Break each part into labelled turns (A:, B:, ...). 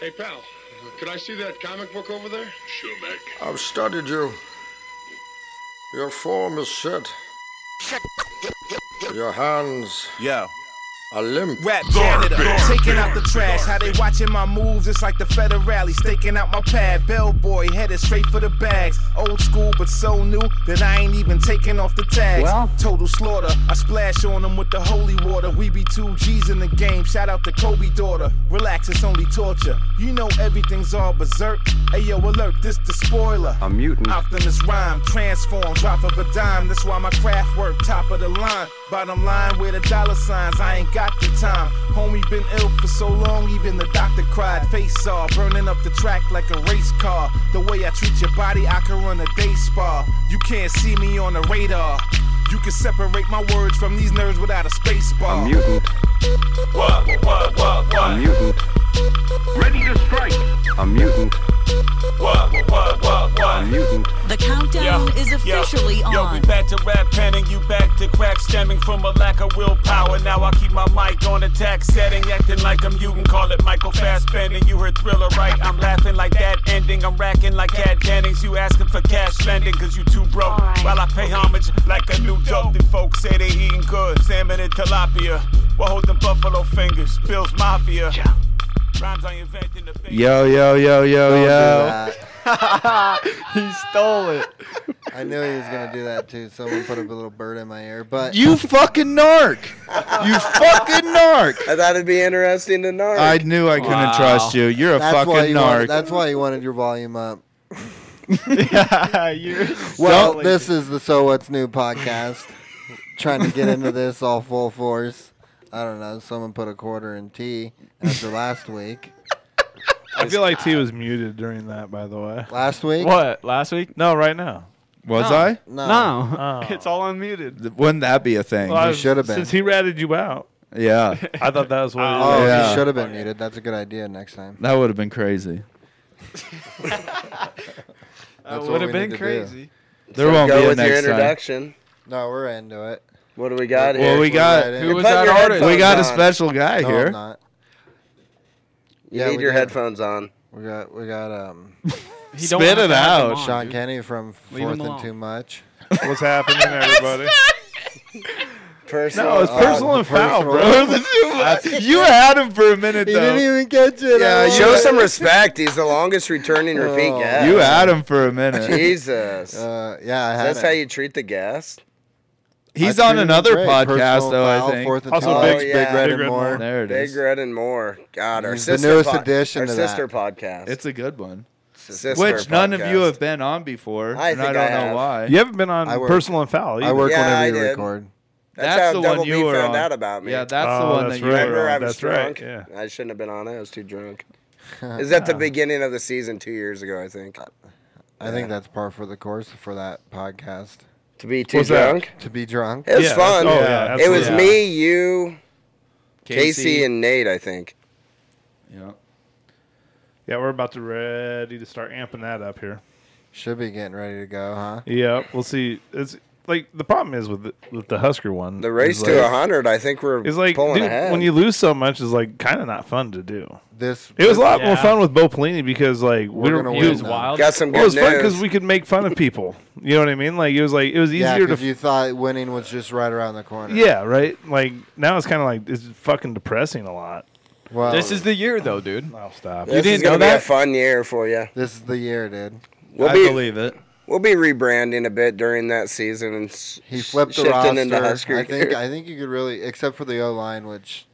A: Hey, pal, could I see that comic book over there?
B: Sure, Mac.
C: I've studied you. Your form is set. Your hands
D: Yo.
C: are limp.
D: Rap janitor,
B: Garbage.
D: taking out the trash. How they watching my moves, it's like the federal rally. Staking out my pad, bellboy, headed straight for the bags. Old school, but so new that I ain't even taking off the tags.
E: Well?
D: Total slaughter, I splash on them with the holy water. We be two G's in the game. Shout out to Kobe daughter. Relax, it's only torture. You know everything's all berserk. Ayo, alert, this the spoiler.
E: A mutant.
D: Optimus rhyme, transform, drop of a dime. That's why my craft work, top of the line. Bottom line, where the dollar signs, I ain't got the time. Homie been ill for so long, even the doctor cried. Face saw, burning up the track like a race car. The way I treat your body, I can run a day spa. You can't see me on the radar. You can separate my words from these nerds without a space bar.
E: A mutant. A mutant.
B: Ready to strike.
E: A mutant. A mutant.
F: The countdown is officially
G: yo,
F: on.
G: Yo, we back to rap penning, you back to crack stemming from a lack of willpower. Now I keep my mic on attack setting, acting like a mutant, call it Michael Fassbending. You heard Thriller right, I'm laughing like that ending. I'm racking like Cat Dennings, you asking for cash spending, cause you too broke. While I pay homage like a new dope, the folks say they eating good, salmon and tilapia. While holding buffalo fingers, Bill's Mafia. Rhymes I invented the thing.
H: Yo, yo, yo, yo,
I: Don't do
H: yo.
I: that.
H: he stole it.
I: I knew he was gonna do that too. Someone put a little bird in my ear, but
H: You fucking narc. You fucking narc.
J: I thought it'd be interesting to know.
H: I knew I couldn't
G: Wow.
H: trust you. You're a
I: that's
H: fucking
I: why you wanted,
H: narc.
I: that's why you wanted your volume up.
H: yeah, you're
I: Well,
H: so-
I: this is the So What's New podcast. Trying to get into this all full force. I don't know. Someone put a quarter in tea after last week.
K: I feel like T was muted during that, by the way.
I: Last week?
L: What? Last week?
K: No, right now.
H: was
L: No.
H: I?
I: No.
L: No.
K: Oh.
L: It's all unmuted.
H: Th- Wouldn't that be a thing?
K: I was-
I: should have been.
K: Since he ratted you out,
H: yeah,
K: I thought that was what. it
I: Oh,
K: was.
H: Yeah.
I: you should have been muted. That's a good idea next time.
H: that would have been crazy.
I: That's
L: That
I: what
L: would
I: we
L: have been
I: need to do.
L: crazy.
H: There won't
J: go
H: be a
J: with your
H: next time.
J: introduction.
I: No, we're into it.
J: What do we got here?
H: Well, we
I: Right
H: got
I: in.
L: Who was
J: Put
L: that
J: your
L: artist?
J: headphones
H: we got
J: on.
H: a special guy
I: No, I'm
H: here.
I: not.
J: You
I: Yeah,
J: need
I: we
J: your
I: do.
J: headphones on.
I: We got we got um
L: He don't
H: Spit
L: wanna
H: it
L: have him
H: out.
L: on,
I: Sean
L: dude.
I: Kenny from
L: Leave him
I: Fourth and
L: alone.
I: Too Much.
K: What's happening, everybody?
J: Personal.
K: no, it's
I: Uh,
K: personal and foul,
I: personal.
K: bro.
H: you had him for a minute
I: He
H: though.
I: didn't even catch it.
H: Yeah,
I: I
H: you-
I: love
J: Show
I: it.
J: some respect. He's the longest returning repeat
I: Oh.
J: guest.
H: you had him for a minute.
J: Jesus.
I: Uh, yeah, I had
J: That's
I: it.
J: how you treat the guest.
H: He's
I: I
H: on
I: treated him
H: another
I: great.
H: podcast
I: Personal
H: though.
I: Foul,
H: I think.
I: Fourth and
K: Also,
I: Tall,
K: Big-
I: Big,
J: yeah.
I: Red
K: Big
I: and
K: Red
I: More.
K: Moore.
H: There it
J: Big
H: is.
J: Red and More. God, our
I: He's the
J: sister
I: newest
J: pod-
I: addition
J: Our
I: to that.
J: sister podcast.
H: It's a good one.
J: sister
H: Which none of you
J: podcast.
H: have been on before,
J: I
H: and I
J: think
H: don't
J: I
H: know
J: have.
H: why.
K: You haven't been on
I: I work.
K: personal and foul.
I: I
K: either.
I: work
J: Yeah,
I: whenever
J: I
I: you
J: did.
I: record.
J: That's,
H: That's
J: how
H: the one
J: Double
H: you
J: B
H: were
J: found
H: on.
J: out about me.
H: Yeah, that's the
K: Oh,
H: one
K: that's
H: that you
K: right.
H: were
J: Remember,
H: on.
J: I
K: wrong.
J: was
K: That's right,
J: drunk.
K: yeah.
J: I shouldn't have been on it. I was too drunk. It was at the beginning of the season two years ago, I think.
I: I think that's par for the course for that podcast.
J: To be too
K: What's that?
J: drunk.
I: To be drunk.
J: It was
K: Yeah, that's-
J: fun.
K: oh, yeah,
J: it was
K: absolutely.
J: me, you, Casey. and Nate. I think.
H: Yeah.
K: Yeah, we're about to ready to start amping that up here.
I: Should be getting ready to go, huh?
K: Yeah, we'll see. It's like the problem is with the, with the Husker one.
J: The race
K: is
J: to
K: like,
J: hundred. I think we're
K: It's like
J: pulling
K: dude,
J: ahead.
K: when you lose so much is like kind of not fun to do.
I: This
K: It was a lot more
L: Yeah.
K: fun with Bo Pelini because like we
I: We're
K: were
I: gonna
L: He
I: win
L: was
I: now.
L: wild.
J: got some
K: Well, it
J: good
K: was fun
J: news.
K: because we could make fun of people. You know what I mean? Like it was like it was
I: yeah,
K: easier to.
I: because you thought winning was just right around the corner.
K: yeah, right. Like now it's kind of like it's fucking depressing a lot.
I: Well,
L: This is the year, though, dude.
K: I'll stop.
J: this
L: didn't
J: is gonna
L: know
J: be a
L: that?
J: fun year for you.
I: this is the year, dude.
J: We'll
H: I
J: be
H: believe it.
J: we'll be rebranding a bit during that season and s-
I: He flipped the
J: shifting into
I: roster.
J: Husker.
I: I think
J: gear.
I: I think you could really, except for the O line, which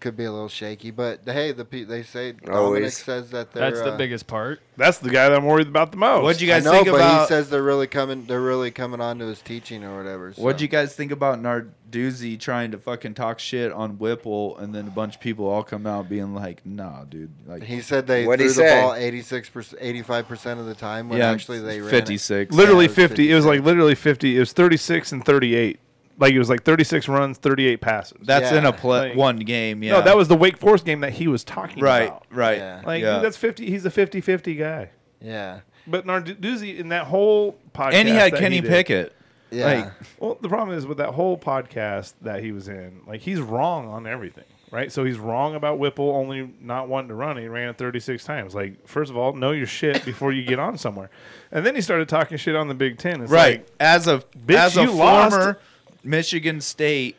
I: could be a little shaky. But hey, the pe- they say Dominic
J: Always.
I: says that they're.
L: That's the
I: uh,
L: biggest part.
K: That's the guy that I'm worried about the most.
H: What'd you
I: I
H: guys
I: know,
H: think
I: but he
H: about?
I: says they're really coming. They're really coming on to his teaching or whatever. So.
H: What'd you guys think about Narduzzi trying to fucking talk shit on Whipple, and then a bunch of people all come out being like, "Nah, dude." Like,
I: He said they
J: What'd
I: threw
J: he
I: the
J: say?
I: ball 86 percent, 85 percent of the time when
H: yeah,
I: actually they ran it.
H: fifty-six.
K: literally
I: Yeah, it was
K: 50 it was
I: 56.
K: like literally 50 it was 36 and 38 like it was like 36 runs 38 passes
H: That's
I: Yeah.
H: in a play,
K: Like-
H: one game. Yeah.
K: no that was the wake forest game that he was talking
H: right.
K: about
H: Right.
I: Yeah.
K: like
H: yeah.
K: dude, that's 50 he's a 50 50 guy
I: Yeah.
K: but narduzzi in that whole podcast
H: and he had
K: that
H: Kenny
K: did-
H: Pickett.
I: Yeah. Like-
K: well, the problem is with that whole podcast that he was in, like he's wrong on everything, right? So he's wrong about Whipple only not wanting to run. He ran it 36 times. Like, first of all, know your shit before you get on somewhere. And then he started talking shit on the Big Ten. It's
H: right.
K: like,
H: as a
K: bitch,
H: as a
K: you
H: former
K: lost.
H: Michigan State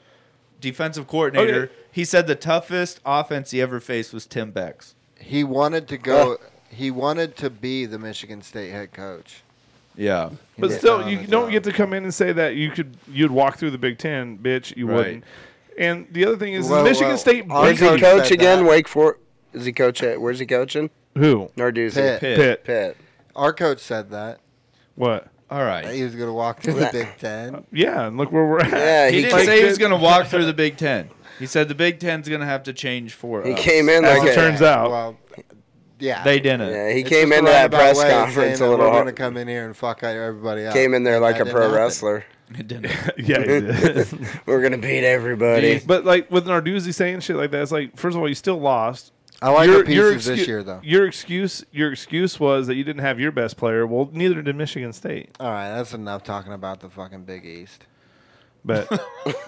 H: defensive coordinator,
I: Okay.
H: he said the toughest offense he ever faced was Tim Beck's.
I: He wanted to go. He wanted to be the Michigan State head coach.
H: Yeah.
K: But
I: Yeah.
K: still,
I: Um,
K: you don't get to come in and say that you could you'd walk through the Big Ten, bitch. You
H: Right.
K: wouldn't. And the other thing is,
I: Well,
K: Michigan
I: well,
K: State.
J: Where's he
K: basically-
J: coach again? Wake for is he coach at? Where's he coaching?
K: Who?
J: Narduzzi.
I: Pitt.
K: Pitt. Pitt.
J: Pitt.
I: Our coach said that.
K: What?
H: All right.
I: That he was going to walk through the
J: Well,
I: Big Ten.
K: Yeah, and look where we're at.
H: he, didn't say he was going to walk through the Big Ten. He said the Big Ten's going to have to change for
J: He
H: us.
J: came in
K: As
J: like
K: it
J: a-
K: turns out,
I: Well, yeah.
H: They didn't.
J: Yeah, he
I: It's
J: came
I: just
J: into
I: a
J: that
I: roundabout
J: press
I: way of
J: conference
I: saying
J: a
I: that
J: little
I: We're going to
J: hard.
I: come in here and fuck everybody up.
J: Came in there
I: And
J: like
I: that
J: a
I: didn't
J: pro
I: happen.
J: wrestler.
H: It didn't.
K: yeah, he did.
J: We're gonna beat everybody.
K: But like with Narduzzi saying shit like that, it's like first of all, you still lost.
I: I like
K: Your-
I: the pieces
K: your
I: this
K: excu-
I: year, though.
K: Your excuse, your excuse was that you didn't have your best player. Well, neither did Michigan State.
I: All right, that's enough talking about the fucking Big East.
K: But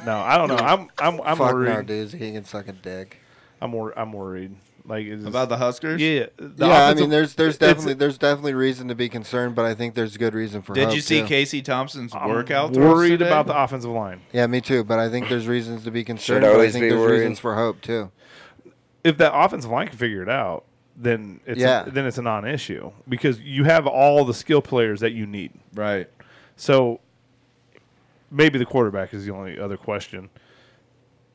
K: no, I don't know. I'm I'm I'm
I: Fuck
K: worried.
I: Narduzzi. He can suck a dick.
K: I'm wor- I'm worried. Like it's
H: About the Huskers?
K: Yeah, the
I: yeah, I
K: offensive-
I: mean, there's there's
K: it's-
I: definitely there's definitely reason to be concerned, but I think there's good reason for.
H: Did
I: hope,
H: you see
I: too.
H: Casey Thompson's
K: I'm
H: workout? throws
K: Worried
H: today?
K: about the offensive line.
I: Yeah, me too. But I think there's reasons to be concerned.
J: Should
I: but I
J: always
I: think
J: be
I: there's
J: worried.
I: reasons for hope too.
K: If that offensive line can figure it out, then it's
I: Yeah.
K: then it's a non-issue because you have all the skill players that you need.
H: right.
K: So maybe the quarterback is the only other question.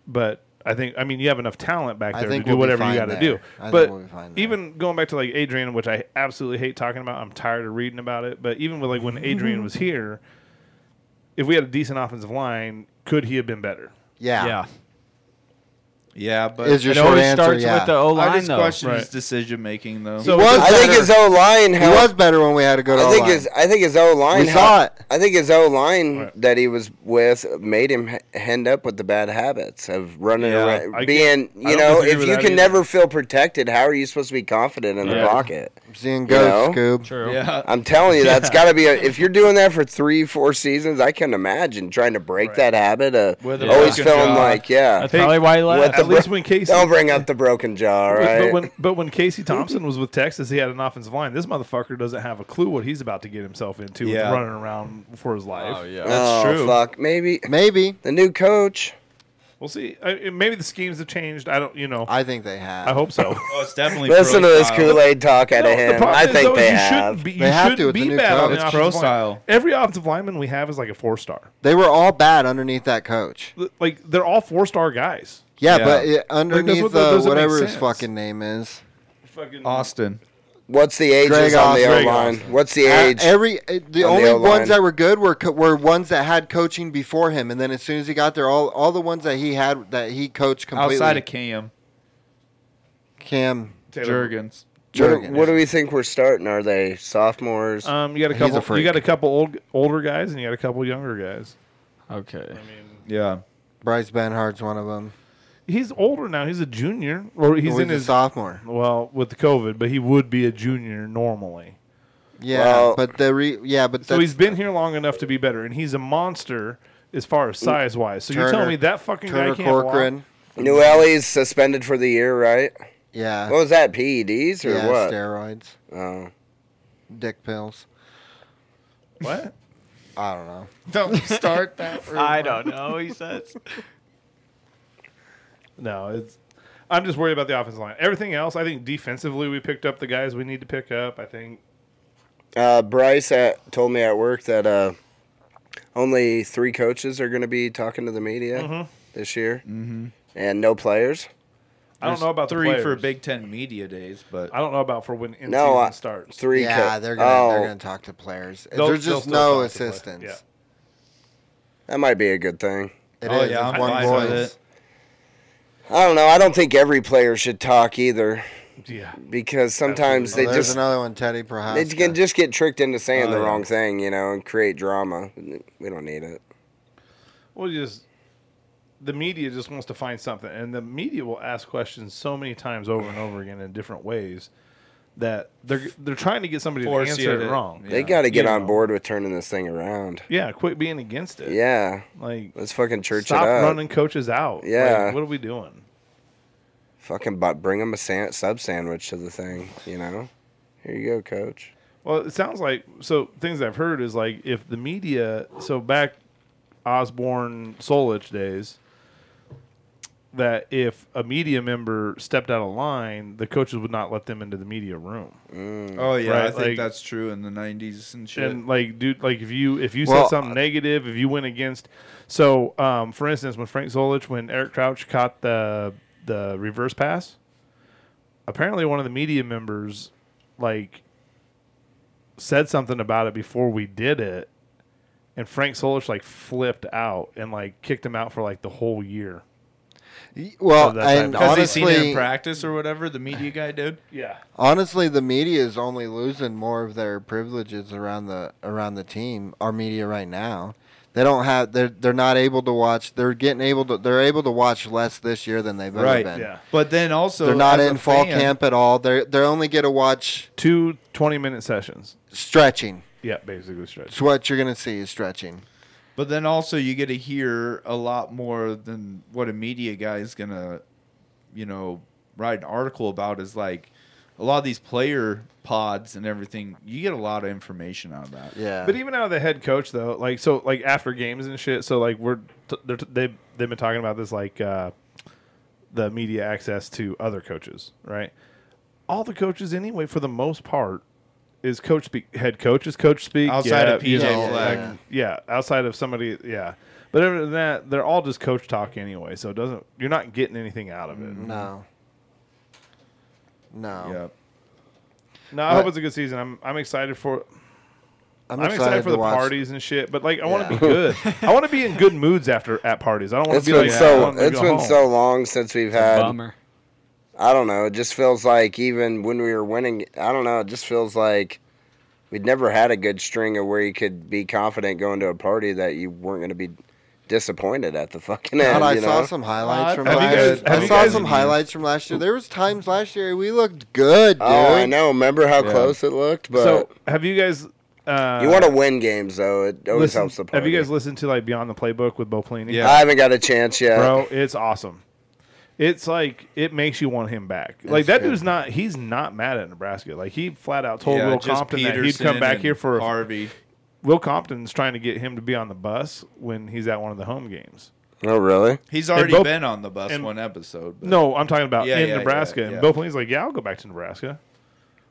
K: But I think I mean you have enough talent back
I: I
K: there to
I: think
K: do
I: we'll be
K: whatever you
I: fine
K: got to
I: there.
K: do.
I: I think
K: but
I: we'll be fine there.
K: even going back to like Adrian, which I absolutely hate talking about. I'm tired of reading about it. But even with like when Adrian was here, if we had a decent offensive line, could he have been better?
I: Yeah.
L: Yeah.
H: Yeah, but
I: Is your
L: It
I: short
L: always
I: answer?
L: starts
I: yeah.
L: with the O
H: I
L: line
H: just
L: though.
H: question
K: Right.
H: his decision making though.
I: He was
J: I think
I: better-
J: his O line
I: He was
J: helped.
I: better when we had to go to.
J: I think
I: O-line.
J: his I think his O line.
I: We saw it.
J: I think his O line
K: Right.
J: that he was with made him h- end up with the bad habits of running
H: Yeah,
K: I
J: around,
K: can't-
J: being
K: I
J: you
K: don't
J: know,
K: disagree
J: if
K: with
J: you
K: that
J: can
K: either.
J: never feel protected, how are you supposed to be confident in the
L: Yeah.
J: pocket?
I: seeing ghosts,
J: know?
I: Scoob.
L: True.
H: yeah.
J: I'm telling you, that's got to be. A, if you're doing that for three, four seasons, I can imagine trying to break that habit of
H: With a
J: always
H: broken
J: feeling
H: jaw.
J: like, yeah,
L: That's probably why he
J: what
L: left.
J: the
K: At least
J: bro-
K: when Casey
J: don't bring up the broken jaw, all
K: But-
J: right?
K: But when but when Casey Thompson was with Texas, he had an offensive line. This motherfucker doesn't have a clue what he's about to get himself into with
H: Yeah.
K: running around for his life.
L: Oh yeah.
J: oh,
H: That's true.
J: Fuck, maybe
I: Maybe
J: the new coach.
K: We'll see. I, it- maybe the schemes have changed. I don't. You know. I,
I: I think they have.
K: hope so.
H: Oh, it's definitely
J: Listen to
H: pro
J: this
H: style.
J: Kool Aid talk out
K: No,
J: of
K: the
J: him.
K: problem
J: I
K: is,
J: think
K: though,
J: they
K: you
J: have.
K: Shouldn't be, you
I: They have
K: shouldn't
I: to. It's a
K: be
I: new
K: bad on
I: coach.
K: the
H: It's
K: offensive
H: pro
K: line.
H: style.
K: Every offensive lineman we have is like a four star.
I: They were all bad underneath that coach.
K: Like they're all four star guys.
I: Yeah,
H: Yeah.
I: but it, underneath
K: what- that
I: the,
K: doesn't make
I: whatever his
K: sense.
I: fucking name is,
K: Fucking
H: Austin.
J: What's the ages
I: Greg
J: on the O
I: Austin.
J: line? What's the
I: Uh,
J: age?
I: every uh, the
J: on the
I: only
J: O-line.
I: ones that were good were co- were ones that had coaching before him, and then as soon as he got there, all all the ones that he had that he coached completely
H: Outside of Cam
I: Cam
K: Taylor.
J: what,
H: Jurgens.
I: Jurgens.
J: what do we think we're starting? Are they sophomores?
K: Um, you got a
I: He's a
K: couple. you
I: freak.
K: got a couple old older guys, and you got a couple younger guys.
L: Okay.
H: Yeah.
I: Bryce Benhart's one of them.
K: He's older now. He's a junior, or he's
I: He's
K: in
I: a
K: his
I: sophomore.
K: well with the COVID, but he would be a junior normally.
I: Yeah,
J: Well-
I: but the re- yeah, but
K: So
I: that's-
K: he's been here long enough to be better, and he's a monster as far as size wise. So you're
I: Turner-
K: telling me that fucking
I: Turner
K: guy can't walk?
I: Corcoran.
J: Newelli's suspended for the year, right?
I: Yeah,
J: What was that? PEDs or
I: yeah,
J: what?
I: steroids,
J: Oh.
I: dick pills.
K: What?
I: I don't know.
H: Don't start that.
L: I don't know. He says.
K: No, it's. I'm just worried about the offensive line. Everything else, I think defensively we picked up the guys we need to pick up. I think
J: Uh, Bryce at, told me at work that uh, only three coaches are going to be talking to the media this year, mm-hmm. and no players.
K: I don't know about the
H: three for
K: players.
H: Big Ten media days, but
K: I don't know about for when in
J: No,
K: season
J: I-
K: starts.
J: Three.
I: yeah,
J: co-
I: they're gonna they're
J: Oh,
I: gonna talk to players.
K: They'll-
I: There's
K: they'll
I: just
K: still
I: no
K: talk to players.
I: assistants.
K: Yeah.
J: that might be a good thing.
I: It
H: Oh,
I: is,
H: yeah,
I: it's
H: I'm
I: one
H: fine with
I: voice.
H: it.
J: I don't know. I don't think every player should talk either,
K: Yeah.
J: because sometimes
I: Oh,
J: they
I: there's
J: just
I: another one, Teddy Prohaska.
J: they can just get tricked into saying
H: Oh,
J: the
H: yeah.
J: wrong thing, you know, and create drama. We don't need it.
K: Well, you just the media just wants to find something, and the media will ask questions so many times over and over again in different ways that they're they're trying to get somebody to answer it wrong.
J: They got to get
K: You
J: on
K: know?
J: board with turning this thing around.
K: Yeah, quit being against it.
J: Yeah.
K: Like
J: let's fucking church
K: stop
J: it up.
K: running coaches out. Like,
J: Yeah.
K: what are we doing?
J: Fucking but bring them a san- sub sandwich to the thing, you know? Here you go, coach.
K: Well, it sounds like so. Things I've heard is like if the media, so back Osborne Solich days, that if a media member stepped out of line, the coaches would not let them into the media room.
H: Oh yeah, I
K: Right?
H: think
K: Like,
H: that's true in the '90s and shit.
K: and like dude like if you if you
H: Well,
K: said something negative if you went against so um for instance when frank zolich when eric crouch caught the the reverse pass apparently one of the media members like said something about it before we did it and frank zolich like flipped out and like kicked him out for like the whole year
I: well,
K: Of that type
I: and
K: of-
H: Has he seen it
I: honestly-
H: in practice or whatever the media guy did?
K: Yeah.
I: Honestly, the media is only losing more of their privileges around the around the team. Our media right now, they don't have they're they're not able to watch. They're getting able to they're able to watch less this year than they've
H: Right.
I: ever been.
H: Yeah. But then also
I: they're not
H: as a
I: in fall
H: fan-
I: camp at all. They they only get to watch
K: two 20 minute sessions
I: stretching.
K: yeah basically stretch
I: It's what you're gonna see is stretching.
H: But then also you get to hear a lot more than what a media guy is gonna, you know, write an article about is like a lot of these player pods and everything, you get a lot of information out of that.
I: Yeah.
K: But even out of the head coach though, like so, like after games and shit. So like we're t- they're t- they've they've been talking about this like uh, the media access to other coaches, right? All the coaches anyway, for the most part, is coach speak. Head coaches, coach speak
H: Outside of PJ
K: know,
H: Fleck.
K: like, yeah, outside of somebody, yeah. But other than that, they're all just coach talk anyway. So it doesn't you're not getting anything out of it.
I: No. No.
H: Yep.
K: No, I
I: But-
K: hope it's a good season. I'm I'm excited for. I'm, excited,
I: to
K: for the
I: watch-
K: parties and shit, but like I want to
I: Yeah.
K: be good. I want to be in good moods after at parties. I don't want
J: It's
K: to be
J: been
K: like I
J: so
K: wanna
J: it's
K: go
J: been
K: home.
J: so long since we've
K: a
J: had
K: bummer.
J: I don't know, it just feels like even when we were winning, I don't know, it just feels like we'd never had a good string of where you could be confident going to a party that you weren't going to be disappointed at the fucking end.
I: God, I
J: you
I: saw
J: know?
I: some highlights from
J: Have you
I: last
J: guys- have
I: I
J: you
I: saw
J: guys-
I: some highlights from last year. There was times last year we looked good, dude.
J: Oh, I know. Remember how
I: Yeah.
J: close it looked, but
K: So have you guys? Uh,
J: you want to win games though. It always
K: listen-
J: helps the
K: Have
J: party.
K: you guys listened to like Beyond the Playbook with Bo Pelini?
J: Yeah. I haven't got a chance yet.
K: bro. It's awesome. It's like it makes you want him back.
J: That's
K: like that
J: good.
K: dude's not. He's not mad at Nebraska. Like he flat out told
H: Yeah,
K: Will
H: just
K: Compton that he'd
H: Peterson
K: come back
H: and
K: here for a,
H: Harvey.
K: Will Compton's trying to get him to be on the bus when he's at one of the home games.
J: Oh, really?
H: He's
K: And
H: already
K: Bo-
H: been on the bus
K: and-
H: one episode. but-
K: No, I'm talking about
H: Yeah,
K: in
H: yeah, yeah,
K: Nebraska.
H: yeah.
K: And Bo Pelini's like, yeah, I'll go back to Nebraska.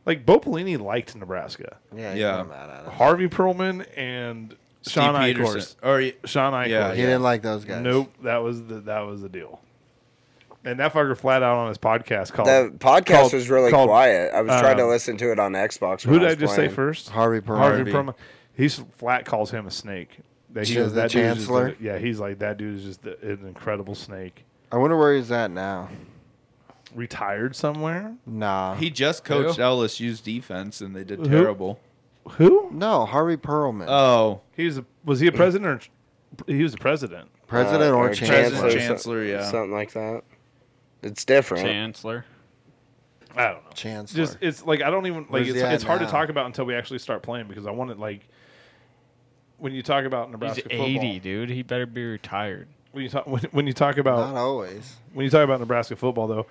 K: Like Bo Pelini liked Nebraska.
I: Yeah,
H: he's Yeah. not mad
K: Harvey Perlman and
H: Steve
K: Sean
H: Peterson.
K: Eichhorst.
H: Or y-
K: Sean Eichhorst.
H: Yeah, He yeah. didn't like those guys.
K: Nope, that was the that was the deal. And that fucker flat out on his podcast called
J: the podcast
K: called-
J: was really
K: called,
J: quiet. I was trying to
K: um,
J: listen to it on Xbox.
K: Who
J: when
K: did I
J: was
K: just
J: playing.
K: say first?
I: Harvey Perlman.
K: Harvey
J: Harvey.
K: Perlman. He's flat calls him a snake. That he
I: Yeah,
K: was
I: the
K: that dude is just
I: chancellor.
K: a- yeah, he's like that dude is just the, an incredible snake.
I: I wonder where he's at now.
K: Retired somewhere?
I: Nah.
H: He just coached
K: Who?
H: LSU's defense and they did
K: Who?
H: terrible.
K: Who?
I: No, Harvey Perlman.
H: Oh.
K: He was a, was he a president or he was a president?
J: uh,
I: President or chancellor?
H: Chancellor, yeah.
J: something like that. It's different.
L: Chancellor.
K: I don't know.
I: Chancellor.
K: Just it's like I don't even like
I: Where's
K: it's,
I: he at
K: it's hard to
I: now?
K: talk about until we actually start playing because I want to like when you talk about Nebraska
L: He's 80,
K: football.
L: dude. He better be retired.
K: When you talk when, when you talk about
I: Not always.
K: when you talk about Nebraska football though,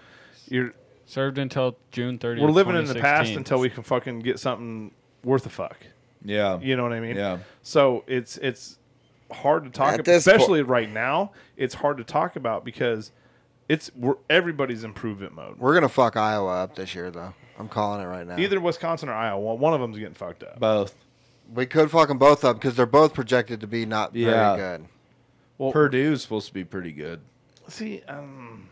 K: you're
L: Served until June 30th.
K: we're living in the past
L: 2016.
K: until we can fucking get something worth a fuck.
H: Yeah.
K: You know what I mean?
H: Yeah.
K: So it's it's hard to talk,
J: At
K: about,
J: this
K: especially right now. It's hard to talk about because it's we're, everybody's improvement mode.
I: We're gonna fuck Iowa up this year, though. I'm calling it right now.
K: Either Wisconsin or Iowa, one of them's getting fucked up.
H: Both.
I: We could fuck them both up because they're both projected to be not
H: Yeah.
I: very good.
K: Well-
H: Purdue's supposed to be pretty good.
K: See, um,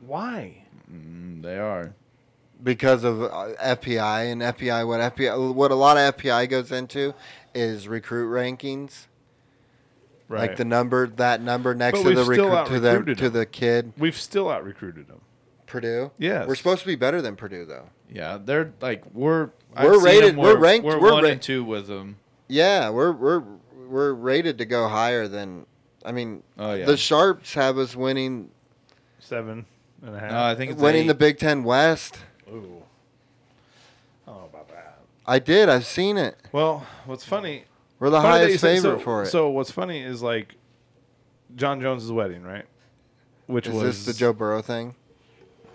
K: why?
H: Mm, they are.
I: because of uh, FPI and FPI what FPI what a lot of FPI goes into is recruit rankings.
K: Right.
I: Like the number that number next
K: But
I: to
K: we've
I: the
K: still
I: recruit to the
K: out-recruited
I: to the kid
K: We've still out recruited them.
I: Purdue.
K: Yes.
I: We're supposed to be better than Purdue though.
H: Yeah, they're like we're
I: We're
H: seen
I: rated-
H: them,
I: we're ranked-
H: We're,
I: we're
H: one
I: ra-
H: and two with them.
I: Yeah, we're we're we're rated to go higher than I mean
H: Oh, yeah.
I: the Sharps have us winning
K: Seven and a half.
I: Uh,
H: No, I think it's
I: winning
H: eight.
I: the Big 10 West.
K: Ooh. don't know about that.
I: I did. I've seen it.
K: Well, what's funny?
I: We're the
K: funny that
I: highest
K: you say-
I: favorite
K: so-
I: for it.
K: So what's funny is like John Jones's wedding, right? Which
I: Is
K: was
I: this the Joe Burrow thing?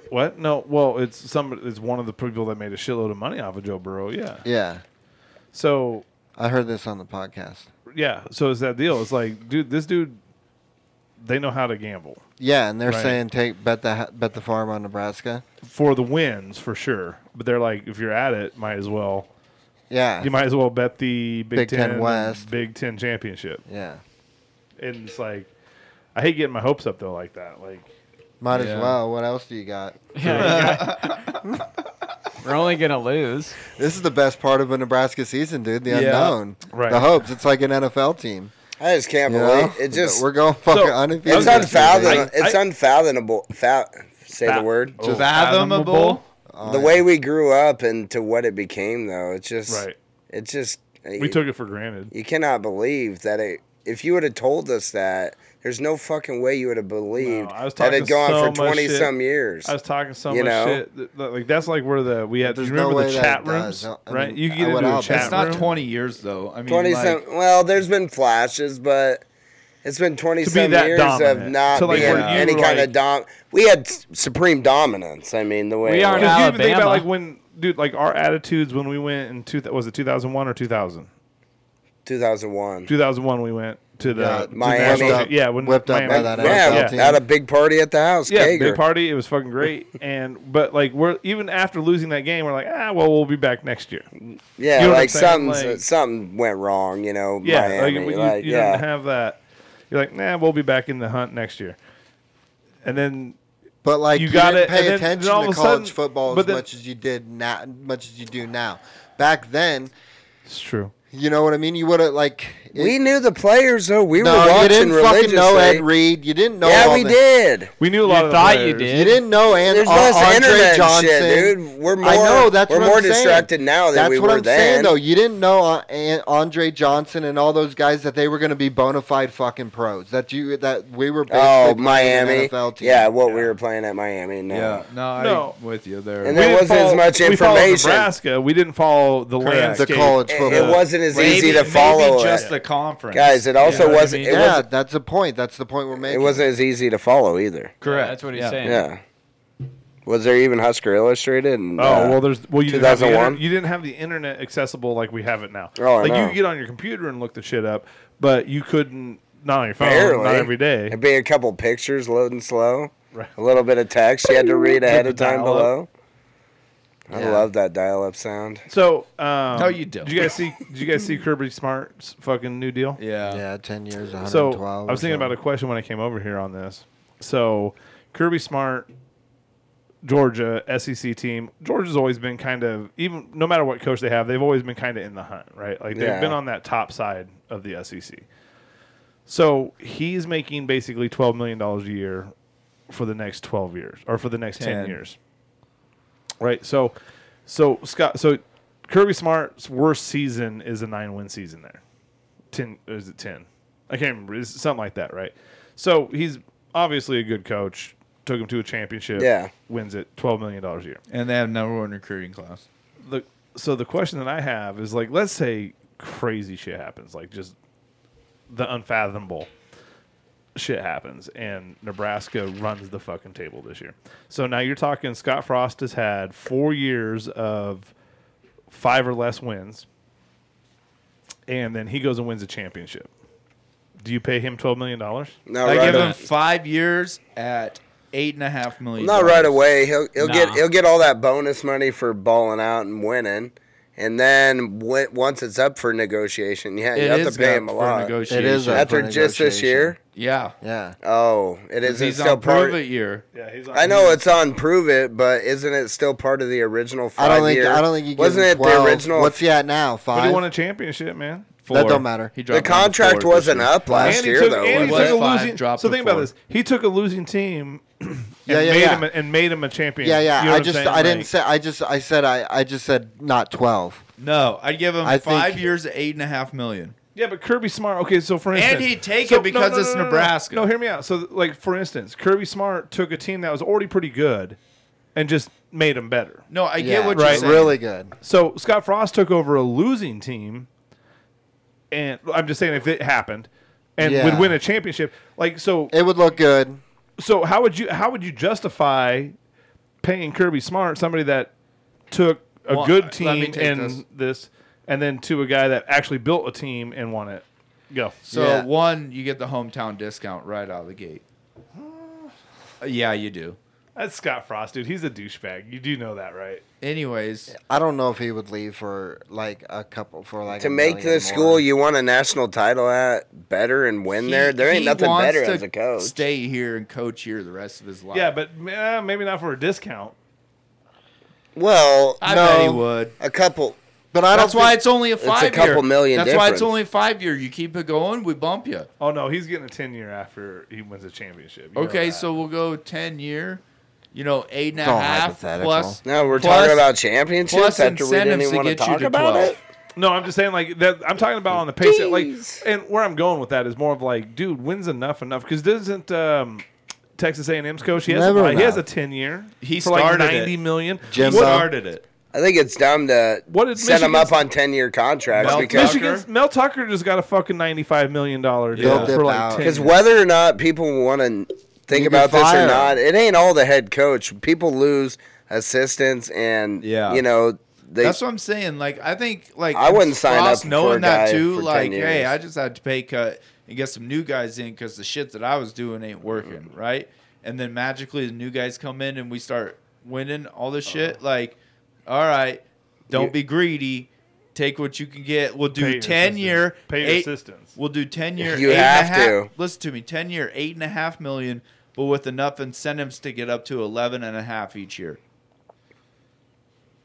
K: What? No. Well, it's some. It's one of the people that made a shitload of money off of Joe Burrow. Yeah.
I: Yeah.
K: So
I: I heard this on the podcast.
K: yeah. So it's that deal. It's like, dude, this dude, they know how to gamble
I: Yeah, and they're
K: Right.
I: saying take bet the ha- bet the farm on Nebraska.
K: for the wins for sure. But they're like, if you're at it, might as well.
I: Yeah.
K: You might as well bet the Big,
I: Big Ten West.
K: Big Ten championship.
I: Yeah.
K: And it's like, I hate getting my hopes up though like that. Like,
I: Might
K: Yeah.
I: as well. What else do you got?
L: We're only gonna lose.
I: This is the best part of a Nebraska season, dude. The
J: Yeah.
I: unknown,
J: Right.
I: the hopes. It's like an NFL team.
J: I just can't
I: You
J: believe
I: know?
J: it. Just
I: We're going fucking undefeated
J: It's
I: this season.
J: unfathomable.
I: I-
J: It's unfathomable. Fa- say the word.
H: Oh, fathomable?
J: The way we grew up and to what it became, though, it's just.
K: Right.
J: It's just.
K: we took it for granted.
J: You cannot believe that it. If you would have told us that, there's no fucking way you would have believed
K: I was
J: that
K: talking
J: it gone
K: so
J: for
K: much
J: twenty
K: shit.
J: some years.
K: I was talking so
J: You
K: much
J: know?
K: shit. Th- th- Like that's like where the we had. Do you
J: there's no
K: remember the
J: way that
K: chat
J: it does.
K: rooms?
J: I mean,
K: right, you could
J: I
K: get
J: would
K: into a
J: hope
K: chat
J: it's
K: room.
J: not
H: 20 years though. I mean,
J: twenty
H: like-
J: some. Well, there's been flashes, but it's been twenty
H: To be
J: some
H: that
J: years of
H: dominant.
J: not
H: To, like,
J: being
H: where you
J: any
H: were
J: kind
H: like-
J: of dom. We had s- supreme dominance. I mean, the way it was.
K: Because you even think about like when, dude, like our attitudes when we went in two. Was it two thousand one or two thousand?
J: 2001.
K: Two thousand one, we went to the
J: Yeah,
K: to the
J: Miami.
K: national
J: Whipped up-
K: champ- yeah, when
J: whipped up
K: Miami,
J: by that NFL Yeah, team. had a big party at the house,
K: Yeah, big
J: Kager.
K: party. It was fucking great. and but like we're even after losing that game, we're like, ah, well, we'll be back next year.
J: Yeah,
K: You know what I'm
J: like
K: saying?
J: something
K: Like-
J: something went wrong, you know.
K: Yeah,
J: Miami,
K: like, you,
J: like,
K: you
J: yeah.
K: don't have that. You're like, nah, we'll be back in the hunt next year, and then.
I: But like
K: you got
I: didn't
K: it.
I: pay
K: and then- then
I: attention
K: all of
I: to
K: a
I: college
K: sudden-
I: football as
K: but then-
I: much as you did now, much as you do now. Back then,
K: it's true.
I: You know what I mean? You would have like
J: we knew the players though. We
I: no,
J: were watching
I: you didn't fucking know
J: religiously.
I: Ed Reed. You didn't know.
J: Yeah,
I: all
J: we
I: the-
J: did.
K: We knew a
J: lot of the
I: thought
J: players.
I: You didn't know. And
J: There's
I: Ar-
J: less
I: Andre
J: internet
I: Johnson,
J: shit, dude. We're more
I: I know. That's
J: we're
I: what
J: more
I: I'm saying.
J: distracted now than
I: that's
J: we
I: what
J: were
I: I'm
J: then.
I: saying, though. You didn't know uh, An- Andre Johnson and all those guys that they were going to be bona fide fucking pros. That you that we were. basically
J: Oh,
I: playing an
J: Miami.
I: NFL team.
J: Yeah, what we were playing at Miami. No.
H: Yeah, no, I'm
J: No.
H: with you there.
J: And there
K: We didn't
J: wasn't as
K: follow-
J: much
K: we followed
J: information.
K: Nebraska, we didn't follow the
H: Correct. The
K: landscape.
I: college It- it football.
J: wasn't as Maybe- easy to maybe follow just it.
H: the conference.
J: Guys, it also wasn't- it
I: yeah,
J: wasn't-
I: that's the point. That's the point we're
J: It
I: making.
J: wasn't as easy to follow either.
L: Correct. That's what he's
J: yeah.
L: saying.
J: Yeah. Was there even Husker Illustrated?
K: Oh
J: In, uh,
K: well, there's well you didn't, have the inter-
J: 2001.
K: you didn't have the internet accessible like we have it now.
J: Oh, I
K: like you
J: know.
K: could get on your computer and look the shit up, but you couldn't not on your phone,
J: Barely.
K: not every day.
J: It'd be a couple pictures loading slow. A little bit of text you had to read ahead of time
K: Dial-up.
J: below. I
K: Yeah.
J: love that dial-up sound.
K: So um,
J: No, you don't.
K: Did you guys see? Did you guys see Kirby Smart's fucking new deal?
H: Yeah.
I: Yeah, ten years, one hundred
K: So
I: twelve.
K: I was thinking about a question when I came over here on this. So Kirby Smart, Georgia SEC team. Georgia's always been kind of even no matter what coach they have, they've always been kind of in the hunt, right? Like they've
E: Yeah.
K: been on that top side of the SEC. So he's making basically twelve million dollars a year for the next twelve years, or for the next ten
E: Ten.
K: years. Right. So, so Scott. So Kirby Smart's worst season is a nine-win season. There, ten or is it ten? I can't remember. It's something like that, right? So he's obviously a good coach. Took him to a championship.
H: Yeah.
K: Wins it. Twelve million dollars a year.
H: And they have number one recruiting class.
K: The so the question that I have is like, let's say crazy shit happens, like just the unfathomable shit happens, and Nebraska runs the fucking table this year. So now you're talking Scott Frost has had four years of five or less wins, and then he goes and wins a championship. Do you pay him twelve million dollars?
J: No,
H: I
J: right
H: give
J: away.
H: him five years at eight and a half million.
J: Not right away. He'll he'll get
H: Nah.
J: he'll get all that bonus money for balling out and winning, and then w- once it's up for negotiation, yeah, you
H: It
J: have
H: is
J: to pay
H: up
J: him a
H: for
J: lot.
H: negotiation. It is up
J: after
H: for
J: just this year.
H: Yeah.
I: Yeah.
J: Oh, it
H: 'Cause
J: is.
H: He's
J: it's still
H: on
J: part.
H: prove it year.
K: Yeah, he's
J: I know it's on prove it, but isn't it still part of the original
I: I
J: five
I: don't think.
J: year?
I: I don't think you. give
J: wasn't
I: him
J: it
I: 12.
J: the original.
I: What's he at now?
K: But he
I: Five.
K: won a championship, man.
I: That don't matter.
J: the contract wasn't up last
K: And he
J: year
K: took-
J: though.
K: and he
J: was
K: took
J: it?
K: a losing- so think about this. He took a losing team and,
I: Yeah, yeah,
K: made
I: yeah.
K: Him a, and made him a champion.
I: Yeah, yeah.
K: You know what
I: I
K: I'm
I: just,
K: saying?
I: I didn't
K: Like,
I: say. I just, I said, I, I just said not twelve.
H: No, I'd give him
I: I think-
H: five years at eight and a half million.
K: Yeah, but Kirby Smart. Okay, so for
H: And
K: instance,
H: he'd take
K: so-
H: it because it's Nebraska.
K: No, hear me out. So, like for instance, Kirby Smart took a team that was already pretty good, and just made them better.
H: No, I get Yeah, what
I: you're right. saying. Really good.
K: So Scott Frost took over a losing team, and I'm just saying if it happened, and
I: Yeah.
K: would win a championship, like so
I: it would look good.
K: So how would you how would you justify paying Kirby Smart somebody that took a
H: Well,
K: good
H: let
K: team
H: me take
K: and
H: this.
K: this. and then to a guy that actually built a team and won it? Go.
H: So one, you get the hometown discount right out of the gate. Uh, yeah, you do.
K: That's Scott Frost, dude. He's a douchebag. You do know that, right?
H: Anyways,
I: I don't know if he would leave for like a couple for like
J: to
I: a
J: make
I: million
J: the
I: more.
J: school you won a national title at better and win there, there ain't
H: He
J: nothing
H: wants
J: better
H: to
J: as a coach.
H: Stay here and coach here the rest of his life.
K: Yeah, but eh, maybe not for a discount.
J: Well,
H: I
J: no,
H: bet he would.
J: A couple,
I: but I
H: That's why it's only a five.
J: It's a couple
H: year.
J: million.
H: That's why it's
J: difference.
H: only a five year. You keep it going, we bump you.
K: Oh no, he's getting a ten year after he wins a championship. You know
H: Okay,
K: that.
H: so we'll go ten year. You know, eight and a
K: It's all
H: half
K: hypothetical.
H: plus.
J: No, we're
H: plus-
J: talking about championships
H: plus
J: after we didn't
H: incentives
J: even want to
H: get you
J: talk about
H: 12.
J: it.
K: No, I'm just saying like that. I'm talking about on the pace that like, and where I'm going with that is more of like, dude, when's enough enough? Because doesn't um, Texas A&M's coach? He has,
J: Never
K: like, he has a
J: enough.
K: ten year.
J: He
K: for like
J: started it.
K: ninety million.
J: Jimbo.
K: What-
J: Started
H: it.
J: I think it's dumb to
K: did
J: set them
K: Michigan's-
J: up on ten-year contracts
K: Mel
J: because
K: Michigan's Mel Tucker just got a fucking ninety-five million dollar
J: Yeah.
K: deal for like ten.
J: Because
K: years.
J: whether or not people want to think
K: You
J: about
K: can
J: this
K: fire
J: or
K: 'em.
J: not, it ain't all the head coach. People lose assistants, and
H: Yeah.
J: you know they.
H: That's what I'm saying. Like, I think like
J: I wouldn't sign
H: Frost
J: up for
H: knowing
J: a
H: that
J: guy
H: too.
J: for 10
H: Like,
J: years.
H: hey, I just had to pay cut and get some new guys in because the shit that I was doing ain't working,
J: Mm-hmm.
H: right? And then magically the new guys come in and we start winning all this shit.
J: Uh-huh.
H: Like, all right, don't
K: You-
H: be greedy. Take what you can get. We'll do
K: Pay your
H: ten
K: assistants.
H: year
K: Pay your
H: eight-
K: assistants.
H: We'll do ten year.
J: You
H: eight and a
J: have
H: half-
J: to.
H: listen to me. Ten year, eight and a half million, but with enough incentives to get up to eleven and a half each year.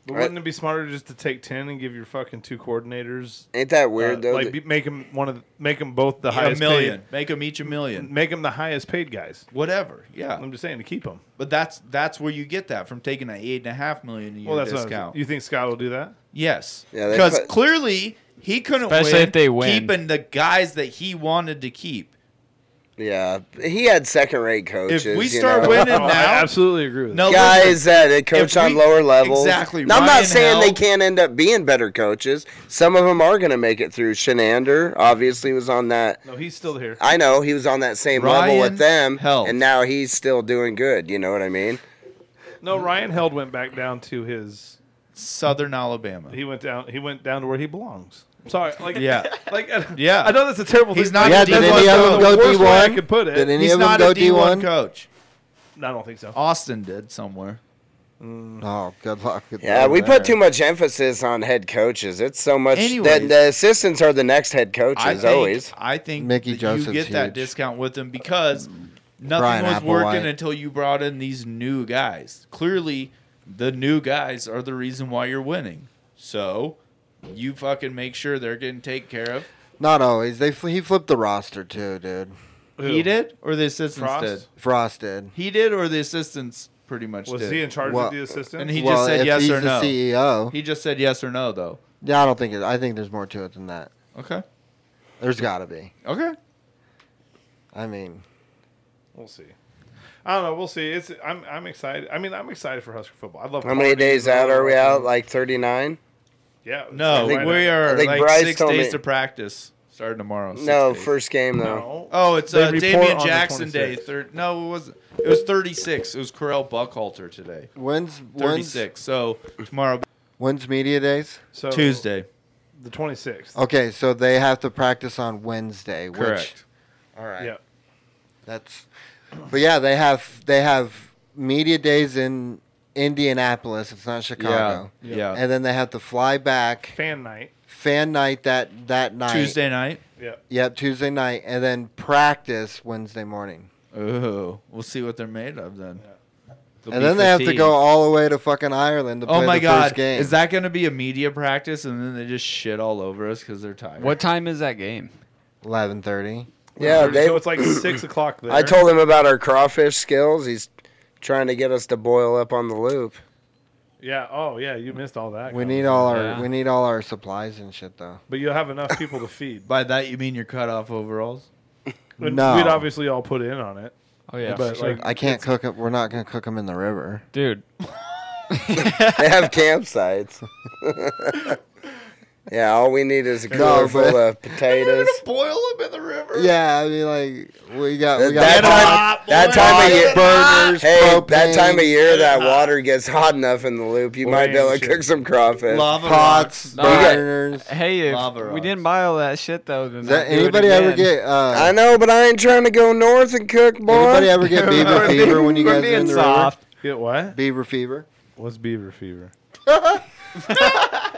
K: But wouldn't it be smarter just to take ten and give your fucking two coordinators? uh,
J: Ain't that weird, though,
K: Like
J: that-
K: be, make them one of the, make them both the
H: Yeah, a
K: highest
H: million.
K: Paid,
H: Make them each a million.
K: Make them the highest paid guys.
H: Whatever. Yeah.
K: I'm just saying to keep them.
H: But that's that's where you get that from taking an eight and a half million a year
K: Well, that's what I'm-
H: discount.
K: you think Scott will do that?
H: yes,
K: Yeah, they
H: because
K: put-
H: clearly he couldn't
K: Especially
H: win
K: if they win.
H: keeping the guys that he wanted to keep.
J: yeah, he had second-rate coaches.
H: If we
J: you
H: start
J: know?
H: winning now,
K: Oh, absolutely agree.
H: No,
J: guys
H: listen,
J: that that coach
H: if
J: on
H: we-
J: lower levels.
H: Exactly.
J: Now, I'm not
H: Ryan
J: saying they
H: Howell-
J: can't end up being better coaches. Some of them are going to make it through. Shenander obviously was on that.
K: No, he's still here.
J: I know he was on that same level
K: Ryan
J: with them, and now he's still doing good. You know what I mean?
K: No, Ryan Held went back down to his
H: Southern Alabama.
K: He went down. He went down to where he belongs. Sorry, like
H: Yeah.
K: like I-
H: Yeah.
K: I know that's a terrible.
H: He's
K: thing.
H: not
K: Like,
H: a
K: that's
H: D1
K: one
H: coach.
K: of the
H: Did any
K: worst
H: of
K: way I
H: them-
K: could put it.
H: did any He's of them not a go D1 D1? coach.
K: No, I don't think so.
H: Austin did somewhere.
I: Oh, good luck. with
J: Yeah,
I: them
J: we
I: there.
J: put too much emphasis on head coaches. It's so much that
H: Anyways.
J: the assistants are the next head
H: I
J: coaches
H: think,
J: always.
H: I think
I: Mickey
H: that you
I: Joseph's
H: get that
I: huge.
H: discount with them because nothing
I: Brian
H: was working
I: Applewhite.
H: until you brought in these new guys. Clearly, the new guys are the reason why you're winning. So you fucking make sure they're getting taken care of.
I: Not always. They fl- he flipped the roster too, dude.
H: He did, or the assistants
I: Frost?
H: did.
I: Frost did.
H: He did, or the assistants pretty much
K: Was
H: did.
K: he in charge of Well- the assistants?
H: And he
I: Well,
H: just said
I: if
H: yes
I: he's
H: or
I: the E
H: no.
I: CEO.
H: He just said yes or no, though.
I: Yeah, I don't think it. I think there's more to it than that.
H: Okay.
I: There's got to be.
H: Okay.
I: I mean,
K: We'll see. I don't know. We'll see. It's I'm I'm excited. I mean, I'm excited for Husker football. I love.
J: How many
K: parties.
J: days
K: I
J: out
K: love-
J: are we out? Like 39?
K: Yeah.
H: No,
J: I think-
H: we
J: I
H: are
J: think
H: like
J: Bryce
H: six
J: told
H: days
J: me-
H: to practice starting tomorrow. six
J: No,
H: days.
J: first game though.
H: Oh, it's
J: They
H: uh,
J: report
H: Damian
J: on the
H: Jackson Day.
J: 26th.
H: Third, no, it wasn't. It was 36. It was Corell Buckhalter today.
I: When's- when's-
H: 36? So tomorrow,
I: when's media days?
K: So
H: Tuesday. Oh.
K: the 26th.
I: Okay, so they have to practice on Wednesday.
H: Correct.
I: Which, all right.
K: Yeah.
I: That's. But yeah, they have they have media days in Indianapolis. It's not Chicago.
H: Yeah, yeah.
I: And then they have to fly back.
K: Fan night.
I: Fan night that that night.
H: Tuesday night.
K: Yeah.
I: Yep, Tuesday night, and then practice Wednesday morning.
H: Ooh, Oh, we'll see what they're made of then. They'll
I: and
H: be
I: then they have to
H: 15.
I: go all the way to fucking Ireland to play
H: Oh my
I: the
H: God!
I: first game.
H: Is that going to be a media practice, and then they just shit all over us because they're tired?
L: What time is that game?
I: Eleven thirty.
J: Yeah, they,
K: so it's like six o'clock there.
J: I told him about our crawfish skills. He's trying to get us to boil up on the loop.
K: Yeah. Oh yeah. You missed all that.
I: We
K: Colin.
I: need all our
K: Yeah.
I: we need all our supplies and shit though.
K: But you'll have enough people to feed.
H: By that you mean your cutoff overalls?
K: But
I: No.
K: We'd obviously all put in on it.
L: Oh, yeah,
K: But,
L: for sure.
K: like,
I: I can't cook it. We're not gonna cook them in the river,
L: dude.
J: they have campsites. yeah, all we need is a cooler
I: No, but-
J: full of potatoes.
H: Boil them in the river.
I: Yeah, I mean, like we got we
J: that
I: got
J: time, that time of year,
I: Burgers,
J: hey, that
I: propane.
J: time of year, that water gets hot enough in the loop. You might be able to
K: Shit.
J: cook some crawfish.
H: Lava
I: pots,
L: No, you got-
I: burners.
L: Hey, if
H: Lava
L: we
H: rocks.
L: didn't buy all that shit though, then
I: Does that,
L: I'd do it
I: anybody ever
L: again.
I: get uh,
J: I know, but I ain't trying to go north and cook, boy.
I: anybody ever get beaver
L: We're
I: fever
L: being-
I: when you
L: we're
I: guys are
L: being
I: in the
L: soft.
K: Get what?
I: river? Beaver fever,
K: What's beaver fever?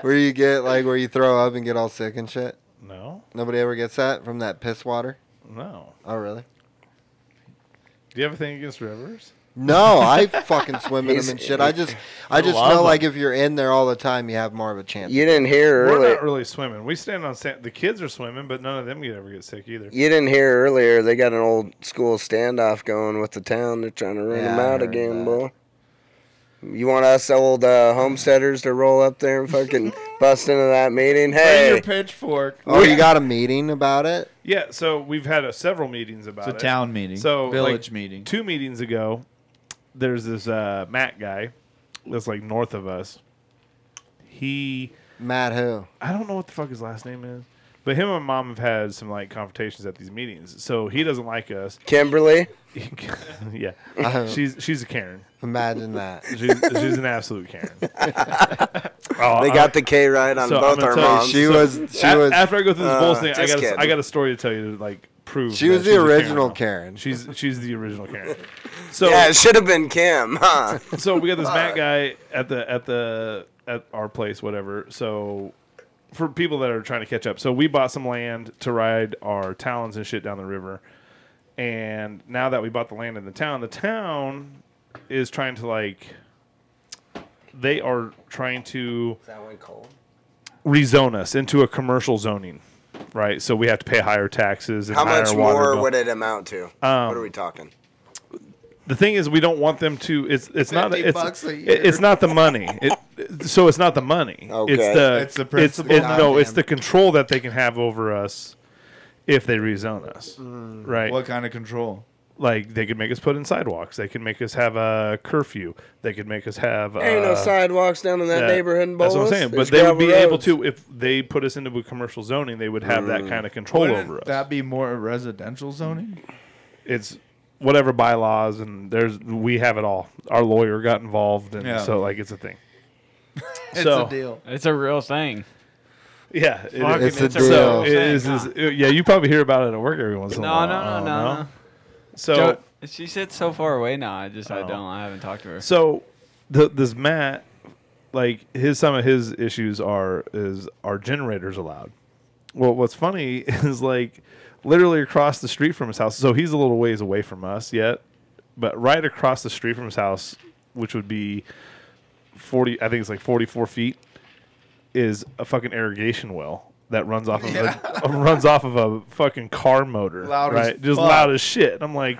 I: where you get like where you throw up and get all sick and shit.
K: No,
I: Nobody ever gets that from that piss water.
K: no.
I: Oh really?
K: Do you have a thing against rivers?
I: No, I fucking swim in them
J: He's-
I: and shit. I just, I just know like if you're in there all the time, you have more of a chance.
J: You didn't hear
K: We're
J: earlier.
K: not really swimming. We stand on sand. The kids are swimming, but none of them get ever get sick either.
J: You didn't hear earlier. They got an old school standoff going with the town. They're trying to run
I: Yeah,
J: them
I: I
J: out
I: heard
J: again,
I: that.
J: boy. You want us old uh, homesteaders to roll up there and fucking bust into that meeting?
H: Bring
J: Hey,
H: your pitchfork.
I: Oh, you got a meeting about it?
K: Yeah, so we've had uh, several meetings about
H: It's a
K: it.
H: town meeting.
K: So,
H: village
K: like,
H: meeting.
K: Two meetings ago, there's this uh, Matt guy that's like north of us. He,
I: Matt, who?
K: I don't know what the fuck his last name is, but him and mom have had some like confrontations at these meetings. So he doesn't like us.
J: Kimberly.
K: yeah,
I: Uh,
K: she's she's a Karen.
I: Imagine that.
K: She's, she's an absolute Karen. Oh,
J: They
K: I-
J: got the K right on
K: So, I'm
J: both
K: gonna
J: our
K: tell you,
J: moms.
I: She
K: So,
I: was, she
K: A-
I: was,
K: after I go through this
J: Uh,
K: bull thing, I
J: just
K: got a,
J: kidding.
K: I got a story to tell you to like prove
I: she
K: that
I: was the
K: she's a
I: original
K: Karen.
I: Karen.
K: She's she's the original Karen. So
J: yeah, it should have been Kim, huh?
K: so we got this Matt guy at the at the at our place, whatever. So for people that are trying to catch up, so we bought some land to ride our talons and shit down the river. And now that we bought the land in the town, the town is trying to like they are trying to
J: that one cold?
K: rezone us into a commercial zoning, right? So we have to pay higher taxes and
J: How
K: higher
J: much
K: water
J: more
K: bill.
J: would it amount to? what are we talking?
K: the thing is, we don't want them to. It's it's not
H: 50
K: it's,
H: bucks a
K: it-
H: year.
K: it's not the money. It, so it's not the money.
J: Okay.
K: It's the
H: It's the
K: it's,
H: principle.
K: it- no. It's
I: Goddamn.
K: the control that they can have over us if they rezone us,
J: Hmm.
K: right?
H: what kind of control?
K: Like they could make us put in sidewalks. They could make us have a curfew. They could make us have uh,
J: There ain't no sidewalks down in that,
K: that-
J: neighborhood. In
K: That's what I'm
J: Bolas.
K: saying. But
J: There's
K: they would
J: gravel
K: be able
J: roads. Hmm.
K: to if they put us into a commercial zoning. They would have that kind of control over us.
H: Wouldn't that be more residential zoning?
K: it's whatever bylaws and there's we have it all. Our lawyer got involved and
H: Yeah.
K: so like it's a thing.
H: It's
K: So-
H: a deal.
L: It's a real thing.
K: Yeah, it
L: Fucking
K: is.
I: It's a
L: real
K: So
I: deal.
K: it is, is- yeah, you probably hear about it at work every once in a
L: No,
K: while.
L: no,
K: I
L: no,
K: don't
L: no,
K: know.
L: no.
K: So
L: Jo- she sits so far away now. I just, I
K: Oh.
L: don't, I haven't talked to her.
K: so the, this Matt, like his some of his issues are is are generators allowed? Well, what's funny is like literally across the street from his house. So he's a little ways away from us yet, but right across the street from his house, which would be forty, I think it's like forty-four feet, is a fucking irrigation well that runs off of a, uh, runs off of a fucking car motor,
H: Loud as
K: right? Just
H: fuck.
K: loud as shit. And I'm like,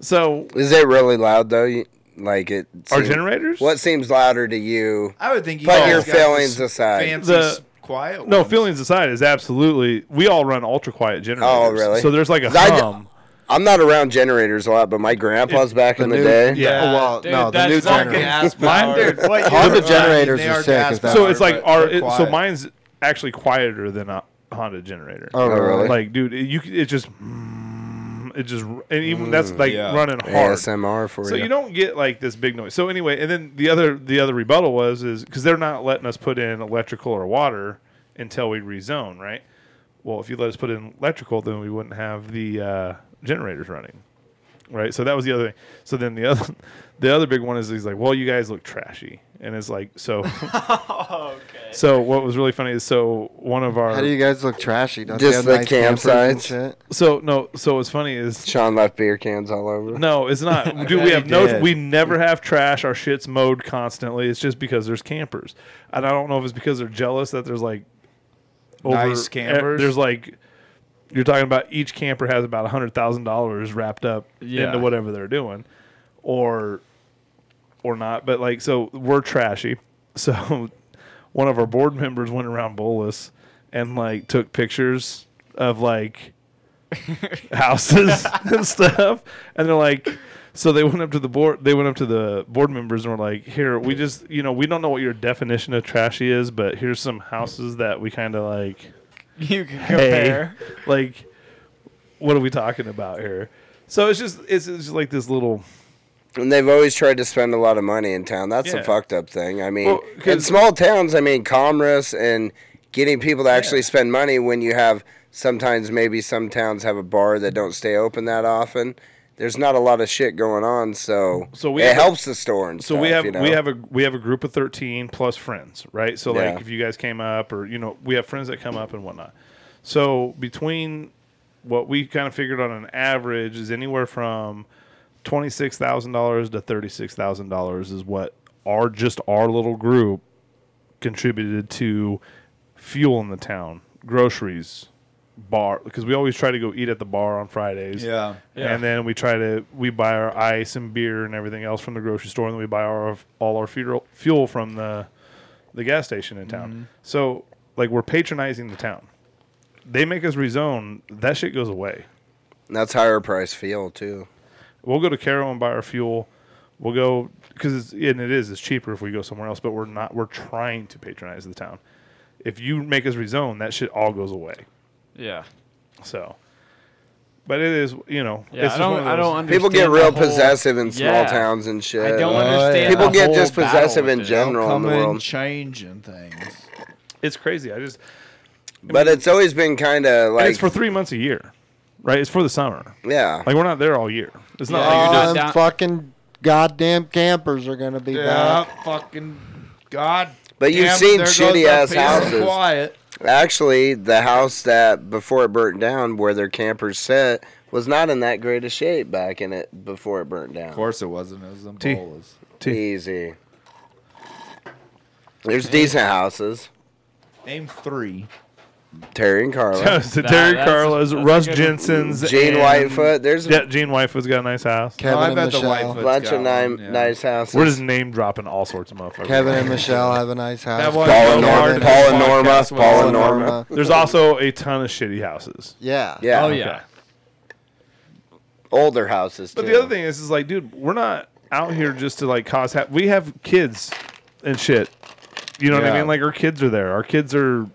K: so
J: Is it really loud though? You, like it?
K: are
J: seem-
K: generators?
J: What seems louder to you?
H: I would think you
J: Put
H: guys
J: your
H: got
J: feelings
H: this
J: aside.
H: Fancy,
K: The-
H: s- quiet.
K: No,
H: ones.
K: feelings aside is absolutely. We all run ultra quiet generators.
J: Oh, really?
K: So there's like a
J: I d-
K: hum.
J: I'm not around generators a lot, but my grandpa's back in the day.
K: Yeah.
I: Oh, well,
L: Dude,
I: no, the
L: that's
I: new
L: fucking
I: generator.
K: Mine-
H: What
I: All
H: you're
I: the
H: right,
I: generators
H: they
I: are sick
H: gas
I: as that.
K: so
H: powered,
K: it's like
H: but
K: our.
H: they're
K: It, so
H: quiet.
K: mine's actually quieter than a Honda generator.
I: Oh, really?
K: Like, dude, it, you c- it just mm, it just and even that's like
H: Mm, Yeah.
K: running hard.
J: ASMR for
K: So
J: you.
K: you don't get like this big noise. So anyway, and then the other the other rebuttal was is because they're not letting us put in electrical or water until we rezone, right? Well, if you let us put in electrical, then we wouldn't have the uh, generators running, right? So that was the other thing. So then the other the other big one is he's like, well, you guys look trashy, and it's like so. So what was really funny is so one of our
I: How do you guys look trashy? Don't
J: Just
I: you have
J: the
I: nice campers and
J: campsites.
I: shit?
K: so no so what's funny is
J: Sean left beer cans all over.
K: No, it's not. Dude,
H: bet
K: we
H: he
K: have no.
H: did.
K: We never have trash. Our shit's mowed constantly. It's just because there's campers, and I don't know if it's because they're jealous that there's like
H: Nice campers?
K: There's like you're talking about each camper has about hundred thousand dollars wrapped up
L: Yeah.
K: into whatever they're doing, or or not. But like, so we're trashy. So one of our board members went around Bolus and like took pictures of like houses and stuff. And they're like, so they went up to the board. They went up to the board members and were like, "Here, we just, you know, we don't know what your definition of trashy is, but here's some houses that we kind of like.
L: You can
K: hey,
L: compare.
K: like, what are we talking about here? So it's just, it's, it's just like this little.
J: And they've always tried to spend a lot of money in town. That's
K: Yeah.
J: the fucked up thing. I mean,
K: Well,
J: in
K: 'cause-
J: small towns, I mean, commerce and getting people to actually spend money when you have sometimes maybe some towns have a bar that don't stay open that often. There's not a lot of shit going on, so,
K: So we
J: it
K: have a-
J: helps the store and
K: So
J: stuff,
K: we have
J: you know?
K: we have a we have a group of thirteen plus friends, right? So
J: Yeah.
K: like if you guys came up or you know we have friends that come up and whatnot. So between what we kind of figured on an average is anywhere from twenty six thousand dollars to thirty six thousand dollars is what our just our little group contributed to fuel in the town, groceries, bar because we always try to go eat at the bar on Fridays.
H: Yeah.
K: And then we try to we buy our ice and beer and everything else from the grocery store, and then we buy our all our fuel fuel from the the gas station in town.
L: Mm-hmm.
K: So like we're patronizing the town. They make us rezone. That shit goes away.
J: And that's higher price fuel too.
K: We'll go to Caro and buy our fuel. We'll go because and it is it's cheaper if we go somewhere else. But we're not. We're trying to patronize the town. If you make us rezone, that shit all goes away.
L: Yeah.
K: So, but it is you know
L: Yeah,
K: it's
L: I
K: just one
L: don't.
K: of
L: I
K: those-
L: don't understand.
J: People get real
L: the whole-
J: possessive in small
L: Yeah.
J: towns and shit.
L: I don't
J: Like,
L: understand.
J: People
L: the
J: get
L: whole
J: just
L: battle
J: possessive
L: with
J: in
L: it.
J: general in the
H: Coming and
J: world.
H: changing things.
K: It's crazy. I just
J: But it's always been kind of
K: and
J: like
K: it's for three months a year, right? It's for the summer.
J: yeah.
K: Like we're not there all year. It's Oh, not.
L: Yeah,
K: like
L: you're
I: All
L: not
I: them
L: down-
I: fucking goddamn campers are gonna be
H: Yeah, Oh,
I: back.
H: fucking God.
J: But you've
H: damn,
J: seen
H: there goes
J: shitty
H: our
J: ass
H: peace and
J: houses.
H: Quiet.
J: Actually, the house that before it burnt down, where their campers sit, was not in that great a shape back in it before it burnt
H: Of
J: down.
H: course it wasn't. It was them
K: Tea.
H: bolas.
J: Easy. There's decent houses.
H: Name three.
J: Terry and Carla,
K: so
L: Nah,
K: Terry
L: that's-
K: Carlos,
L: that's a
K: Russ
L: good one.
K: Jensen's,
J: Gene
K: and-
J: Whitefoot. There's
K: Yeah,
J: a
K: Gene Whitefoot's got a nice house.
I: Kevin
H: I
I: and
H: bet the
I: Michelle.
H: wife-
J: bunch
H: Got
J: of ni-
H: one, yeah.
J: nice houses.
K: We're just name dropping all sorts of motherfuckers.
I: Kevin and Michelle have a nice house.
H: That one
J: Paul
H: Paul
J: and
I: Kevin
J: Norma.
H: Norman.
I: and-
J: Paul and Norma.
H: Podcast was-
J: Paul and Norma.
K: There's also a ton of shitty houses.
I: Yeah.
J: Yeah.
L: Oh yeah.
J: Older houses. Too.
K: But the other thing is, is like, dude, we're not out here just to like cause. Ha- we have kids and shit. You know what I
H: Yeah.
K: mean? Like our kids are there. Our kids are,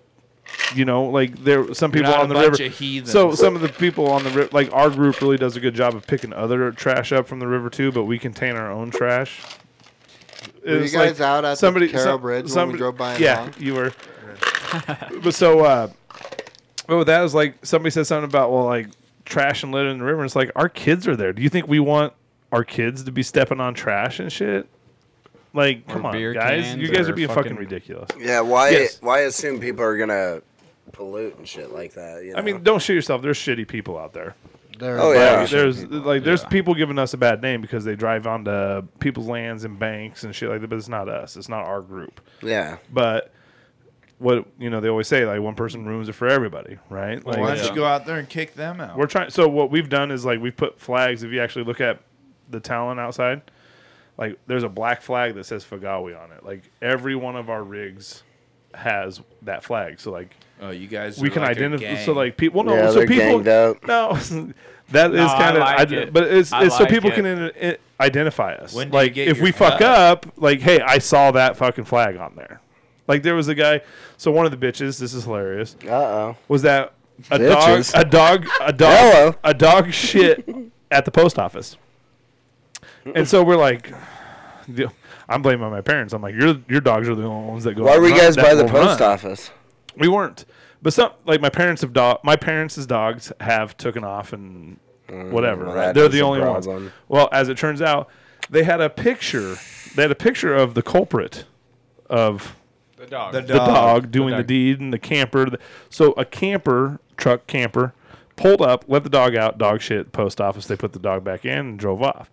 K: you know, like there. Some people
H: not
K: on
H: a
K: the
H: bunch
K: river.
H: of heathens.
K: so some of the people on the river, like our group, really does a good job of picking other trash up from the river too. But we contain our own trash. It
I: Were you
K: was
I: guys out at the Carroll Bridge when we drove by in
K: Yeah,
I: Long?
K: you were. but so. uh but with that is like somebody said something about well, like trash and litter in the river. It's like our kids are there. Do you think we want our kids to be stepping on trash and shit? Like, come on,
L: beer
K: guys,
L: cans
K: you guys
L: or
K: are being fucking,
L: fucking-
K: ridiculous.
J: Yeah. Why?
K: Yes.
J: Why assume people are gonna pollute and shit like that? you
K: I mean,
J: know?
K: don't shoot yourself. There's shitty people out there.
I: They're-
J: Oh, yeah.
K: Like, there's like there's people giving us a bad name because they drive onto people's lands and banks and shit like that. But it's not us. It's not our group.
J: yeah.
K: But what you know, they always say like one person ruins it for everybody, right? Like,
H: Why don't you go out there and kick them out?
K: We're trying. So what we've done is like we've put flags. If you actually look at the Talon outside, like there's a black flag that says Fagawi on it. Like every one of our rigs has that flag. So like
H: oh, you guys.
K: we
H: are
K: can
H: like a
K: identify.
H: gang.
K: So like people, no,
J: Yeah,
K: so
J: they're
K: people,
J: ganged up.
K: no, that is
L: No, I
K: kind of.
L: like it.
K: but it's,
L: I
K: it's so
L: like
K: people
L: it.
K: can in, it, identify us.
H: When do you
K: like
H: get
K: if
H: your
K: we fuck
H: cup?
K: up, like hey, I saw that fucking flag on there. Like there was a guy. So one of the bitches. This is hilarious
J: Uh oh.
K: was that a dog,
J: Bitches.
K: a dog, a dog,
J: Hello.
K: a dog shit at the post office. And so we're like, the- I'm blaming my parents. I'm like, your your dogs are the only ones that go.
J: Why
K: out
J: were you
K: run-
J: guys
K: that
J: by the
K: will
J: post
K: run."
J: office?
K: We weren't, but some like my parents have dog. My parents' dogs have taken off and whatever.
J: Mm, well,
K: right?
J: that
K: They're
J: is
K: the
J: a
K: only ones.
J: problem.
K: Well, as it turns out, they had a picture. They had a picture of the culprit of
L: The dog.
H: the dog.
K: the dog Uh, doing the,
L: dog.
K: deed and the camper. So a camper truck camper pulled up, let the dog out, dog shit, post office. They put the dog back in and drove off.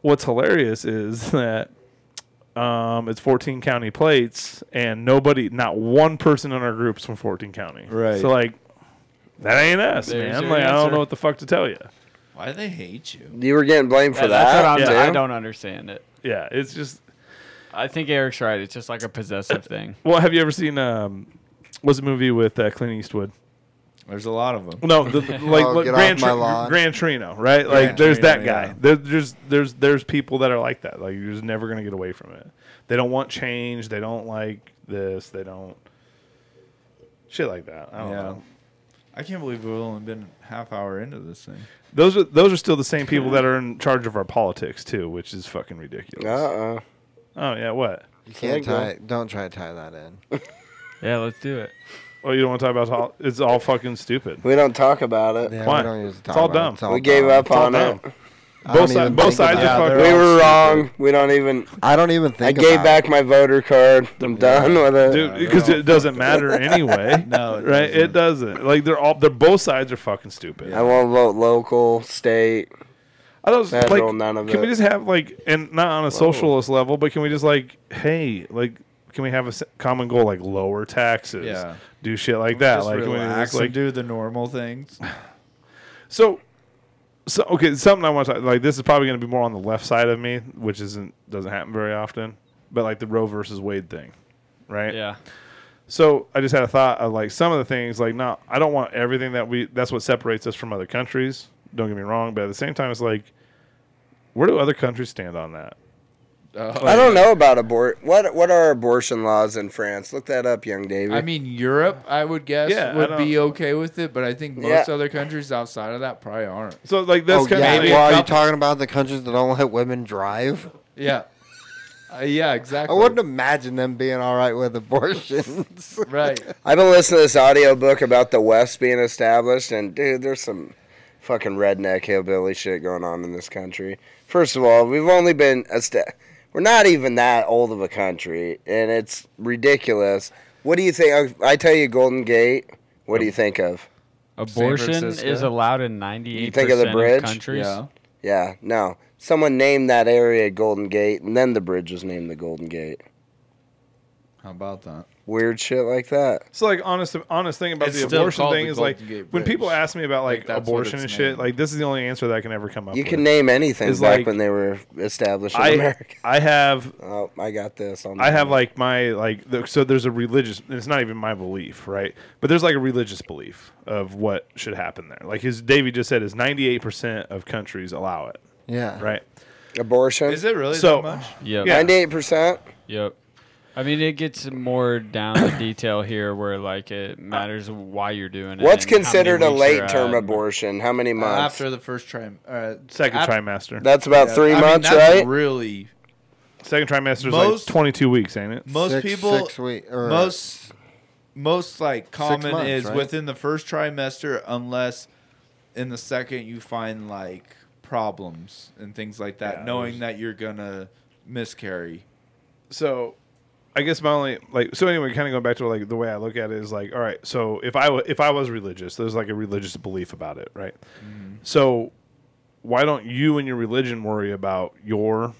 K: What's hilarious is that um, it's 14 county plates, and nobody, not one person in our group's from 14 county.
H: Right.
K: So like, that ain't us,
L: There's
K: man.
L: your
K: Like I don't
L: answer.
K: know what the fuck to tell you.
H: Why do they hate you?
J: You were getting blamed for
L: Yeah,
J: that.
L: That's what I'm,
K: Yeah.
L: I don't understand it.
K: Yeah, it's just.
L: I think Eric's right. It's just like a possessive thing.
K: Well, have you ever seen um, what's the movie with uh, Clint Eastwood?
H: There's a lot of them.
K: No, the, the- like
H: Oh,
K: look, Grand, Tri- Grand Trino, right?
H: Gran
K: Like, there's
H: Torino,
K: that guy.
H: yeah.
K: There, there's there's there's people that are like that. Like, you're just never gonna get away from it. They don't want change. They don't like this. They don't shit like that. I don't
H: yeah.
K: know.
H: I can't believe we've only been half hour into this thing.
K: Those are those are still the same people that are in charge of our politics too, which is fucking ridiculous.
J: Uh-uh.
K: Oh yeah, what?
I: You can't tie. Don't try to tie that in.
L: Yeah, let's do it.
K: Oh, you don't want to talk about all, it's all fucking stupid.
J: We don't talk about it.
K: Why? we don't use It's all dumb.
J: we gave up
K: It's all
J: on
K: dumb.
J: it.
K: I Both don't si- even both think sides about are it.
J: We
K: fucking-
J: were
K: They're all
J: wrong. We don't even.
I: I don't even
J: I
I: think.
J: gave
I: about
J: back my voter card. I'm done with it.
K: dude because it doesn't matter anyway no
H: it
K: right it doesn't like they're all they're both sides are fucking stupid
J: I won't vote local, state.
K: I don't
J: federal,
K: like,
J: none of
K: can
J: it.
K: we just have like and not on a socialist level but can we just like hey like can we have a s- common goal like lower taxes
H: Yeah.
K: do shit like that
H: Just
K: like can we
H: relax
K: just,
H: and
K: like
H: do the normal things.
K: so so okay something i want to talk like this is probably going to be more on the left side of me which isn't doesn't happen very often but like the roe versus wade thing right
L: Yeah.
K: So I just had a thought of like some of the things like not I don't want everything that we that's what separates us from other countries. Don't get me wrong, but at the same time it's like where do other countries stand on that?
J: I don't know about abort. What what are abortion laws in France? Look that up, young David.
H: I mean, Europe, I would guess,
K: Yeah, I
H: would
K: don't-
H: be okay with it, but I think most
J: Yeah.
H: other countries outside of that probably aren't.
K: So like that's
I: oh,
K: kind
I: yeah.
K: of
I: Well, are you
H: couple-
I: talking about the countries that don't let women drive?
H: Yeah. Uh, yeah,
I: I
H: exactly.
I: wouldn't imagine them being all right with abortions.
H: Right.
J: I've been listening to this audiobook about the West being established, and dude, there's some fucking redneck hillbilly shit going on in this country. First of all, we've only been a sta- we're not even that old of a country, and it's ridiculous. What do you think? I I tell you, Golden Gate. What do you think of?
L: Abortion
H: Francisco.
L: is allowed in 98
J: think of the bridge?
L: countries.
H: Yeah.
J: Yeah, no. Someone named that area Golden Gate, and then the bridge was named the Golden Gate.
H: How about that?
J: Weird shit like that.
K: So like honest honest thing about
H: It's
K: the
H: still
K: abortion
H: called
K: thing
H: the
K: is like
H: Golden Gate
K: when
H: Bridge.
K: people ask me about like
H: that's what
K: abortion
H: it's
K: and shit,
H: named.
K: like this is the only answer that I can ever come up
J: You
K: with.
J: can name anything
K: It's
J: back
K: like-
J: when they were established in
K: I
J: America.
K: I have
J: Oh, I got this. I'll
K: I
J: name
K: have
J: it.
K: like my like the, so there's a religious and it's not even my belief, right? But there's like a religious belief of what should happen there. Like his Davey just said is 98% of countries allow it,
I: yeah.
K: right?
J: abortion.
H: Is it really
K: So-
H: that much?
L: Yep.
K: Yeah.
J: Ninety-eight percent.
L: Yep. I mean, it gets more down to detail here, where like it matters why you're doing it.
J: What's
L: and how many
J: considered a
L: weeks you're
J: late-term
L: at.
J: abortion? How many
H: Uh,
J: months?
H: after the first trimester. Uh,
K: Second
H: after-
K: trimester.
J: That's about
H: yeah,
J: three
H: I mean,
J: months,
H: that's
J: right?
H: Really,
K: Second trimester is
H: Most-
K: like 22 weeks, ain't it?
H: most
I: Six-
H: people,
I: six week- or-
H: most, most like common
I: months,
H: is
I: right?
H: within the first trimester, unless in the second you find like problems and things like that,
K: Yeah,
H: knowing that you're gonna miscarry.
K: so I guess my only like so anyway, kind of going back to like the way I look at it is like, all right, so if I wa- if I was religious, there's like a religious belief about it, right? So why don't you and your religion worry about your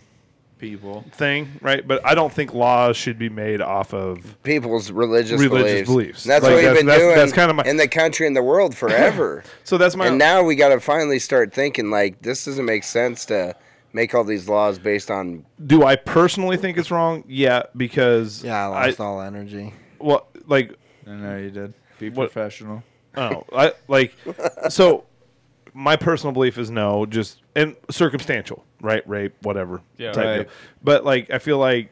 H: People,
K: thing, right? But I don't think laws should be made off of.
J: People's religious,
K: Religious
J: beliefs.
K: beliefs.
J: And That's
K: Like,
J: what we've
K: that's-
J: been
K: that's-
J: doing
K: that's kinda my-
J: in the country and the world forever.
K: So that's my.
J: and now we got to finally start thinking like this doesn't make sense to make all these laws based on
K: do I personally think it's wrong? Yeah, because
I: Yeah, I lost all energy.
K: well, like
H: I know you did. Be
K: What-
H: professional.
K: oh, I like so. My personal belief is no, just and circumstantial, right? Rape, whatever.
L: Yeah.
K: type
H: Right.
K: deal. But like, I feel like,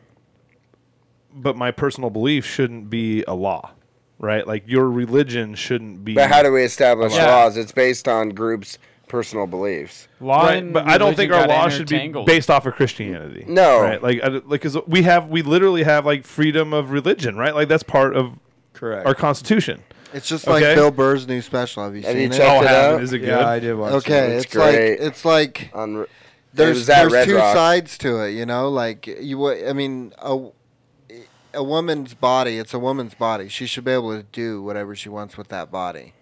K: but my personal belief shouldn't be a law, right? Like your religion shouldn't be.
J: But how do we establish
H: Yeah.
J: laws? It's based on groups' personal beliefs.
L: Law
K: right,
L: and
K: but I don't
L: religion
K: think our
L: got
K: law should be
L: intertangled.
K: based off of Christianity.
J: No.
K: right? Like, I, like 'cause we have, we literally have like freedom of religion, right? Like that's part of
H: Correct.
K: our Constitution.
I: It's just
K: Okay.
I: like Bill Burr's new special. Have you
J: Have
I: seen
J: you
I: it?
J: checked
K: Oh,
J: it
K: have
J: out?
K: it. Is it good?
H: Yeah, I did watch.
I: okay,
J: It's
I: it's, like
J: great. Uh,
I: it's like
J: On
I: there's
J: that
I: there's
J: Red
I: two
J: Rock.
I: sides to it. You know, like you. wa- I mean, a a woman's body. It's a woman's body. She should be able to do whatever she wants with that body.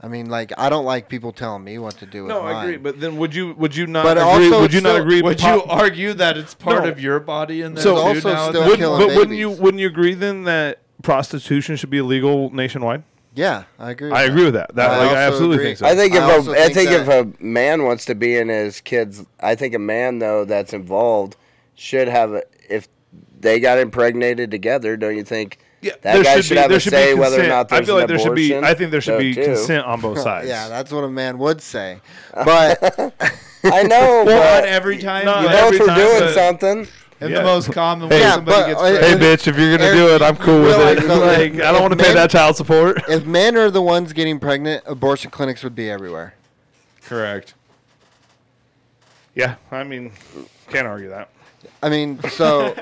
I: I mean, like I don't like people telling me what to do with
K: No,
I: mine.
K: I agree. But then, would you would you not
I: But
K: agree?
I: also
K: Would you
I: it's
K: not
I: still-
K: agree?
H: Would
K: pop-
H: you argue that it's part
K: No.
H: of your body in there
K: So-
H: too?
I: Also
H: now?
I: still-
K: Would-
I: killing
K: but wouldn't you
I: babies?
K: wouldn't you agree then that prostitution should be illegal nationwide?
I: yeah, I agree.
K: I agree with that. That
I: I
K: like I
I: also
K: absolutely
I: agree.
K: think so.
J: I think if
I: I
J: a
I: also
J: I
I: think
J: think if a man wants to be in his kids, I think a man though that's involved should have a, if they got impregnated together. Don't you think
K: Yeah,
J: that guy should, have a say whether or not there's
K: I feel
J: an
K: like there should be.
J: abortion,
K: I think there should
J: though,
K: be
J: too.
K: consent on both sides.
I: yeah, that's what a man would say. But
J: I know.
H: Well,
J: but
H: not every time.
K: Not
J: you
K: every
J: both are
K: time,
J: doing
K: but-
J: something.
H: And
K: Yeah.
H: the most common
I: Hey,
H: way
I: yeah, but,
H: somebody gets
I: uh,
H: pregnant.
I: Hey,
K: hey, bitch, if you're gonna
I: Eric,
K: do it, I'm cool with
I: realize
K: it.
I: though,
K: Like, I
I: if
K: don't want to pay
I: men-
K: that child support.
I: if men are the ones getting pregnant, abortion clinics would be everywhere.
H: Correct.
K: yeah, I mean, can't argue that.
I: I mean, so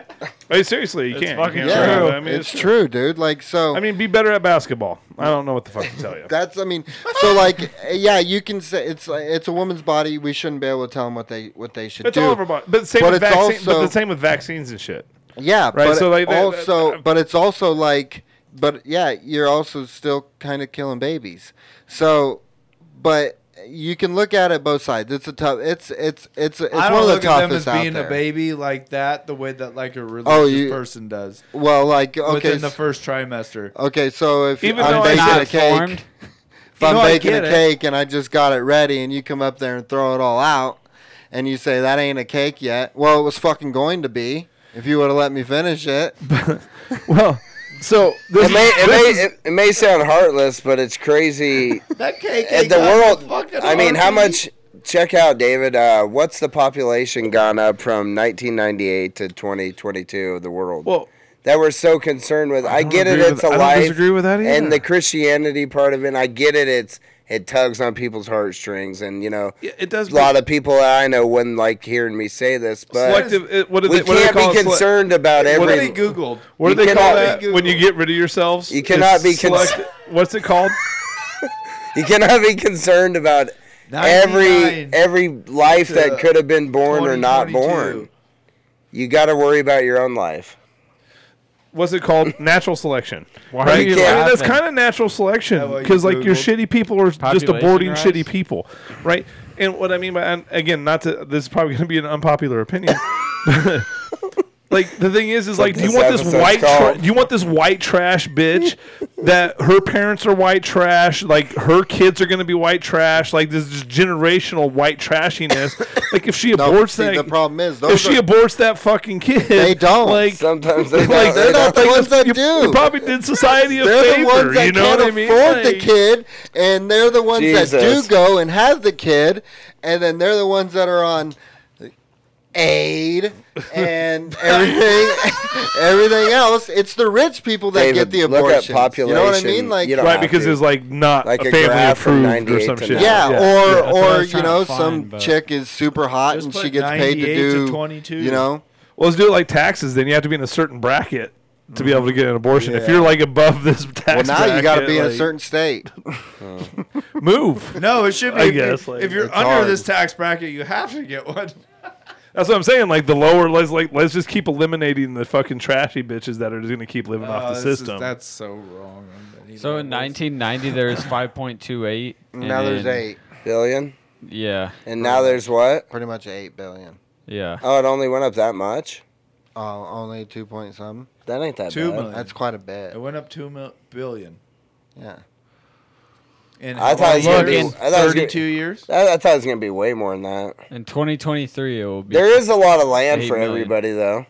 K: Hey, seriously, you
L: It's
K: can't.
L: fucking
K: you can't
I: yeah,
K: argue
L: true.
K: that. I mean,
I: it's, true, dude. Like so.
K: I mean, be better at basketball. I don't know what the fuck to tell you.
I: That's I mean, so like yeah, you can say it's like, it's a woman's body. We shouldn't be able to tell them what they what they should
K: It's
I: do.
K: all over, but but same
I: But
K: with
I: it's
K: vaccine, but
I: also-
K: the same with vaccines and shit.
I: Yeah,
K: Right,
I: But
K: so, like, they-
I: also,
K: uh,
I: but it's also like, but yeah, you're also still kind of killing babies. So, but you can look at it both sides. It's a tough. It's it's it's it's one
H: I don't
I: of the
H: look at them
I: toughest
H: as being
I: out there. Oh,
H: a baby like that, the way that like a religious
I: you-
H: person does
I: Well, like okay,
H: within the
I: s-
H: first trimester.
I: okay. So if
K: Even though
I: I'm
K: it's
I: baking
K: not
I: a cake,
L: formed.
I: if I'm
H: No, I
I: baking a
H: get it.
I: cake and I just got it ready, and you come up there and throw it all out, and you say that ain't a cake yet. Well, it was fucking going to be. If you would have let me finish it,
K: Well, so this
J: It may, it, may, it, it may sound heartless, but it's crazy.
H: That cake
J: And the world. I mean, how much? Check out David. Uh, what's the population gone up from 1998 to 2022 of the world?
K: well,
J: that we're so concerned with. I, get it.
K: agree with-
J: It's a
K: I don't
J: life.
K: disagree with that either.
J: And the Christianity part of it, I get it. It's it tugs on people's heartstrings, and you know,
K: it it does.
J: a lot of people I know wouldn't like hearing me say this, but
K: selective. it- what do
J: we
K: they, what do they
J: can't
K: call
J: be
K: it? Sele-
J: concerned about
H: What
J: every.
H: they googled?
K: What do
J: You
K: they
J: cannot
K: call that
H: be
K: when you get rid of yourselves?
J: You cannot
K: It's
J: be cons-
K: What's it called?
J: You cannot be concerned about every
H: 99
J: every life
H: to
J: that could have been born or not
H: 2022.
J: born. You got to worry about your own life.
K: What's it called? Natural selection. Why
J: Right, you
K: I mean, that's
L: laughing?
K: kind of natural selection
H: what you
K: because like your
H: Googled?
K: shitty people are just
L: Population
K: aborting
L: rise?
K: shitty people, right? And what I mean by and again, not to this is probably going to be an unpopular opinion. Like the thing is, is like, do you
J: this
K: want this
J: episode's
K: white? Tra-
J: called.
K: do you want this white trash bitch that her parents are white trash? Like her kids are going to be white trash? Like this is generational white trashiness? like if she
I: No,
K: aborts
I: see,
K: that,
I: the problem is,
K: if
I: those
K: she
I: are-
K: aborts that fucking kid,
I: They don't.
K: Like
J: Sometimes they
K: like
J: don't- they
K: they're
J: don't-
K: not the
I: the
K: ones
I: ones that
K: you,
I: do.
K: You probably did society a
I: they're
K: favor.
I: the ones that
K: you know
I: can't
K: what I mean?
I: afford the
K: Like,
I: kid, and they're the ones that
J: Jesus.
I: do go and have the kid, and then they're the ones that are on aid and everything, everything else. It's the rich people that
J: David,
I: get the
J: look at
I: abortion. You know what I
J: population.
I: mean? Like,
J: You don't
K: right?
J: have
K: Because
J: to.
K: it's like not
J: Like
K: a
J: a
K: family
J: graph from
K: approved or
J: 98
K: some
J: to
K: shit.
J: now.
I: yeah,
K: yeah.
I: or
L: what I
I: or
L: was
I: you
L: trying
I: know,
L: to find,
I: some
L: but-
I: chick is super hot
H: Just
I: and
H: put
I: she gets paid
H: 98
I: to
H: to
I: do
H: 22.
I: You know,
K: Well, let's do it like taxes. Then you have to be in a certain bracket to be able to get an abortion. If you're like above this
I: well
K: tax,
I: now you got to
K: bracket,
I: be in a
K: like,
I: certain state.
K: move.
H: No, it should be.
K: I guess, like,
H: if you're
I: it's
H: under
I: hard.
H: this tax bracket, you have to get one.
K: That's what I'm saying. Like the lower, let's like let's just keep eliminating the fucking trashy bitches that are just gonna keep living
H: Oh,
K: off the
H: this is-
K: system.
H: that's so wrong. on any
L: So in
H: level.
L: 1990 there was 5.28. and
I: now there's
L: then-
I: eight,
J: billion,
L: Yeah,
J: and now there's what?
I: pretty much eight billion.
L: yeah.
J: Oh, it only went up that much.
I: Oh, only two point something.
J: That ain't that
H: Two
J: bad.
H: million.
I: That's quite a bit.
H: It went up two mil- billion.
I: Yeah.
H: In
J: I
H: how
J: thought
H: many
J: it was gonna be-
H: years?
J: I thought it was gonna-
H: thirty-two years.
J: I, I thought it was gonna be way more than that.
L: In 2023 it will be.
J: There is a lot of land
L: Eight
J: for
L: million.
J: everybody, though.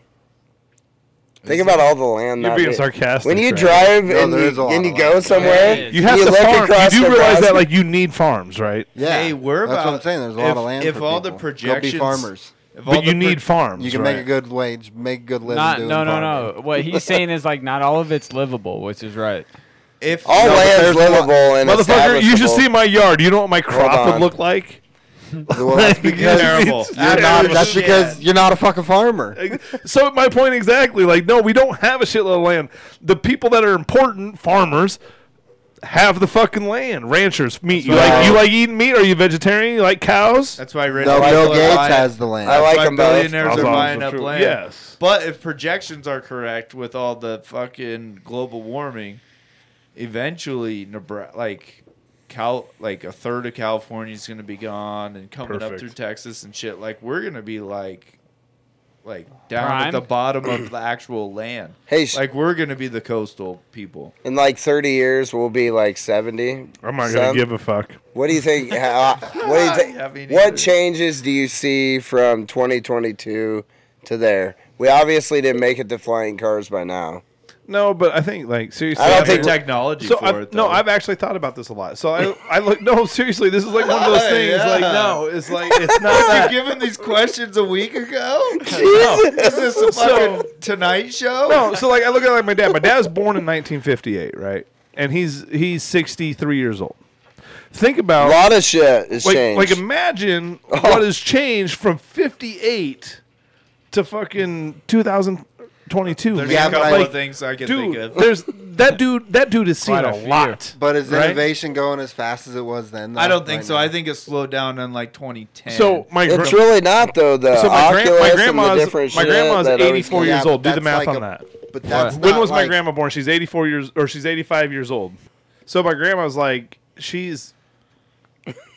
J: Think about all the land.
K: You're
J: not
K: being
J: be-
K: sarcastic,
J: When you
K: right?
J: drive
I: No,
J: and
I: there
J: you,
I: is a lot
J: and
I: of
J: you go
I: land.
J: somewhere,
L: There is.
K: you have
J: you
K: to
J: look
K: farm. You
J: across
K: do realize that
J: Nebraska-
K: like you need farms, right?
I: Yeah,
H: Hey, we're
I: that's
H: about.
I: what I'm saying. There's a lot
H: if,
I: of land.
H: If
I: for
H: all the
I: people.
H: projections,
I: go be farmers.
H: If all
K: But you
H: the pro-
K: need farms.
I: You can
K: right?
I: make a good wage, make a good living.
L: not,
I: doing
L: no, no,
I: farming.
L: no. What he's saying is like not all of it's livable, which is right.
H: If
J: all
I: but
J: land's
I: there's a lot-
J: livable and
K: Motherfucker, you should
J: establishable.
K: see my yard. You know what my crop
J: Hold
K: would
J: on.
K: look like?
I: Well, that's
K: Like,
I: because
H: terrible.
K: it's-
I: you're
H: Absolute
I: not, that's
H: shit.
I: because you're not a fucking farmer.
K: so my point exactly. Like, no, we don't have a shitload of land. The people that are important, farmers, have the fucking land. Ranchers, meat. You
H: right.
K: like you like eating meat? Are you vegetarian? You like cows?
H: that's why rich
I: No,
H: people
I: Bill
H: are
I: Gates
H: buying-
I: has the land.
J: I like
H: why
J: them both.
H: billionaires are
K: That's
H: buying
K: also
H: up
K: true.
H: land.
K: Yes.
H: But if projections are correct with all the fucking global warming, eventually Nebraska, like Cal, like a third of California is going to be gone, and coming up
K: Perfect.
H: through Texas and shit. Like we're going to be like, like down
L: Prime?
H: at the bottom of the actual land.
J: Hey, sh-
H: like we're going to be the coastal people.
J: in like 30 years, we'll be like 70.
K: I'm not
J: Some-
K: gonna give a fuck.
J: What do you think? how- what do you
H: Yeah,
J: think?
H: me neither.
J: What changes do you see from 2022 to there? We obviously didn't make it to flying cars by now.
K: No, but I think like seriously,
H: I don't think
K: haven't looked-
H: technology
K: So
H: for
K: I've-
H: it,
K: No,
H: though.
K: I've actually thought about this a lot. So I, I look. No, seriously, this is like one of those things. Like no, it's like it's not that.
H: you given these questions a week ago? Is this a
K: So-
H: fucking Tonight Show?
K: No, so like I look at it like my dad. My dad was born in 1958, right? And he's he's 63 years old. Think about
J: A lot of shit has
K: like,
J: changed.
K: Like imagine what has changed from 58 to fucking 2022.
H: There's
K: man.
H: a couple
K: Like,
H: of things I can
K: dude,
H: think of.
K: there's that dude. That dude has seen
H: Quite
K: a,
H: a few.
K: lot.
I: But is
K: right?
I: innovation going as fast as it was then?
H: I don't think
I: Right
H: so.
I: now?
H: I think it slowed down in like 2010.
K: So my
J: it's
K: gra-
J: really not though. The
K: So my gran- my
J: Oculus and
K: grandma's-
J: the different
K: my
J: shit
K: grandma's
J: that always
K: 84
J: come-
K: years
I: but
K: old. Do the
I: that's
K: math
I: like
K: on
I: a-
K: that.
I: But that's
K: when
I: not
K: was my
I: like-
K: grandma born? She's 84 years or she's 85 years old. So my grandma's like she's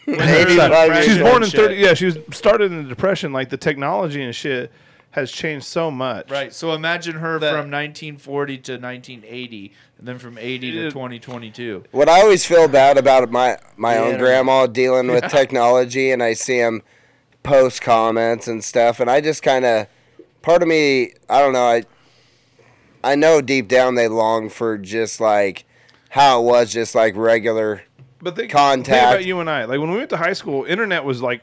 J: Eighty-five years
K: she's born
J: old
K: in
J: shit.
K: 30 yeah, she was started in the depression like the technology and shit has changed so much.
H: Right. So imagine her
K: That-
H: from 1940 to 1980, and then from 80 to
K: Dude.
H: 2022.
J: What I always feel bad about my my own
I: Yeah.
J: grandma dealing with technology, and I see him post comments and stuff, and I just kind of, part of me, I don't know, I, I know deep down they long for just like how it was, just like regular.
K: But think, think
J: Contact.
K: about you and I. Like when we went to high school, internet was like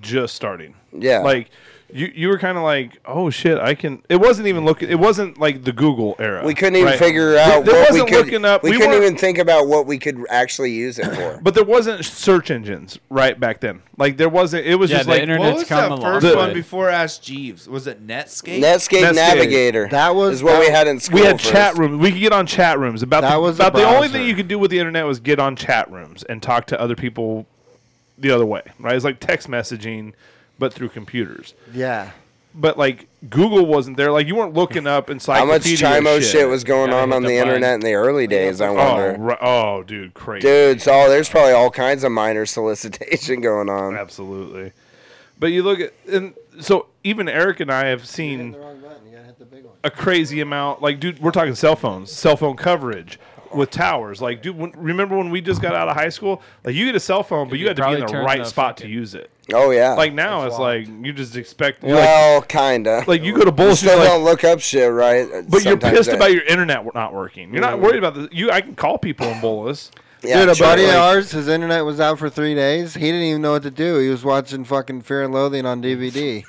K: just starting.
J: Yeah.
K: Like you, you were kind of like, oh shit, I can. It wasn't even looking. It wasn't like the Google era.
J: We couldn't even
K: right?
J: figure out
K: there
J: what we
K: wasn't
J: could.
K: looking up.
J: we,
K: We
J: couldn't
K: weren't-
J: even think about what we could actually use it for.
K: But there wasn't search engines right back then. Like there wasn't. It was
L: Yeah,
K: just
L: the
K: like
L: internet-
H: What
L: Internet's
H: was that
L: come a long
H: first
K: way.
H: one before Ask Jeeves? Was it Netscape?
J: Netscape,
K: Netscape.
J: Navigator.
I: That was-
J: is what
I: that-
J: we had in school.
K: we had
J: first.
K: chat rooms. We could get on chat rooms. About
I: That
K: the,
I: was the
K: about the, only
I: browser.
K: thing you could do with the internet was get on chat rooms and talk to other people the other way. Right? It's like text messaging, but through computers.
I: Yeah.
K: But like Google wasn't there. Like you weren't looking up
J: How much
K: encyclopedia
J: chimo shit.
K: shit.
J: was going
L: Yeah, I
J: on
L: hit
J: on
L: the
J: the
L: button.
J: internet in the early days? I
K: Oh,
J: wonder.
K: ri- oh, dude, crazy.
J: Dude, so there's probably all kinds of minor solicitation going on.
K: Absolutely. But you look at and so even Eric and I have seen a crazy amount. Like, dude, we're talking cell phones, cell phone coverage with towers. Like, dude, when, remember when we just got out of high school? Like, you get a cell phone, but you,
L: could
K: had to be in
L: probably
K: the
L: turn
K: right
L: the
K: spot to use it.
J: Oh yeah.
K: Like now, it's like you just expect. You're like,
J: well, kinda.
K: like you go to
J: you
K: bullshit.
J: still
K: Like,
J: don't look up shit, right? uh,
K: but you're
J: Sometimes
K: pissed
J: that- Mm.
K: about your internet w- not working. You're not worried about this. You, I can call people in Bolus.
J: yeah,
I: Dude, a
J: sure,
I: buddy
J: like,
I: of ours, his internet was out for three days. He didn't even know what to do. He was watching fucking Fear and Loathing on DVD.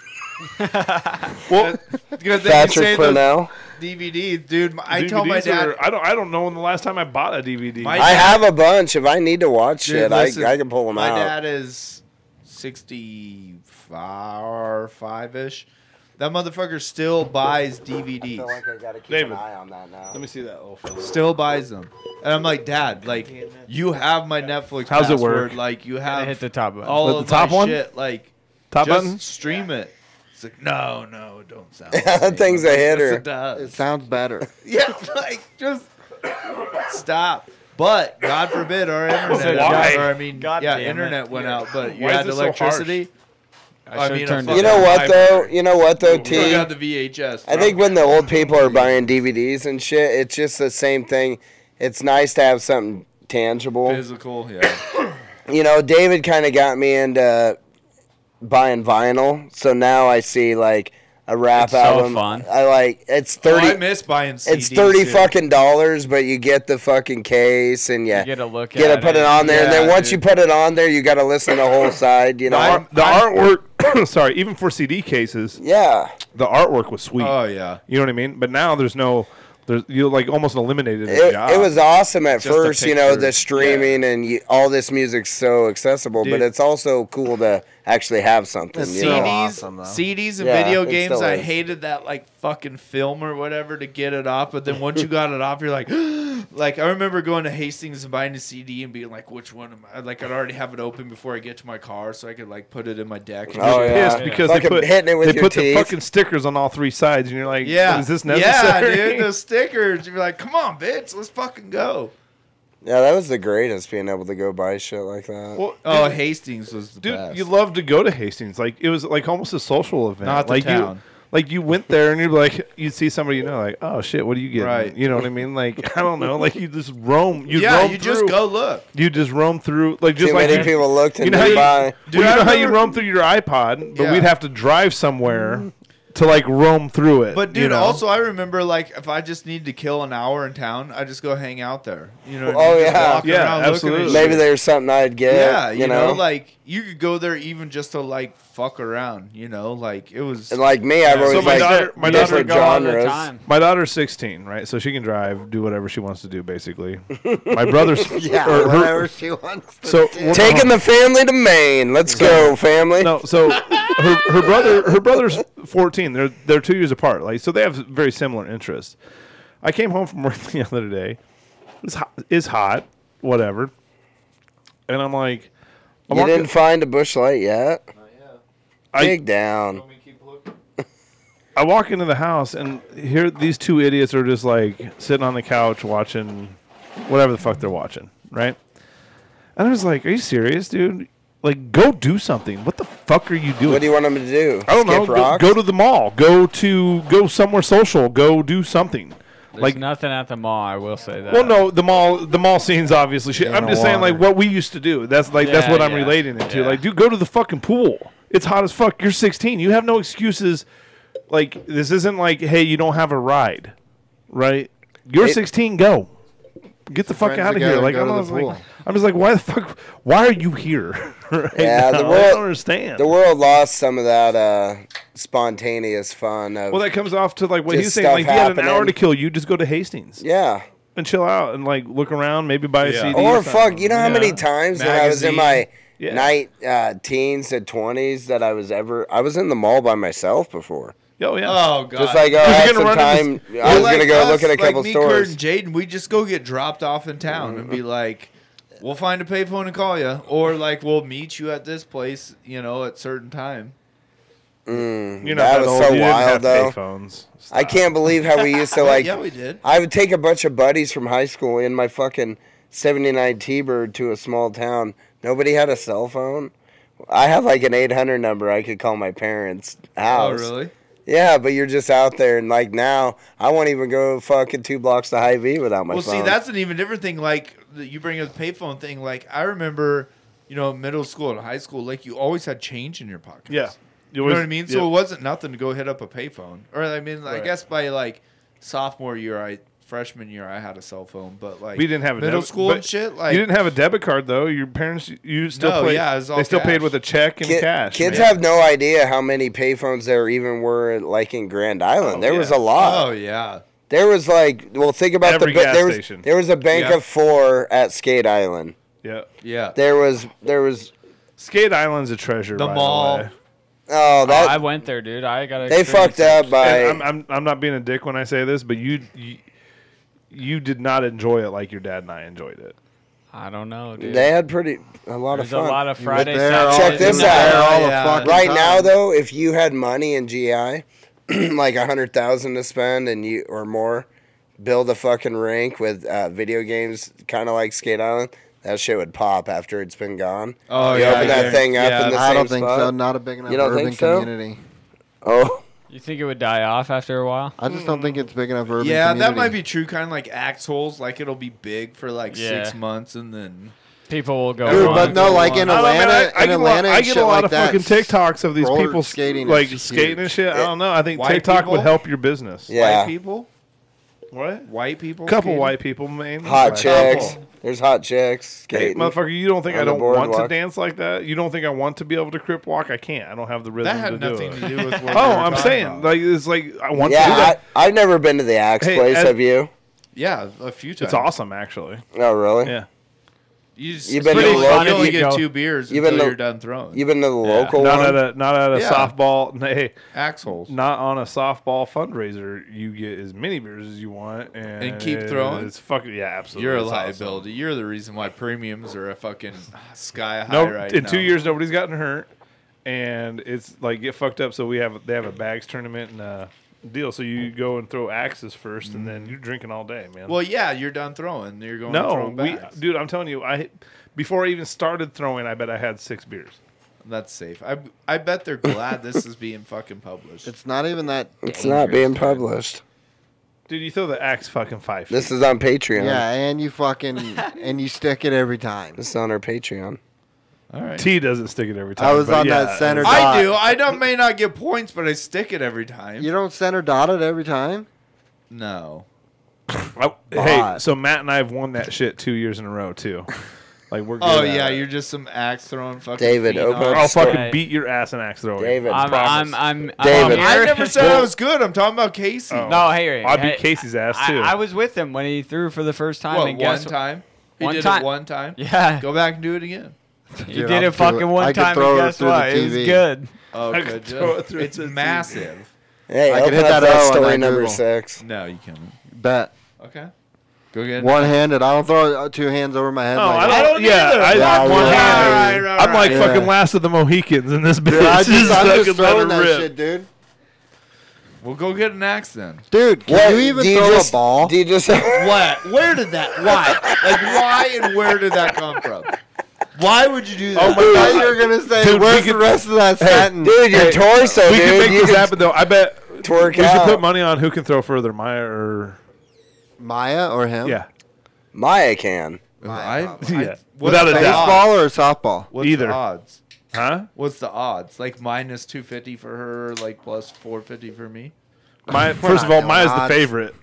K: Well,
H: Because then you
J: Thatcher
H: say those
J: Purnell.
H: DVDs, dude. my- I tell my
K: DVDs
H: dad.
K: are- I don't. I don't know when the last time I bought a DVD.
H: My-
J: I have a bunch. If I need to watch
H: Dude,
J: shit,
H: listen,
J: I, I can pull them
H: my
J: out.
H: dad is 65 or 5 ish. That motherfucker still buys DVDs.
J: I gotta keep
K: David. eye
J: on that now.
K: Let me see that little.
H: Still buys them. And I'm like, Dad, like, you have my Netflix
K: How's it
H: password.
K: work?
H: Like, you
L: I
H: have
L: hit the top button.
H: all
K: The
H: of
K: top
H: my
K: one?
H: shit. Like,
K: Top
H: just
K: button?
H: stream it. It's like, no, no, don't sound.
J: That thing's a
H: Yes,
J: hitter.
H: it does.
I: It sounds better.
H: Yeah, like just stop. But God forbid our internet,
K: Why?
H: or I mean,
L: God
H: yeah,
L: damn it.
H: internet went out, but you
K: Why is
H: had
K: it so harsh?
H: electricity.
L: I,
H: I mean,
L: mean,
H: a
L: turned
H: fucking-
J: You
L: it
J: know
L: down.
J: what though? You know what though,
H: You
J: T?
H: got the VHS.
J: I think when the old people are buying DVDs and shit, it's just the same thing. It's nice to have something tangible.
H: physical, yeah.
J: you know, David kind of got me into buying vinyl, so now I see like a rap
L: It's so
J: album.
L: fun.
J: I like it's thirty.
H: oh, I miss buying CDs.
J: it's thirty
H: too.
J: fucking dollars, but you get the fucking case and yeah,
L: You get a look
J: get
L: at
J: to put it on there, and then
H: Yeah,
J: once
H: dude.
J: you put it on there, you got to listen to the whole side. You know,
K: Ar- the artwork. sorry, even for CD cases,
J: yeah,
K: the artwork was sweet.
H: Oh yeah,
K: you know what I mean? But now there's no. There's you like almost eliminated the
J: it,
K: job.
J: it was awesome at
H: Just a
J: first. You know,
H: picture.
J: the streaming and you, all this music's so accessible,
H: Dude.
J: but it's also cool to actually have something.
I: It's
J: You
I: so
J: know?
H: CDs,
I: awesome, though.
H: CDs, and
J: Yeah,
H: video
J: it
H: games.
J: still
H: I
J: is.
H: hated that like fucking film or whatever to get it off. But then once you got it off, you're like, like I remember going to Hastings and buying a CD and being like, which one am I? Like I'd already have it open before I get to my car, so I could like put it in my deck. And
J: Oh,
H: just-
J: yeah.
K: pissed because
J: Fucking
K: they put
J: hitting it with
K: they
J: your
K: put
J: teeth.
K: the fucking stickers on all three sides, and you're like,
H: yeah,
K: is this necessary?
H: Yeah, dude, the stickers. You're like, come on, bitch, let's fucking go.
J: Yeah, that was the greatest being able to go buy shit like that.
K: Well,
H: Oh,
K: dude,
H: Hastings was the
K: dude,
H: best.
K: you love to go to Hastings. Like it was like almost a social event.
H: Not the
K: like
H: town.
K: you. Like you went there and you're like you'd see somebody you know like oh shit what do you get
H: Right.
K: you know what I mean like I don't know like you just roam you
H: yeah,
K: roam
H: you
K: through.
H: just go look.
K: you just roam through like just
J: Too
K: like
J: many people looked
K: you
J: and
K: know how
J: didn't buy.
K: you, well,
H: I
K: you know how you
H: remember-
K: roam through your iPod, but
H: Yeah. Mm-hmm.
K: we'd have to drive somewhere to like roam through it.
H: But dude,
K: you know?
H: also I remember like if I just need to kill an hour in town, I just go hang out there. You know? what I
J: Oh
H: mean? Just
J: yeah,
H: walk around looking at shit.
J: Maybe there's something I'd get.
H: yeah,
J: you know,
H: like you could go there even just to like fuck around. You know, like it was
J: And like me, I've always
K: my
J: like
K: daughter, my daughter
J: different genres.
K: My daughter's 16, right? So she can drive, do whatever she wants to do, basically. My brother's
J: Yeah,
K: or her-
J: whatever she wants to
K: so
J: do. Taking the family to Maine. Let's go, family.
K: No, so her, her brother her brother's 14. They're they're two years apart. Like so, they have very similar interests. I came home from work the other day. It's hot, it's hot whatever. And I'm like, I'm
J: you
K: walking-
J: didn't find a bush light yet.
K: I-
J: Dig down.
K: I walk into the house and here these two idiots are just like sitting on the couch watching whatever the fuck they're watching, right? And I was like, "Are you serious, dude? Like, go do something. What the fuck are you doing?
J: What do you want them to do?
K: I don't
J: Skip
K: know. Go,
J: rocks?
K: go to the mall. Go to go somewhere social. Go do something.
L: There's
K: like,
L: nothing at the mall. I will say that.
K: well, no, the mall, the mall scenes, obviously. Shit. I'm
J: the
K: just saying, like,
J: water.
K: what we used to do. That's like that's
L: Yeah,
K: what I'm
L: yeah,
K: relating it to.
L: yeah.
K: Like, dude, go to the fucking pool. It's hot as fuck. You're 16. You have no excuses. Like, this isn't like, hey, you don't have a ride, right? You're
J: It-
K: 16. Go. Get the fuck
I: friends
K: out of here.
I: together,
K: Like
I: go
K: I'm,
I: to the
K: always like,
I: pool.
K: I'm just like, why the fuck? Why are you here? right
J: Yeah, the
K: now? I
J: world-
K: don't understand.
J: The world lost some of that uh, spontaneous fun. Of,
K: well, that comes off to like what
J: Just
K: he's saying.
J: stuff
K: Like, you had an hour
J: happening.
K: to kill. You just go to Hastings.
J: yeah.
K: and chill out and like look around, maybe buy a
H: Yeah.
K: CD.
J: Or
K: something.
J: fuck, you know how many times that I was in my
H: Magazine.
K: Yeah.
J: night uh, teens to twenties that I was ever I was in the mall by myself before.
K: Oh yeah.
H: oh god.
J: Just like oh, I
K: you're
J: had
K: gonna
J: some
K: run
J: time.
K: into
J: I was
H: Well,
J: gonna
H: like
J: go
H: us,
J: look at a
H: like
J: couple
H: me, Kurt,
J: stores. Mm-hmm.
H: and Jaden, we just go get dropped off in town and be like, "We'll find a payphone and call you," or like, "We'll meet you at this place," you know, at certain time.
K: You're
J: that was so
K: you didn't
J: wild,
K: have
J: though.
K: Payphones.
J: I can't believe how we used to like.
H: yeah, we did.
J: I would take a bunch of buddies from high school in my fucking 79 T Bird to a small town. Nobody had a cell phone. I have like an 800 number I could call my parents'
H: Oh,
J: house.
H: really?
J: Yeah, but you're just out there and like now I won't even go fucking two blocks to High V without my
H: well,
J: phone.
H: see, that's an even different thing. Like that you bring up the payphone thing. Like I remember, you know, middle school and high school, like you always had change in your pocket.
K: Yeah.
H: You know what I mean? So it wasn't nothing to go hit up a payphone. Or I mean, I
K: Right.
H: guess by like sophomore year, I freshman year, I had a cell phone, but like
K: we didn't have a
H: middle
K: debit-
H: school
K: but
H: and shit. Like
K: you didn't have a debit card though. Your parents, you still
H: No,
K: played.
H: yeah, it was all
K: they still paid
H: cash.
K: with a check and
J: Ki-
K: cash.
J: kids
K: man.
J: have no idea how many payphones there even were like in Grand Island. there was
K: yeah.
J: a lot.
H: Oh yeah.
J: There was like well think about
K: Every
J: the ba-
K: gas
J: there was
K: station.
J: there was a bank
H: Yeah.
J: of 4 at Skate Island.
K: Yeah.
H: Yeah.
J: There was there was
K: Skate Island's a treasure.
H: The
K: by
H: mall.
K: The way.
J: oh
L: Oh,
J: that
L: I went there, dude. I got.
J: they fucked up by
K: And I'm, I'm I'm not being a dick when I say this, but you. you you did not enjoy it like your dad and I enjoyed it.
L: I don't know, dude.
J: they had pretty a lot
L: There's
J: of fun.
L: a lot of
I: You were
L: Friday.
I: there all-
L: Saturday
J: Check this
I: you were
J: out.
I: there all the
H: Yeah.
I: fucking
J: right now
I: time.
J: though if you had money in gi like a hundred thousand to spend and you or more build a fucking rink with uh, video games kind of like skate island that shit would pop after it's been gone
H: Oh,
J: you
H: yeah,
J: open that
H: yeah.
J: thing up
H: Yeah,
J: in the
I: I
J: same
I: don't think
J: spot.
I: so. Not a big enough
J: You don't think
I: urban
J: so?
I: community.
J: oh
L: You think it would die off after a while?
I: I just don't think it's big enough urban.
H: Yeah, that
I: community.
H: might be true. Kind of like axe holes. Like it'll be big for like
L: Yeah.
H: six months and then.
L: People will go.
I: Dude,
L: on.
I: but no, like in
H: I
K: I don't know, man,
I: Atlanta,
K: I- I
I: in
K: get a lot-
I: Atlanta, and
K: I get
I: shit
K: a lot
I: like
K: of
I: that,
K: fucking TikToks of these
I: roller
K: people
I: skating
K: skating,
I: is
K: like
I: huge.
K: skating and shit. I don't know. I think
H: White
K: TikTok would
H: people?
K: help your business.
J: yeah
H: White people.
K: What?
H: White people.
K: couple
H: skating?
K: white people, mainly
J: hot
K: Like,
J: chicks there's hot chicks
K: Hey,
J: skating.
K: motherfucker, you don't think
J: On
K: I
J: the
K: don't want to
J: boardwalk.
K: dance like that? You don't think I want to be able to crip walk? I can't. I don't have the rhythm
H: That
K: to
H: had nothing
K: do it.
H: to do with. What we were
K: oh, I'm
H: talking
K: saying
H: about.
K: like it's like I want to do
J: yeah
K: that.
J: I, i've never been to the axe
K: Hey,
J: place
K: Ed-
J: have you
H: yeah, a few times.
K: It's awesome, actually.
J: oh really
K: Yeah,
H: You just,
J: You've been
H: you
J: to
H: only-
J: the
H: you
J: local-
H: only
L: you
H: get
L: go-
H: two beers
J: You've been
H: until
J: to-
H: you're done throwing.
J: you been to the local
K: not
J: one
K: at a not at a
H: Yeah.
K: softball. Hey,
H: axe holes.
K: not on a softball fundraiser. You get as many beers as you want and,
H: And keep throwing?
K: It's fucking yeah, absolutely.
H: You're a
K: It's awesome.
H: liability. You're the reason why premiums are a fucking sky high
K: No,
H: right
K: in
H: now.
K: two years nobody's gotten hurt, and it's like get fucked up. So we have they have a bags tournament and a deal. So you go and throw axes 1st and then you're drinking all day, man.
H: Well, yeah, you're done throwing. You're going
K: no,
H: throwing
K: we,
H: back.
K: dude, I'm telling you, I before I even started throwing, I bet I had six beers.
H: That's safe. I I bet they're glad this is being fucking published.
I: It's not even that.
J: it's not being published
K: Dude, you throw the axe fucking five. Feet.
J: this is on patreon
I: Yeah, and you fucking and you stick it every time.
J: this is on our patreon
H: All right.
K: T doesn't stick it every time.
I: was
K: but
I: on that
K: yeah,
I: center
K: I-
I: dot.
H: I do. I don't may not get points, but I stick it every time.
I: You don't center dot it every time?
H: No.
K: I- hey,
I: Hot.
K: so Matt and I have won that shit two years in a row too. Like we're. Good
H: Oh
K: at
H: yeah,
K: it.
H: you're just some axe throwing fufucking.
J: David,
H: feet
J: open
H: on.
J: up
K: I'll
J: store.
K: fucking
L: Right.
K: beat your ass in axe throwing.
J: David.
L: I'm, I'm, I'm, I'm
J: David.
L: here.
H: I never said I was good. I'm talking about Casey.
K: Oh.
L: No, hey,
K: I beat
L: hey,
K: Casey's ass,
L: I-
K: too.
L: I, was with him when he threw for the first time.
H: What,
L: and
H: one
L: guess
H: time? He
L: One
H: did
L: time.
H: it one time.
L: Yeah,
H: Go back and do it again.
L: he
I: Dude, I'll
L: did
I: do
L: it fucking
I: I
L: one
I: could
L: time.
I: throw
L: And
I: it
L: guess
I: through the
L: what? It was
I: TV.
L: good.
H: Oh,
K: I
H: good
K: could throw
H: job.
K: it through
H: It's
K: the
H: massive.
J: Hey,
I: I can
J: open
I: hit
J: up
I: that O and I
J: story number
I: Google.
J: six.
H: No, you can't.
I: Bet.
H: Okay. Go get
I: One handed. I don't throw uh, two hands over my head.
K: No,
I: like
K: I don't.
I: that.
H: don't
K: yeah,
H: either.
K: I
I: Yeah,
K: one
I: yeah.
K: hand.
I: All right,
H: all
K: I'm like
I: right.
K: fucking
I: Yeah.
K: last of the Mohicans in this bitch.
I: Dude, I just, I'm
K: Fucking
I: just
K: let
I: throwing
K: it
I: that
K: rip.
I: shit, dude.
H: We'll go get an axe then.
I: Dude, can
J: What,
I: you even
J: do
I: throw
J: just,
I: a ball?
J: Do you just
H: What? Where did that? Why? like why and where did that come from? Why would you do that?
I: I thought you were gonna say,
K: Dude, we
I: "Where's the
K: could-
I: rest of that satin?"
J: dude, your torso,
K: we
J: dude.
K: can make
J: you
K: this
J: could-
K: happen though. I bet
J: Twerk
K: we should
J: out.
K: put money on who can throw further, Maya or
I: Maya or him?
K: yeah,
J: Maya can.
H: I, I,
K: Yeah.
H: what's
K: Without a
H: the
K: doubt.
H: odds?
I: Baseball or softball?
H: What's
K: Either.
H: the odds?
K: huh?
H: What's the odds? Like minus two fifty for her, like plus four fifty for me.
K: Maya, first of
I: not
K: all,
I: doing
K: Maya's the
I: odds.
K: favorite.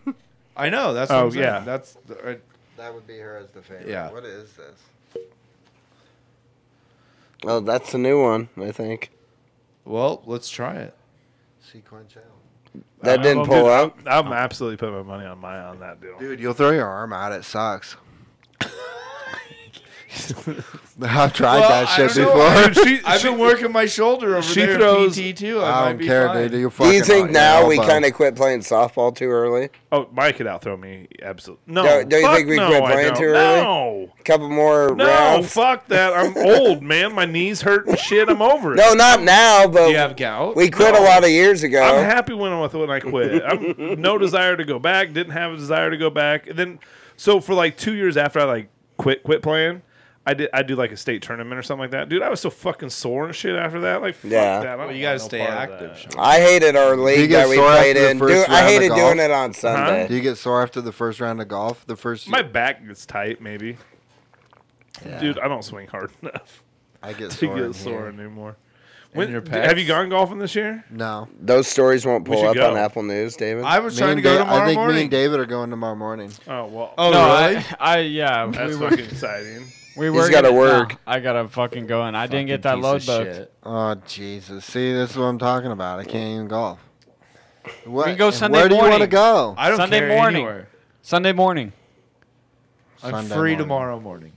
H: I know. That's what
K: Oh,
H: I'm saying.
K: yeah.
H: That's the, I-
I: That would be her as the favorite.
H: Yeah.
I: What is this?
J: Oh, that's the new one, I think.
H: well. Let's try it.
I: Sequential.
J: That
K: Uh,
J: didn't
K: well,
J: pull out.
K: dude, I'm I'm absolutely putting my money on Maya on that deal.
I: Dude, you'll throw your arm out. It sucks. I've tried
H: Well,
I: that
H: I
I: shit
H: don't know.
I: before.
K: Dude, she,
H: I've
K: she-
H: been working my shoulder over
K: she
H: there. in
K: throws-
H: PT too. I,
I: I
H: might
I: don't
H: be
I: care,
H: fine.
I: dude. You'll
J: Do you
I: fucking
J: think
I: hurt
J: now
I: your
J: we
I: elbow.
J: kind of quit playing softball too early?
K: Oh, Maya could outthrow me. Absolutely. No.
J: Don't- don't you
K: fuck
J: think we
K: no,
J: quit
K: I
J: playing
K: don't.
J: too early?
K: No.
J: A couple more
K: No,
J: rounds?
K: fuck that. I'm old, man. My knees hurt and shit. I'm over it.
J: No, not now,
H: Do
J: but
H: you have gout?
J: we quit a lot of years ago.
K: I'm happy when I when I quit. I'm no desire to go back. Didn't have a desire to go back. And then, so for like two years after I like quit quit playing, I did I do like a state tournament or something like that. Dude, I was so fucking sore and shit after that. Like, fuck
J: Yeah.
K: that. I
H: Well,
K: don't
H: you gotta
K: want no
H: stay
K: part of
H: active.
K: that.
H: Sean.
J: I hated our league
I: get
J: that we
I: sore
J: played
I: after the
J: in.
I: first
J: Dude, I
I: round of
J: hated
I: golf?
J: doing it on Sunday.
K: Uh-huh.
I: Do you get sore after the first round of golf? The first
K: My back gets tight, maybe. Dude, I don't swing hard enough
I: I get
K: to
I: sore. in
K: get
I: here.
K: sore anymore. When,
H: your
K: have you
H: pecs?
K: gone golfing this year?
I: No.
J: Those stories won't
K: We
J: pull
K: should
J: up
K: go.
J: on Apple News, David.
H: I was
I: Me
H: trying to
I: and
H: go
I: Da-
H: tomorrow
I: I think
H: morning.
I: me and David are going tomorrow morning.
K: Oh well,
H: oh,
L: No,
H: really?
L: I, I yeah, we
K: that's
L: were,
K: fucking exciting.
L: we were.
J: gotta
L: gonna-
J: work.
L: no, I gotta fucking go, and I didn't get that
H: Fucking
L: load
H: piece of
L: booked.
H: shit.
I: Oh Jesus! See, this is what I'm talking about. I can't even golf. What,
L: can go Sunday
I: where do you want to
L: morning.
I: go?
H: I don't
L: Sunday
H: care
L: morning.
H: anywhere.
L: Sunday morning,
H: I'm
I: Sunday
H: free
I: morning.
H: tomorrow morning.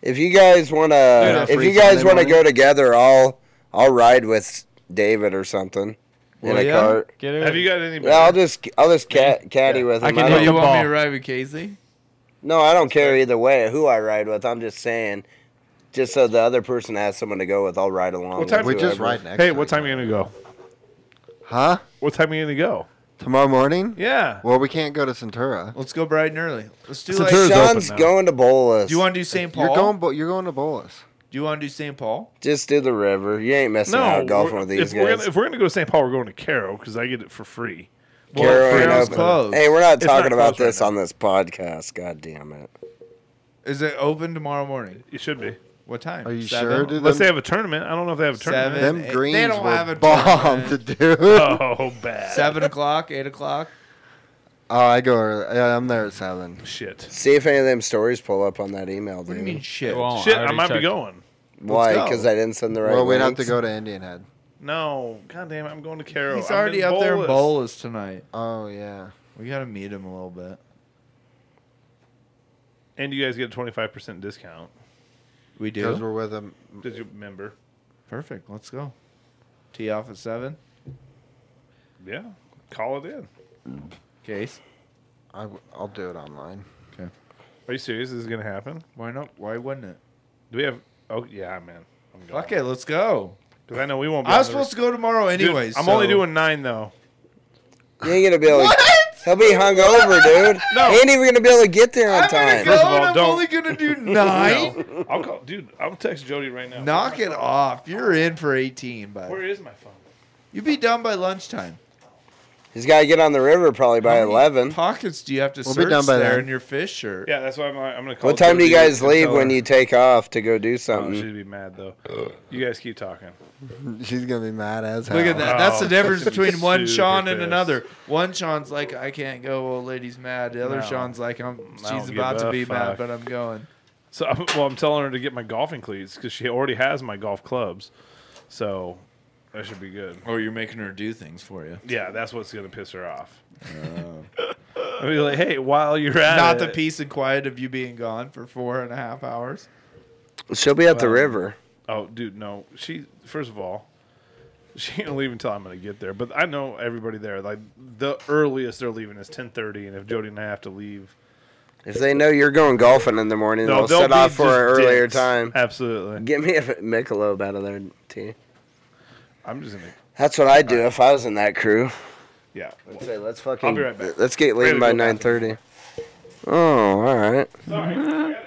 J: if you guys want
I: Yeah,
J: to, if
I: free
J: you guys
I: Sunday
J: want to
I: morning.
J: go together, I'll I'll ride with David or something in
H: Will
J: a
H: ya?
J: cart.
L: get it.
K: Have you got any?
J: Yeah, I'll just I'll just cat, caddy with him.
L: I
J: I
L: can
H: Oh, You
L: hit
J: don't-
L: the
H: you want me
L: ball.
H: to ride with Casey?
J: no, I don't care either way who I ride with. I'm just saying, just so the other person has someone to go with, I'll ride along.
K: What
J: with
K: time-
I: We just
J: whoever.
I: ride next.
K: hey,
I: to
K: what
I: it.
K: time are you gonna go?
I: Huh?
K: What time are you gonna go?
I: Tomorrow morning?
K: Yeah.
I: Well, we can't go to Centura.
H: Let's go bright and early. Let's do
K: It's a
H: like.
K: Thursday.
H: Do
J: Sean's
K: now.
J: going to Bolus.
H: you want to do St. Paul?
I: You're going. Bo- you're going to Bolus.
H: do you want to do St. Paul?
J: Just do the river. You ain't messing out golfing
K: we're-
J: with these
K: if We're
J: guys.
K: gonna, if we're gonna go to St. Paul, we're going to Caro because I get it for free.
H: Well,
J: Carol ain't
H: Carol's
J: open.
H: closed.
J: Hey, we're not
K: It's not
J: talking about
K: closed right
J: this
K: now.
J: on this podcast. God damn it.
H: Is it open tomorrow morning?
K: It should be.
H: What time?
I: Are you
H: Seven?
I: sure? Dude,
K: Unless they
I: them,
K: have a tournament. I don't know if they have a tournament.
H: Seven.
I: them
H: They
I: greens
H: don't
I: were
H: have a
I: bombed, dude. Oh,
K: Oh, bad.
H: Seven o'clock, eight o'clock.
I: Oh, I go. early. Yeah, I'm there at seven.
K: Shit.
J: See if any of them stories pull up on that email,
H: What do
J: dude.
H: you mean shit?
L: It won't. Oh, I
K: Shit, I
L: already
K: might be
L: checked.
K: going.
J: Why?
H: Let's go.
J: Because I didn't send the right.
I: well, we'd have to
J: links?
I: go to Indian Head.
K: No, god damn it, I'm going to Caro.
H: He's
K: I'm
H: already
K: in
H: up there in
K: Bolas.
H: Bolus tonight.
I: Oh yeah.
H: We gotta meet him a little bit.
K: And you guys get a 25% discount.
H: We
I: Because
H: do.
I: we're with them.
K: Did you remember?
H: Perfect. Let's go. Tee off at seven.
K: Yeah. Call it in.
H: Case.
I: I, w- I'll do it online.
K: Are you serious? This is going to happen?
H: Why not? Why wouldn't it?
K: Do we have. Oh, yeah, man. I'm going.
H: Fuck it. Let's go.
K: Because I know we won't be.
H: I
K: on
H: was
K: the-
H: supposed to go tomorrow
K: Dude,
H: anyways.
K: I'm only
H: so-
K: doing nine, though.
J: You ain't gonna be able. To, he'll be hungover, dude.
K: No.
J: He ain't even gonna be able to get there on
H: I'm gonna
J: time.
H: go.
K: First of all,
H: and I'm
K: don't-
H: only gonna do nine.
K: No. I'll call. Dude, I'll text Jody right now.
H: Knock it off. You're in for 18,
K: Where
H: bud.
K: is my phone?
H: You'll be done by lunchtime.
J: He's got to get on the river probably by
H: many
J: eleven.
H: Pockets do you have to
J: We'll be
H: search
J: done by
H: there
J: then.
H: in your fish shirt?
K: Yeah, that's why I'm, I'm gonna call.
J: What time do you
K: Jody
J: guys
K: and
J: leave
K: tell
J: when
K: her-
J: you take off to go do
K: Oh,
J: something?
K: she'd be mad though. You guys keep talking.
I: She's gonna be mad as hell.
H: Look at that. That's the
K: Oh,
H: difference
K: she'd be
H: between one
K: super
H: Sean and
K: pissed.
H: another. One Sean's like, I can't go. Old lady's mad. The other
K: No.
H: Sean's like, I'm.
K: I don't
H: She's
K: give
H: about to
K: a
H: be mad,
K: fuck.
H: but I'm going.
K: So I'm, well, I'm telling her to get my golfing cleats because she already has my golf clubs. So that should be good.
H: Or Oh, you're making her do things for you.
K: Yeah, that's what's gonna piss her off. I'll be like, hey, while you're at
H: Not
K: it,
H: the peace and quiet of you being gone for four and a half hours.
J: She'll be at the river.
K: Oh, dude, no. She first of all, she ain't leaving until I'm gonna get there. But I know everybody there. Like the earliest they're leaving is ten thirty, and if Jody and I have to leave,
J: If they know you're going golfing in the morning, they'll, set off for an
K: just
J: earlier
K: dicks.
J: time.
K: Absolutely.
J: Get me a Michelob out of there, T.
K: I'm just gonna.
J: That's what I'd do if I was in that crew.
K: Yeah. well,
J: Say, let's fucking.
K: I'll be right back.
J: Let's get leaving by
K: Ready to go
J: nine thirty. Oh, all right.
K: Sorry.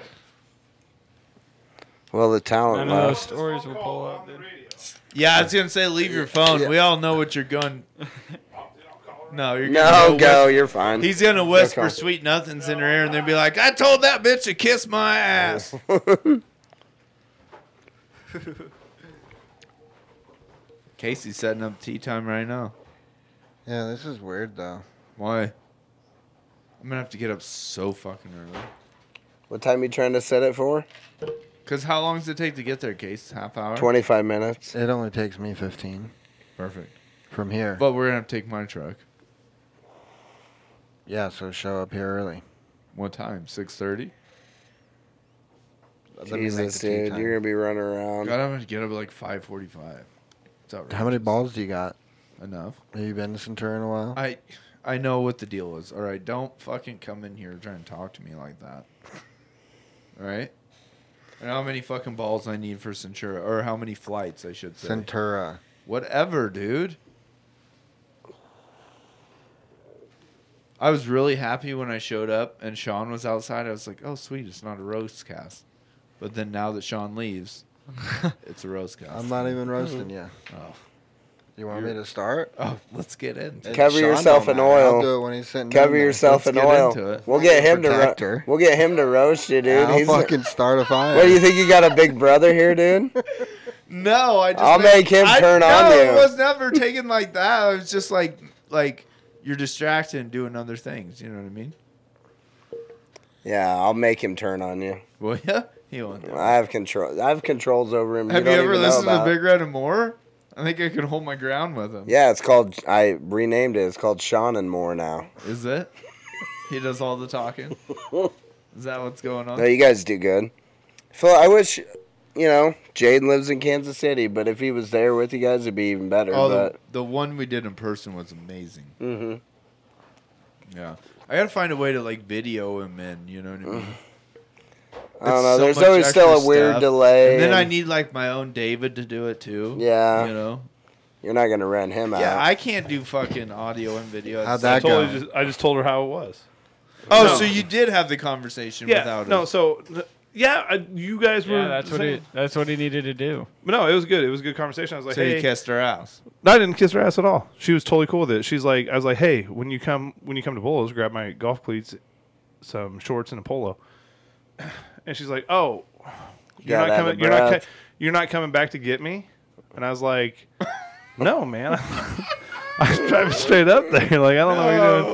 J: Well, the
L: None
J: talent
L: of those
J: left.
L: stories will pull up. dude.
H: Yeah, I was gonna say leave your phone. We all know what you're going. No, you're
J: No, go.
H: gonna whisper-
J: You're fine.
H: He's gonna whisper
J: call.
H: sweet nothings in her ear, and then be like, "I told that bitch to kiss my ass." Casey's setting up tea time right now.
I: Yeah, this is weird though.
H: Why? I'm gonna have to get up so fucking early.
J: What time you trying to set it for?
H: Cause how long does it take to get there, Case? Half hour.
J: Twenty-five minutes.
I: It only takes me fifteen
H: Perfect.
I: from here.
H: But we're gonna have to take my truck.
I: yeah, so show up here early.
H: What time? Six thirty.
I: Let me make
J: Jesus,
I: the tea
J: dude,
I: time.
J: you're gonna be running around.
H: God, I'm gonna get up at like five forty-five. It's outrageous.
I: How many balls do you got?
H: Enough.
I: Have you been to Centurion in a while?
H: I I know what the deal is. All right, don't fucking come in here trying to talk to me like that. All right. And how many fucking balls I need for Centura, or how many flights I should say.
I: Centura.
H: Whatever, dude. I was really happy when I showed up and Sean was outside. I was like, "Oh, sweet, it's not a roast cast." But then now that Sean leaves, it's a roast cast.
I: I'm not even roasting you.
H: Oh.
I: You want me to start?
H: Oh, let's get in.
I: It's
J: Cover yourself
I: don't
J: in
I: matter.
J: oil.
I: I'll do it when he's sitting down
J: Cover
I: there.
J: yourself in
H: Let's get
J: oil.
H: into it.
J: We'll get him to ro-
I: Protector.
J: We'll get him to roast you, dude.
I: I'll
J: He's
I: fucking start a fire.
J: What do you think? You got a big brother here, dude?
H: No, I just
J: I'll make him
H: I-
J: turn on
H: no,
J: you.
H: It was never taken like that. I was just like like you're distracted and doing other things, you know what I mean?
J: Yeah, I'll make him turn on you.
H: Well yeah, he won't do it.
J: I have control. I have controls over him.
H: Have you,
J: you, don't
H: ever
J: even know
H: listened to
J: about.
H: Big Red and More? I think I can hold my ground with him.
J: Yeah, it's called. I renamed it. It's called Sean and More now.
H: Is it? He does all the talking. Is that what's going on?
J: No, you guys do good. Phil, I wish, you know, Jade lives in Kansas City, but if he was there with you guys, it'd be even better.
H: oh, the,
J: but
H: the one we did in person was amazing.
J: hmm
H: Yeah. I gotta find a way to like video him in, you know what I mean?
J: I don't know.
H: It's so
J: There's
H: much
J: always still
H: extra
J: a weird
H: stuff.
J: delay.
H: And then I
J: and
H: need like my own David to do it too.
J: Yeah.
H: You know?
J: You're not gonna rent him out.
H: Yeah, I can't do fucking audio and video. at
I: How'd
H: the same-
K: I
I: that go?
K: totally just I just told her how it was.
H: Oh,
K: No.
H: so you did have the conversation without
K: No.
H: us.
K: So. th- yeah, I, you guys were.
L: Yeah, that's what he.
K: saying-
L: That's what he needed to do.
K: But no, it was good. It was a good conversation. I was like,
H: So
K: hey,
H: you kissed her ass.
K: No, I didn't kiss her ass at all. She was totally cool with it. She's like, I was like, hey, when you come when you come to Bolo's, grab my golf cleats, some shorts, and a polo. And she's like, oh, you're
J: Gotta
K: not
J: have a
K: coming. You're not.
J: breath.
K: co- You're not coming back to get me. And I was like, no, man. I was driving straight up there. Like I don't know what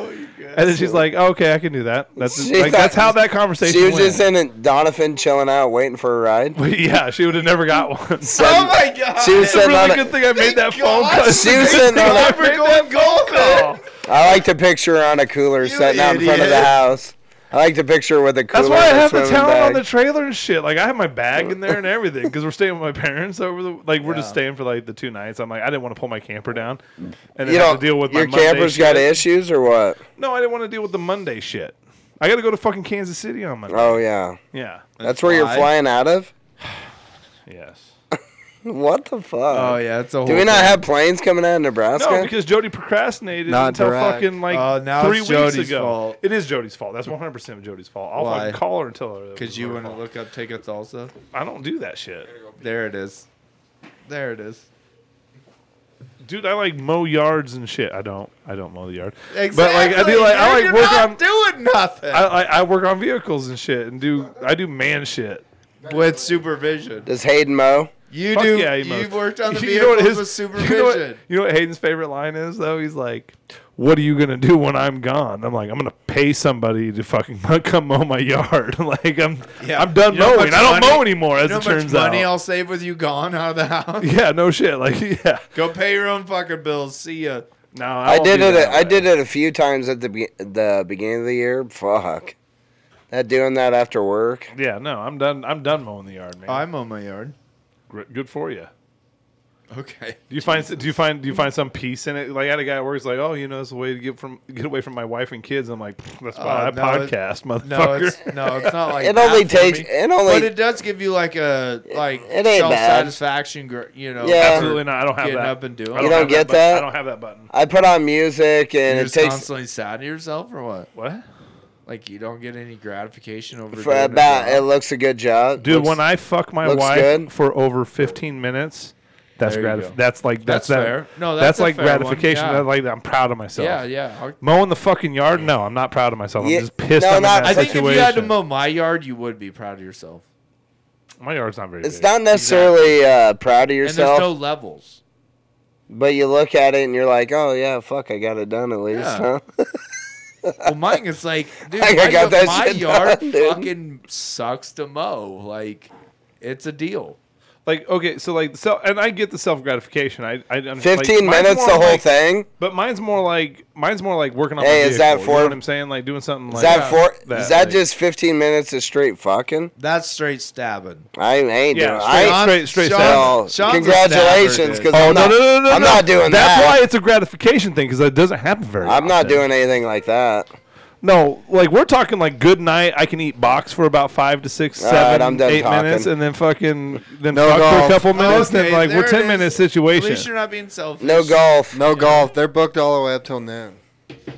K: you're doing. And then she's like, oh, okay, I can do that. That's
J: She
K: like, that's
J: thought-
K: how that conversation.
J: she was
K: went.
J: just in it, Donovan chilling out, waiting for a ride.
K: yeah, she would have never got one. It's
J: Said-
H: Oh my god.
J: She was
K: a
J: sitting on
K: really
J: a-
K: good thing I made that
H: Thank
K: phone
H: God.
K: call.
J: She was sitting on
K: I
J: a.
K: made that phone call.
J: I like to picture her on a cooler sitting out in front of the
H: idiot.
J: house. I like to picture her with a cooler.
K: That's why I
J: and a
K: have the
J: swimming
K: towel on
J: bag.
K: the trailer and shit. Like I have my bag in there and everything because we're staying with my parents over the like we're just
H: Yeah.
K: staying for like the two nights. I'm like I didn't want to pull my camper down and then
J: You
K: have
J: don't
K: to deal with my
J: your
K: Monday
J: camper's
K: shit.
J: got issues or what?
K: No, I didn't want to deal with the Monday shit. I got to go to fucking Kansas City on Monday.
J: Oh yeah,
K: Yeah.
J: that's where
H: fly.
J: you're flying out of.
K: Yes.
J: What the fuck?
H: Oh yeah, it's a whole
J: Do we not
H: thing.
J: have planes coming out of Nebraska?
K: No, because Jody procrastinated
I: Not
K: until
I: direct.
K: fucking like
H: Oh, now
K: three
H: it's
K: weeks
H: Jody's
K: ago.
H: fault.
K: It is Jody's fault. That's 100 percent Jody's fault. I'll
H: Why?
K: fucking call her and tell her. it
H: Cause
K: was
H: you
K: her
H: want to
K: fault.
H: look up tickets also.
K: I don't do that shit.
H: There it is. There it is.
K: dude, I like mow yards and shit. I don't. I don't mow the yard. But like, I
H: Exactly,
K: do like. I
H: dude,
K: like
H: you're
K: work
H: not
K: on
H: doing nothing.
K: I, I, I work on vehicles and shit, and do I do man shit
H: with supervision.
J: Does Hayden mow?
H: You
K: Fuck
H: do.
K: yeah, he
H: you've
K: must.
H: worked on the
K: You know
H: vehicles
K: what
H: with
K: his- You know, what-
H: supervision.
K: you know what Hayden's favorite line is though? He's like, "What are you gonna do when I'm gone?" I'm like, "I'm gonna pay somebody to fucking come mow my yard." like I'm, I'm done
H: You know how
K: mowing.
H: much
K: I don't
H: money-
K: mow anymore. As
H: you know
K: it
H: how much
K: turns
H: money
K: out.
H: I'll save with you gone out of the house.
K: yeah, no shit. Like yeah.
H: Go pay your own fucking bills. See ya.
K: No,
J: I did it. A, I did it a few times at the be- the beginning of the year. Fuck, that doing that after work.
K: Yeah, no, I'm done. I'm done mowing the yard, man.
H: I mow my yard.
K: Gr- Good for you.
H: Okay.
K: Do you find do you find do you find some peace in it? Like I had a guy at work who's like, oh, you know, it's a way to get from get away from my wife and kids. I'm like, "Pfft, that's why
H: Oh,
K: I
H: no, it-
K: podcast, motherfucker.
H: No, it's no, it's not like
J: It only
H: that for
J: takes-
H: me.
J: it only-
H: but it does give you like a like
J: It ain't
H: self
J: bad.
H: satisfaction. gr- You know,
J: Yeah.
K: Absolutely not. I don't have
H: getting
K: that.
H: up and doing.
K: I
J: You
H: it.
J: don't
K: have
J: get
K: button.
J: that?
K: I don't have that button.
J: I put on music and
H: You're
J: it
H: just
J: takes
H: constantly sad to yourself or what?
K: What?
H: Like you don't get any gratification over
J: for
H: doing a
J: about. It
H: job.
J: looks a good job,
K: Dude,
J: Looks-
K: when I fuck my
J: looks
K: wife
J: good.
K: for over 15 minutes, that's
H: There you
K: gratif-
H: go.
K: That's like
H: That's
K: that's, that,
H: fair. No, that's
K: that's,
H: a
K: like
H: fair one,
K: gratification.
H: yeah.
K: That, like I'm proud of myself.
H: yeah, yeah. I'll-
K: Mowing the fucking yard? No, I'm not proud of myself.
J: Yeah.
K: I'm just pissed
J: No,
K: I'm in
J: not-
K: that
H: I think
K: situation.
H: if you had to mow my yard, you would be proud of yourself.
K: my yard's not very
J: it's
K: big.
J: not necessarily uh, proud of yourself,
H: And there's no levels.
J: but you look at it and you're like, oh yeah, fuck, I got it done at least,
H: Yeah.
J: huh?
H: Well, mine is like, dude,
J: I
H: my,
J: got that
H: my
J: shit
H: yard
J: done, dude.
H: fucking sucks to mow. Like, it's a deal.
K: like okay, so like so, and I get the self gratification. I, I I'm- like,
J: Fifteen
K: mine's
J: minutes,
K: more
J: the whole
K: like-
J: thing.
K: But mine's more like mine's more like working on.
J: Hey,
K: my
J: is that
K: vehicle,
J: for-
K: You know what I'm saying? Like doing something
J: Is
K: like uh,
J: that for?
K: that,
J: Is that
K: like-
J: just fifteen minutes of straight fucking?
H: That's straight stabbing.
J: I ain't
K: Yeah,
J: doing.
K: straight
J: I ain't,
K: on- straight- straight
J: Well, congratulations, because
K: Oh
J: I'm,
K: no,
J: not-
K: no, no, no,
J: I'm
K: no.
J: not doing
K: That's
J: that.
K: why it's a gratification thing because it doesn't happen very.
J: I'm not
K: often.
J: doing anything like that.
K: No, like we're talking like good night. I can eat box for about five to six,
J: All right,
K: seven,
J: I'm done
K: eight
J: talking.
K: minutes, and then fucking then
I: No
K: fuck for a
I: golf.
K: couple minutes. then like
H: there
K: we're
H: it
K: ten
H: is.
K: minute
H: At least you're
K: situation.
H: not being selfish.
J: No golf.
I: No golf. They're booked all the way up till noon.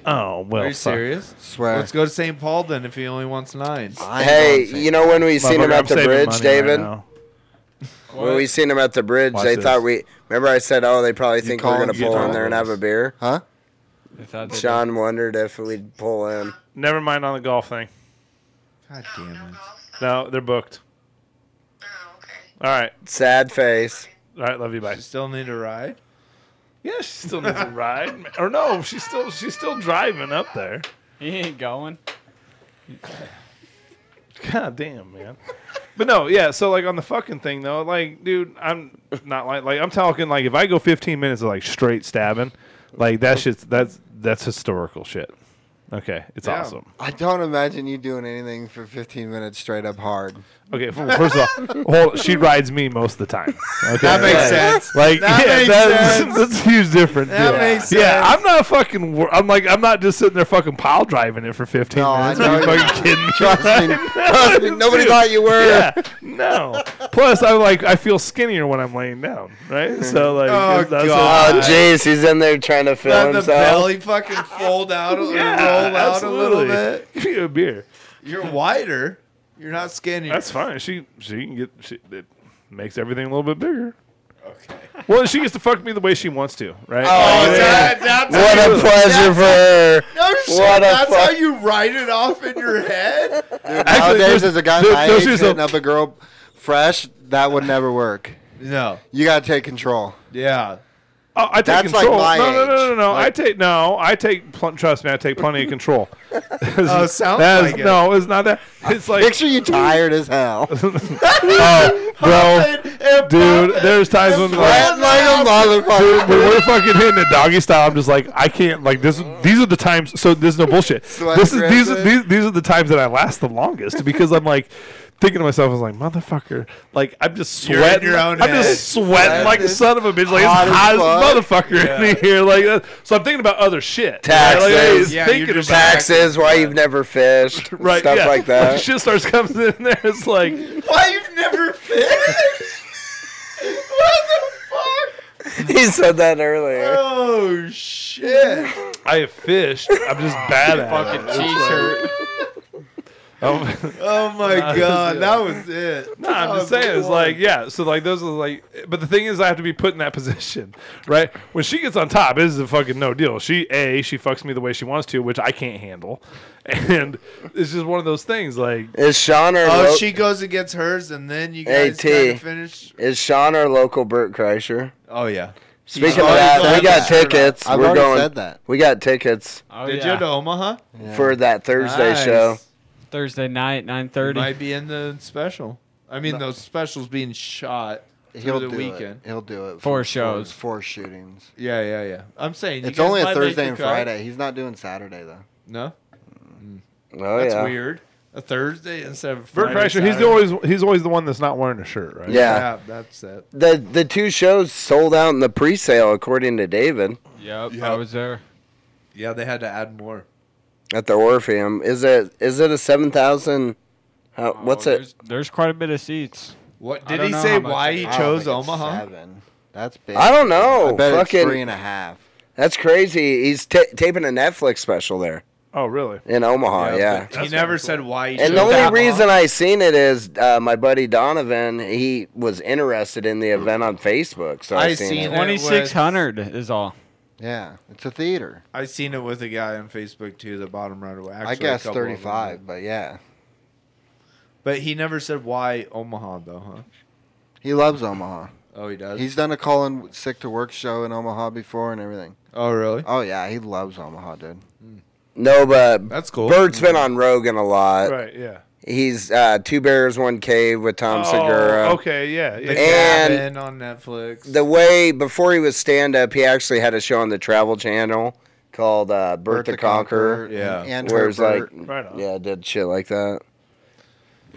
K: Oh well,
H: Are you
K: fuck.
H: serious?
I: Swear.
H: Let's go to St. Paul then if he only wants nine.
I: I ain't
J: Hey,
I: going to-
J: you know when we seen him
K: Motherfucker, I'm
J: at the
K: saving
J: bridge,
K: money right
J: David?
K: now.
J: when we seen him at the bridge,
K: Watch
J: they
K: this.
J: thought we. Remember, I said, "Oh, they probably think
I: call
J: we're gonna
I: him, you
J: pull in
I: call
J: there and have a beer."
I: Huh?
L: I thought they-
J: Sean wondered if we'd pull in.
K: Never mind on the golf thing.
H: God damn it.
K: No, they're booked. All right,
J: Sad face.
K: all right. Love you, bye.
H: You still need a ride?
K: Yeah, she still needs a ride, or no, she's still she's still driving up there.
L: He ain't going.
K: God damn, man. But no, yeah. So like on the fucking thing though, like, dude, I'm not like like I'm talking like if I go 15 minutes of like straight stabbing, like that shit's that's that's historical shit. Okay, it's
H: Yeah.
K: awesome.
I: I don't imagine you doing anything for 15 minutes straight up hard.
K: Okay, f- first of all, hold, she rides me most of the time. Okay,
H: That makes
K: Like-
H: sense.
K: Like
H: That
K: yeah,
H: makes
K: that's,
H: sense.
K: that's a huge difference.
H: That
K: yeah.
H: makes
K: Yeah,
H: sense.
K: I'm not fucking. wor- I'm like I'm not just sitting there fucking pile driving it for 15
I: No, Oh, I
K: minutes. Are you
I: know you-
K: fucking kidding me?
I: Trust me. Trust me. Nobody
K: Dude.
I: thought you were.
K: yeah, no. Plus, I like I feel skinnier when I'm laying down, right? So like,
H: Oh,
K: that's-
H: God.
J: Oh, jeez, he's in there trying to
H: Let
J: film
H: the
J: himself.
H: belly fucking fold out or
K: yeah,
H: roll out
K: absolutely.
H: a little bit.
K: Give me a beer.
H: You're wider. You're not skinny.
K: That's fine. She she can get she, it makes everything a little bit bigger.
H: okay.
K: Well, she gets to fuck me the way she wants to, right?
J: Oh,
K: Like,
H: That- that's
J: What a pleasure for her.
H: No shit,
J: What a
H: that's
J: fuck.
H: how you write it off in your head.
K: Actually,
I: Nowadays,
K: there's-
I: as a guy
K: there-
I: my
K: there's
I: age
K: just
I: hitting
K: a-
I: up a girl fresh, that would never work.
H: No,
I: You got to take control.
H: yeah,
K: Oh, I take
I: That's like
K: control.
I: my
K: no, no, no, no,
I: age.
K: no.
I: Like-
K: I take no. I take. Pl- trust me, I take plenty of control. oh,
H: sounds like it.
K: No, it's not that. It's like,
I: Picture you tired as hell.
K: oh, bro, dude. There's times when like,
I: Flat like a motherfucker.
K: Dude, when we're fucking hitting it doggy style, I'm just like, I can't. Like this, these are the times. So there's no bullshit.
I: Sweat
K: This is these are
I: aggressive.
K: these, these are the times that I last the longest because I'm like thinking to myself, I was like, motherfucker, like I'm just
H: You're in
K: sweating.
H: your own
K: I'm
H: head.
K: just sweating like a son of a bitch. Like
I: Hot
K: it's
I: as
K: hot as
I: fuck.
K: motherfucker in here. Like that. so, I'm thinking about other shit. Right? Like, I
J: Taxes.
K: was
H: Yeah,
K: thinking
H: you're just
K: about
J: Taxes, why you've never fished,
K: right
J: stuff
K: yeah.
J: like that.
K: shit starts coming in there. It's like
H: Why you've never finished? what the fuck?
J: he said that earlier.
H: Oh shit!
K: I have fished. I'm just bad at it.
L: Fucking cheese hurt.
K: Oh,
H: Oh my god, that was it.
K: No, I'm just saying, it's like, yeah. So like those are like, but the thing is, I have to be put in that position, right? When she gets on top, it is a fucking no deal. She a she fucks me the way she wants to, which I can't handle, and it's just one of those things. Like,
J: Is Sean or
H: Oh,
J: Lo-
H: she goes against hers, and then you
J: Hey,
H: guys
J: T.
H: gotta finish.
J: is Sean our local Burt Kreischer?
H: Oh yeah.
J: Speaking
H: He's
J: of
H: already
J: that,
H: gone
J: we got
H: to Amsterdam.
J: tickets.
I: I've
J: We're
I: already
J: going.
I: said that.
J: We got tickets
L: Oh,
H: Did
L: yeah.
H: you to Omaha?
J: for that Thursday
H: Nice.
J: show.
L: Thursday night, nine
H: You
L: thirty.
H: might be in the special. I mean, those specials being shot through
I: He'll
H: the
I: do
H: weekend.
I: It. He'll do it.
L: Four
I: for-
L: shows.
I: four shootings.
H: Yeah, yeah, yeah. I'm saying you
I: it's
H: guys
I: only
H: might
I: a
H: make the
I: Thursday and
H: cut.
I: Friday. He's not doing Saturday though.
H: No,
J: Oh
H: that's
J: yeah.
H: weird. A Thursday instead of
K: Bert
H: Friday,
K: Kreischer,
H: Saturday.
K: he's the always he's always the one that's not wearing a shirt, right?
J: Yeah.
H: yeah, that's it.
J: The the two shows sold out in the pre-sale, according to David,
L: Yep, I
H: Yep.
L: was there.
H: Yeah, they had to add more.
J: at the Orpheum. Is it is it a seven thousand? How what's
L: Oh,
J: it?
L: There's, there's quite a bit of seats.
H: What
L: I
H: did
L: don't
H: he
L: know
H: say?
L: how much
H: Why
L: it
H: he
I: I don't
H: chose
I: think it's
H: Omaha?
I: Seven. That's big.
J: I don't know.
I: I bet
J: Fucking,
I: it's three and a half.
J: that's crazy. He's ta taping a Netflix special there
K: Oh, really?
J: in Omaha. Yeah.
H: but he never said why. He
J: And
H: chose
J: the
H: Omaha.
J: only reason I seen it is uh, my buddy Donovan. He was interested in the event on Facebook, so I,
H: I
J: seen,
H: seen
J: it.
H: it.
L: Twenty six hundred is all.
I: Yeah, it's a theater.
H: I seen it with a guy on Facebook too, the bottom runner. Well, Actually,
I: I
H: a
I: guess
H: couple of them.
I: thirty-five, but yeah,
H: But he never said why Omaha though, huh?
I: he loves Omaha.
H: Oh, he does.
I: He's done a call-in sick to work show in Omaha before and everything.
H: oh, really?
I: Oh yeah, he loves Omaha, dude.
J: No, but
H: That's cool.
J: Bird's been on Rogan a lot.
K: Right. Yeah.
J: He's uh, Two Bears, One Cave with Tom Segura.
K: Oh, okay. Yeah.
H: The
K: yeah.
J: And-
H: Cabin on Netflix.
J: The way before he was stand up, he actually had a show on the Travel Channel called uh, Bert, the, Conqueror.
H: yeah.
I: and, and
J: where it's like,
I: Herbert.
K: Right on.
J: yeah, did shit like that.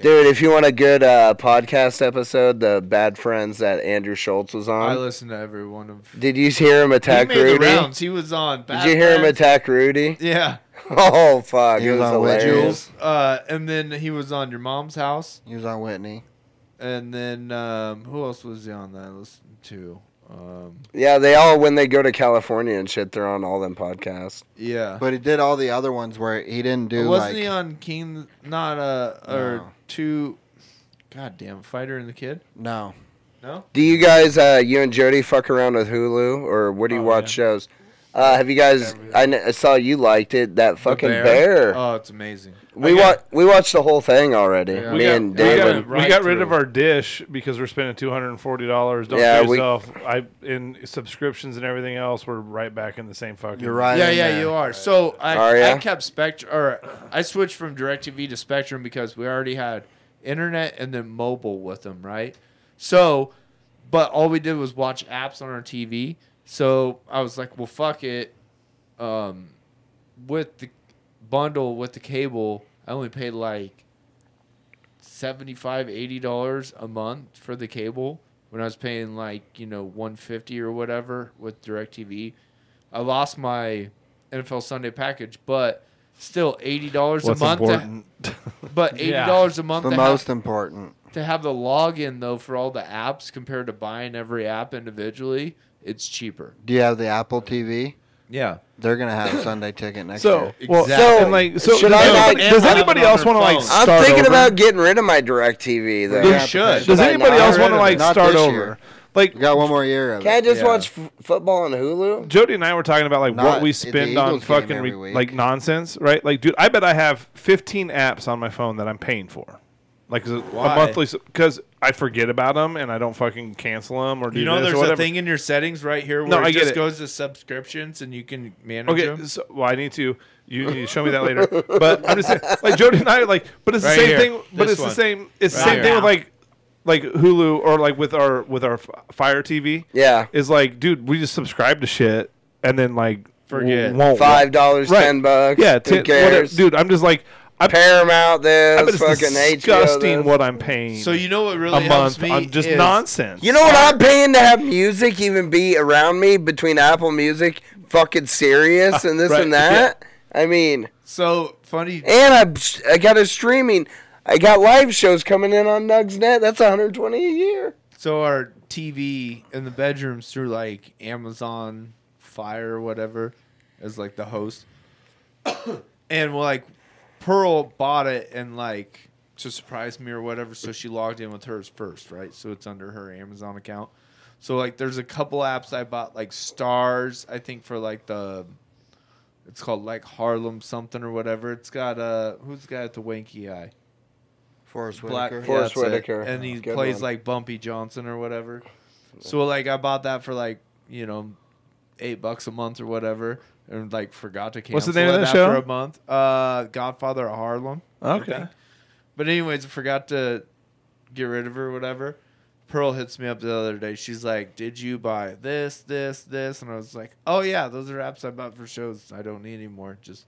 J: Dude, if you want a good uh, podcast episode, the Bad Friends that Andrew Schultz was
H: I
J: on.
H: listen to every one of.
J: Did you hear him
H: He
J: attack
H: made the
J: Rudy?
H: rounds. He was on.
J: Did you hear him
H: Batman's-
J: attack Rudy?
H: Yeah,
J: Oh fuck!
I: He
J: It
I: was
J: was
I: on with
J: hilarious.
I: Jules.
H: uh, and then he was on your mom's house,
I: He was on Whitney.
H: and then um, who else was he on that I listened to? Um,
J: Yeah, they all when they go to California and shit, they're on all them podcasts.
H: yeah,
I: But he did all the other ones where he didn't do
H: wasn't
I: like
H: he on King? Not uh or
I: No.
H: two. Goddamn, fighter and the kid.
I: no.
H: No,
J: Do you guys, uh, you and Jody, fuck around with Hulu or what do you watch shows? Uh, have you guys? I, kn- I saw you liked it. That fucking
H: The
J: bear.
H: Oh, it's amazing.
J: We
K: got-
J: wa- we watched the whole thing already.
H: Yeah.
K: We
J: Me
K: got,
J: and
K: we got-
J: David.
K: we
H: Right
K: got rid of
H: through.
K: our dish because we're spending two hundred and forty dollars. Don't
J: Yeah,
K: yeah,
J: we-
K: yourself. I in subscriptions and everything else. We're right back in the same fucking.
I: You're right.
H: Yeah,
I: in
H: yeah,
I: there.
H: you are. So I,
J: Are ya?
H: I kept Spectrum, or I switched from DirecTV to Spectrum because we already had internet and then mobile with them, right? So, but all we did was watch apps on our TV. So I was like, well, fuck it. Um, with the bundle with the cable, I only paid like 75 dollars a month for the cable when I was paying like you know 150 or whatever with Directv. I lost my NFL Sunday package, but still eighty dollars a
K: What's
H: month.
K: important?
H: To, but eighty
L: Yeah.
H: dollars a month
I: The
H: to,
I: most
H: have,
I: important.
H: to have the login though for all the apps compared to buying every app individually, it's cheaper.
I: Do you have the Apple TV?
H: Yeah,
I: They're gonna have Sunday ticket next
K: So,
I: year.
K: well,
H: Exactly.
K: so, and like, so
J: Should
K: does,
J: I not-
K: anybody, does
H: Amazon
K: anybody
H: on
K: else
H: their
K: want to like?
H: phone.
J: I'm
K: Start
J: thinking
K: over?
J: about getting rid of my DirecTV. Though.
H: You
I: Yeah,
H: should.
K: Does
J: Should I
K: anybody
J: not?
K: else want to
I: Not
K: like
I: this
K: start
I: year.
K: over? Like,
I: We got one more year of
J: Can I
I: it.
J: just
H: Yeah.
J: watch f- football on Hulu?
K: Jody and I were talking about like what
I: Not
K: we
I: at the
K: spend on
I: Eagles game
K: fucking
I: every
K: re-
I: week.
K: like nonsense, right? Like, dude, I bet I have 15 apps on my phone that I'm paying for, like a, a
H: Why?
K: monthly, because I forget about them and I don't fucking cancel them or do
H: you know
K: this or
H: there's
K: whatever.
H: a thing in your settings right here where
K: No,
H: it
K: I get
H: just
K: it.
H: goes to subscriptions and you can manage
K: Okay,
H: them.
K: so, well, I need to. You need to show me that later. But I'm just saying, like Jody and I, like, but it's
H: Right
K: the same
H: here.
K: thing. But
H: This
K: it's
H: one.
K: the same. It's the
H: Right
K: same
H: here.
K: thing with like, like Hulu or like with our with our F- Fire TV.
J: Yeah.
K: is like, dude, we just subscribe to shit and then like
H: Forget.
K: w- won't
J: Five dollars,
K: Right.
J: ten bucks.
K: Yeah,
J: who
K: ten,
J: cares?
K: whatever. dude. I'm just like, I,
J: Paramount. This
K: I bet it's
J: fucking
K: disgusting
J: HBO. This.
K: what I'm paying.
H: So you know what
K: a
H: really helps
K: month
H: me
K: on just
H: is-
K: nonsense.
J: You know what I'm paying to have music even be around me between Apple Music, fucking Sirius, and this
K: Ah, right,
J: and that? I mean,
H: So funny.
J: and I, I got a streaming. I got live shows coming in on Nugs Net. That's 120 a year.
H: So our TV in the bedrooms through like Amazon Fire or whatever as like the host, and we're like Pearl bought it and like to surprise me or whatever, so she logged in with hers first, right? So it's under her Amazon account. So like, there's a couple apps I bought, like Stars, I think for like the, it's called like Harlem something or whatever. It's got uh, who's the guy with the wanky eye?
I: Forrest
H: Black-
I: Whitaker.
H: yeah,
J: Forrest
H: that's it.
J: Whitaker.
H: and he
J: Good
H: plays
J: one.
H: like Bumpy Johnson or whatever. So like I bought that for like you know eight bucks a month or whatever, and like forgot to cancel
K: What's the name of
H: it
K: that
H: after
K: show?
H: a month. Uh, Godfather of Harlem. I
K: Okay.
H: think. But anyways, I forgot to get rid of her or whatever. Pearl hits me up the other day. She's like, "Did you buy this, this, this?" And I was like, "Oh yeah, those are apps I bought for shows I don't need anymore. Just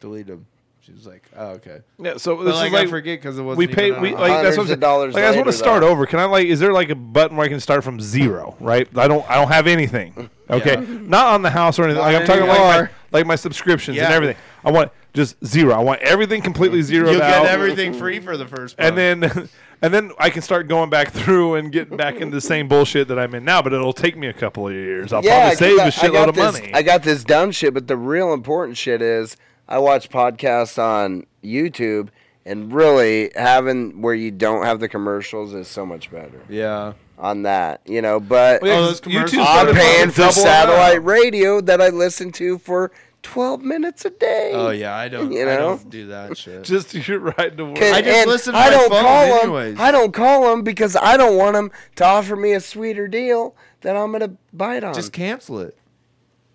H: delete them." She was like, "Oh okay."
K: Yeah, so
H: But,
K: this
H: like,
K: is like
H: I forget because it wasn't.
K: we pay.
H: even on our-
K: We like
J: Hundreds
K: that's what I'm
J: of
K: saying.
J: dollars
K: Like I just want to
J: later,
K: start
J: though.
K: over. Can I like? Is there like a button where I can start from zero? Right. I don't. I don't have anything. Okay. Not on the house or anything. Like I'm talking like my, like my subscriptions and
H: Yeah.
K: everything. I want just zero. I want everything completely zeroed
H: You'll
K: out.
H: get everything free for the first month.
K: and then and then I can start going back through and getting back into the same bullshit that I'm in now. But it'll take me a couple of years. I'll probably
J: 'cause
K: save
J: I-
K: a
J: I
K: shitload
J: got
K: of
J: this-
K: money.
J: I got this dumb shit, but the real important shit is I watch podcasts on YouTube, and really having where you don't have the commercials is so much better
K: Oh,
H: yeah.
J: on that, you know. But
K: yeah,
H: Oh, those commercials
J: I'm
K: started
J: paying
K: double
J: for
K: amount.
J: satellite radio that I listen to for 12 minutes a day.
H: Oh yeah, I don't.
J: You
H: I
J: know?
H: don't do that shit.
K: Just your right to work.
J: 'Cause-
H: I just
J: and
H: listen to
J: I
H: my
J: don't
H: phone
J: call 'em-
H: anyways.
J: I don't call them because I don't want them to offer me a sweeter deal that I'm gonna bite on.
H: Just cancel it.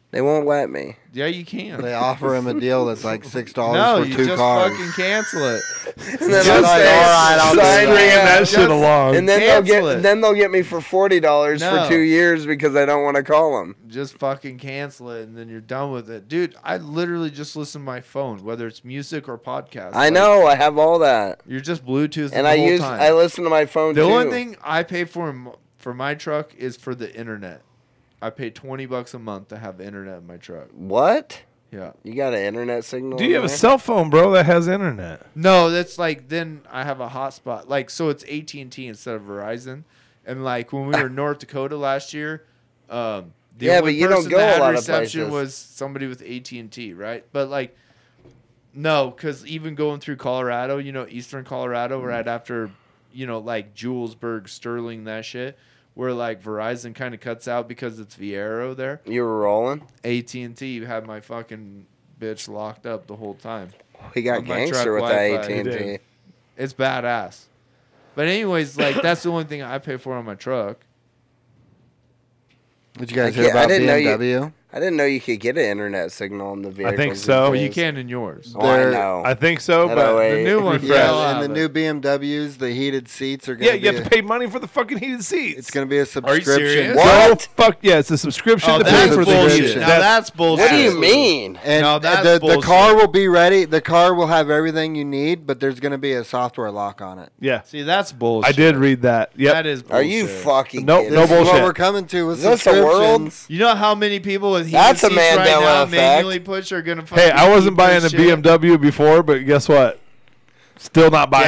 J: they won't let me.
H: Yeah, you can.
I: They offer him a deal that's like six dollars
H: no,
I: for
H: you
I: two
H: just
I: cars.
H: fucking cancel it.
J: And then
I: Just
J: I'll
I: like,
J: say,
I: "Alright, I'll do that."
J: sign me
K: Bringing
J: up."
K: that shit
H: just-
K: along.
J: And then they'll get
H: Cancel it.
J: then they'll get me for forty dollars
H: No.
J: for two years because I don't want to call them.
H: Just fucking cancel it, and then you're done with it, dude. I literally just listen to my phone, whether it's music or podcast.
J: I know I have all that,
H: You're just Bluetooth,
J: and
H: the
J: I
H: whole
J: use
H: time.
J: I listen to my phone
H: The
J: too.
H: only thing I pay for m- for my truck is for the internet. I pay twenty bucks a month to have internet in my truck.
J: what
H: Yeah.
J: you got an internet signal?
K: Do
J: in
K: you have a
J: there?
K: cell phone, bro, that has internet?
H: No, that's like then I have a hotspot. Like so, it's AT and T instead of Verizon. And like when we were in North Dakota last year, um, the
J: Yeah,
H: only
J: but you don't
H: person
J: go a
H: that
J: lot
H: had
J: of
H: reception
J: places.
H: was somebody with AT and T, right? But like, no, because even going through Colorado, you know, Eastern Colorado,
J: Mm-hmm.
H: right after, you know, like Julesburg, Sterling, that shit, where like Verizon kind of cuts out because it's Viero there.
J: You were rolling.
H: AT and T had my fucking bitch locked up the whole time.
J: He got
H: On my truck
J: gangster with the
H: Wi-Fi.
J: AT
H: He
J: and T.
K: did.
H: It's badass. But anyways, like that's the only thing I pay for on my truck.
I: Did you guys
J: I
I: hear
J: can't- I
I: about
J: didn't know you-
I: BMW?
J: I didn't know you could get an internet signal in the vehicle.
K: so.
H: Well, you can in yours.
J: Oh, I
I: They're-
J: know.
K: I think so,
J: That
K: but
J: OA.
H: The new one,
K: Yeah,
H: yeah,
I: Yeah, and the new BMWs, the heated seats are gonna
K: yeah, you
I: be
K: have to
I: a,
K: pay money for the fucking heated seats.
I: it's gonna be a
H: you serious?
I: subscription.
J: What?
K: Go fuck yeah, it's a subscription
H: Oh,
K: to pay
H: that's
K: for the
H: bullshit.
K: heated.
H: Now
K: That-
H: that's bullshit.
J: What do you mean?
I: And
H: No, that's
I: the, the
H: bullshit.
I: car will be ready. The car will have everything you need, but there's gonna be a software lock on it.
K: yeah,
H: See, that's bullshit.
K: I did read that. Yep.
H: That is. Bullshit.
J: Are you fucking?
K: Nope,
J: kidding
K: No
I: This
J: me?
I: is what
K: bullshit.
I: we're coming to with
J: Is this the world?
I: subscriptions.
H: You know how many people with heated
J: That's a
H: seats right
J: Mandela
H: now
J: effect.
H: manually push are gonna. Fucking
K: Hey, I wasn't
H: keep
K: buying
H: this
K: a
H: shit?
K: BMW before, but guess what? Still not buying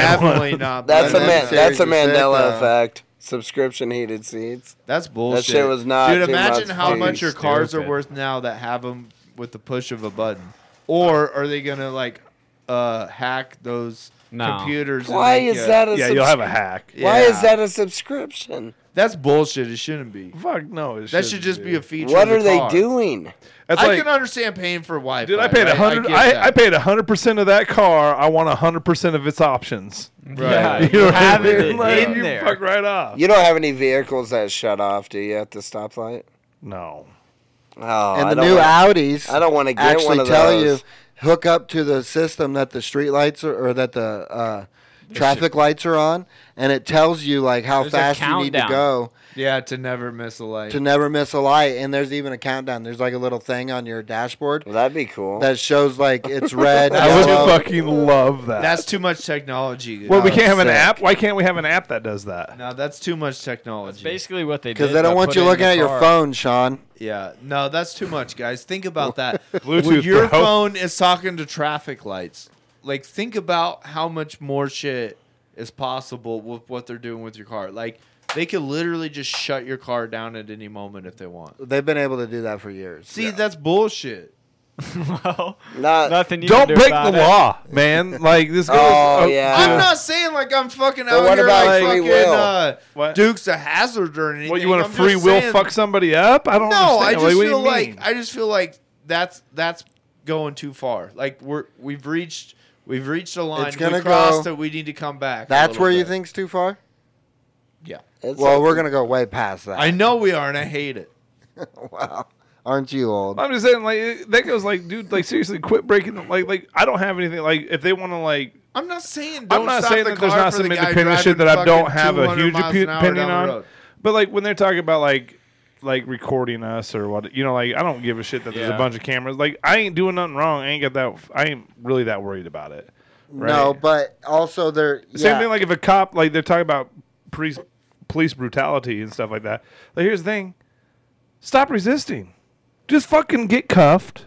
H: Definitely
K: one.
H: not.
J: That's a
H: buying
I: That's
J: man.
H: that.
J: That's a
I: serious effect,
J: Mandela
I: though.
J: effect. Subscription heated seats.
H: That's bullshit.
J: shit was not
H: Dude,
J: two
H: imagine
J: months,
H: how
J: dude.
H: much your cars are
K: Stupid.
H: worth now that have them with the push of a button. Or are they gonna like uh, hack those
L: No.
H: computers? and
J: Why
H: make
J: is
H: you-
J: that a?
K: Yeah, you'll have a
J: subscrip-
K: hack.
H: Yeah.
J: Why is that a subscription?
H: That's bullshit. It shouldn't be.
K: Fuck no. it
H: That
K: shouldn't
H: should just be a feature.
J: What
H: of the
J: are they
H: car.
J: doing?
K: That's
H: I
K: like,
H: can understand paying for Wi-Fi.
K: dude, I paid a
H: right?
K: hundred.
H: get
K: I,
H: that.
K: I, paid a hundred percent of that car. I want a hundred percent of its options.
L: Yeah,
H: Right.
L: you have
K: what I
L: it
K: mean? Like,
L: in
K: you
L: there.
K: Fuck right off.
J: You don't have any vehicles that shut off, do you, at the stoplight?
K: No.
J: Oh,
I: and
J: I
I: the
J: don't
I: new
J: wanna-
I: Audis.
J: I don't wanna get
I: actually
J: one of
I: tell
J: those.
I: you hook up to the system that the street lights are, or that the uh, traffic lights are on, and it tells you like how
L: There's a
I: fast you need to
L: countdown.
I: go
H: Yeah, to never miss a light.
I: to never miss a light. And there's even a countdown. There's like a little thing on your dashboard
J: Well, that'd be cool.
I: that shows like it's red.
K: I would
I: yellow.
K: fucking love that.
H: That's too much technology.
K: well, we
I: Oh,
K: can't have an
I: sick.
K: app. Why can't we have an app that does that?
H: No, that's too much technology.
L: Basically, what they did.
I: Because they don't
L: by
I: want you
L: putting
I: looking
L: the
I: at your
L: car-
I: phone, Sean.
H: Yeah, no, that's too much, guys. Think about that.
K: Bluetooth,
H: When your
K: bro.
H: phone is talking to traffic lights. Like, think about how much more shit is possible with what they're doing with your car. Like, they could literally just shut your car down at any moment if they want.
I: They've been able to do that for years.
H: See, that's bullshit.
L: well,
J: Not,
L: nothing. You
K: Don't
L: can do
K: break
L: about
K: the
L: it.
K: law, man. Like this. Goes, uh,
J: Oh,
I: Uh,
J: yeah.
H: I'm not saying like I'm fucking
J: But
H: out
J: what
H: here
J: about
H: like
J: free
H: fucking
J: will?
H: uh,
K: What?
H: Duke's a hazard or anything.
K: What you want
H: I'm
K: to
H: just
K: free will
H: saying-
K: fuck somebody up? I don't.
H: No, I
K: understand.
H: just
K: Like, what do you
H: feel like
K: mean?
H: I just feel like that's that's going too far. Like we're we've reached we've reached a line
I: It's gonna
H: we crossed
I: go-
H: that we need to come back. a
I: That's
H: little
I: where you
H: bit.
I: think's too far.
H: Yeah,
J: It's
I: Well,
J: like-
I: we're gonna go way past that.
H: I know we are, and I hate it.
I: wow, aren't you old?
K: I'm just saying, like it- that goes like, dude, like seriously, quit breaking. The, like, like I don't have anything. Like, if they want to, like,
H: I'm not saying don't
K: I'm not
H: stop
K: saying
H: the
K: that there's
H: car
K: not
H: for
K: some
H: the guy
K: independent shit that
H: driving
K: I don't
H: fucking
K: have a
H: 200
K: huge
H: miles
K: opi-
H: an hour
K: opinion
H: down the
K: on.
H: road.
K: But like when they're talking about like, like recording us or what, you know, like I don't give a shit that there's a
L: Yeah.
K: bunch of cameras. Like I ain't doing nothing wrong. I ain't got that. I ain't really that worried about it. Right?
I: No, but also there.
K: Same
I: yeah.
K: thing like if a cop like they're talking about police police brutality and stuff like that. Like here's the thing. Stop resisting. Just fucking get cuffed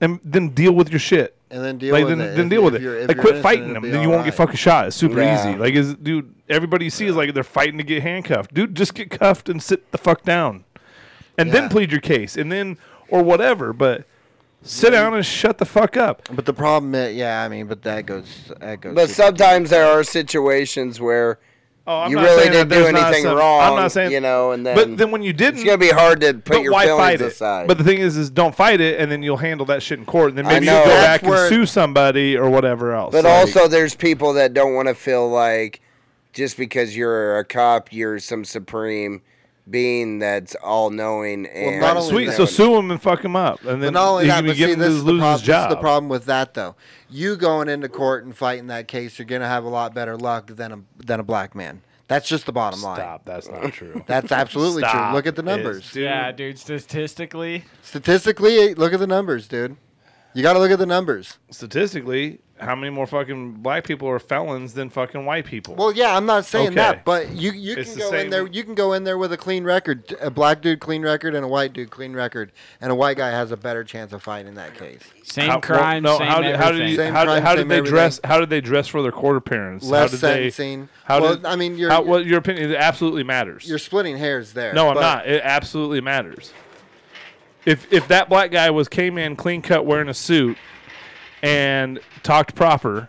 K: and then deal with your shit.
I: and then deal
K: like
I: with
K: then,
I: it.
K: then
I: If-
K: deal with
I: if you're-
K: it.
I: if
K: Like
I: you're
K: quit
I: innocent,
K: fighting
I: it'll
K: them,
I: be
K: then you
I: all
K: won't get
I: right.
K: fucking shot. It's super
J: Yeah.
K: easy. Like is dude everybody you see is like they're fighting to get handcuffed. Dude, just get cuffed and sit the fuck down. And
I: Yeah.
K: then plead your case and then or whatever, but sit down and shut the fuck up.
I: But the problem, i- yeah, I mean, but that goes that goes.
J: But
I: to-
J: sometimes there are situations where
K: Oh, I'm
J: you
K: not
J: really
K: saying
J: didn't
K: that
J: do
K: there's not
J: anything
K: some-
J: wrong.
K: I'm not saying
J: you know, and then
K: but then when you didn't,
J: it's gonna be hard to put
K: but
J: your
K: why
J: feelings
K: fight it?
J: aside.
K: But the thing is, is don't fight it, and then you'll handle that shit in court, and then
J: I
K: maybe you'll
J: know.
K: go
J: That's
K: back
J: where-
K: and sue somebody or whatever else.
J: But
K: Like,
J: also, there's people that don't want to feel like just because you're a cop, you're some supreme being that's all knowing and
I: not only
K: sweet,
I: that-
K: so sue him and fuck him up, and
I: But
K: then
I: not only
K: he
I: that,
K: can
I: but
K: give
I: see,
K: him
I: this
K: his-
I: is, the
K: lose
I: problem,
K: his
I: this is
K: job.
I: the problem with that, though. You going into court and fighting that case, you're going to have a lot better luck than a than a black man. That's just the bottom line.
K: Stop. That's not true.
I: That's absolutely true.
K: Stop.
I: Look at the
K: It's-
I: numbers.
K: dude,
L: Yeah, dude. Statistically,
I: Statistically, look at the numbers, dude. You got to look at the numbers.
K: statistically, how many more fucking black people are felons than fucking white people?
I: Well, yeah, I'm not saying
K: Okay.
I: that, but you you
K: It's
I: can
K: the
I: go
K: same-
I: in there. You can go in there with a clean record, a black dude clean record, and a white dude clean record, and a white guy has a better chance of fighting that case.
L: same
K: How- well,
L: crime,
K: no,
L: same
K: how did, how did
L: everything.
K: you,
I: Same
K: how, did-
I: crime,
K: how
I: same
K: did they
I: everything.
K: dress? How did they dress for their court appearance?
I: Less
K: how did
I: sentencing.
K: They, how
I: Well,
K: did,
I: I mean, you're-
K: how, what your opinion? It absolutely matters.
I: You're splitting hairs there.
K: No, I'm
I: but-
K: not. It absolutely matters. If if that black guy was came in clean cut wearing a suit and talked proper,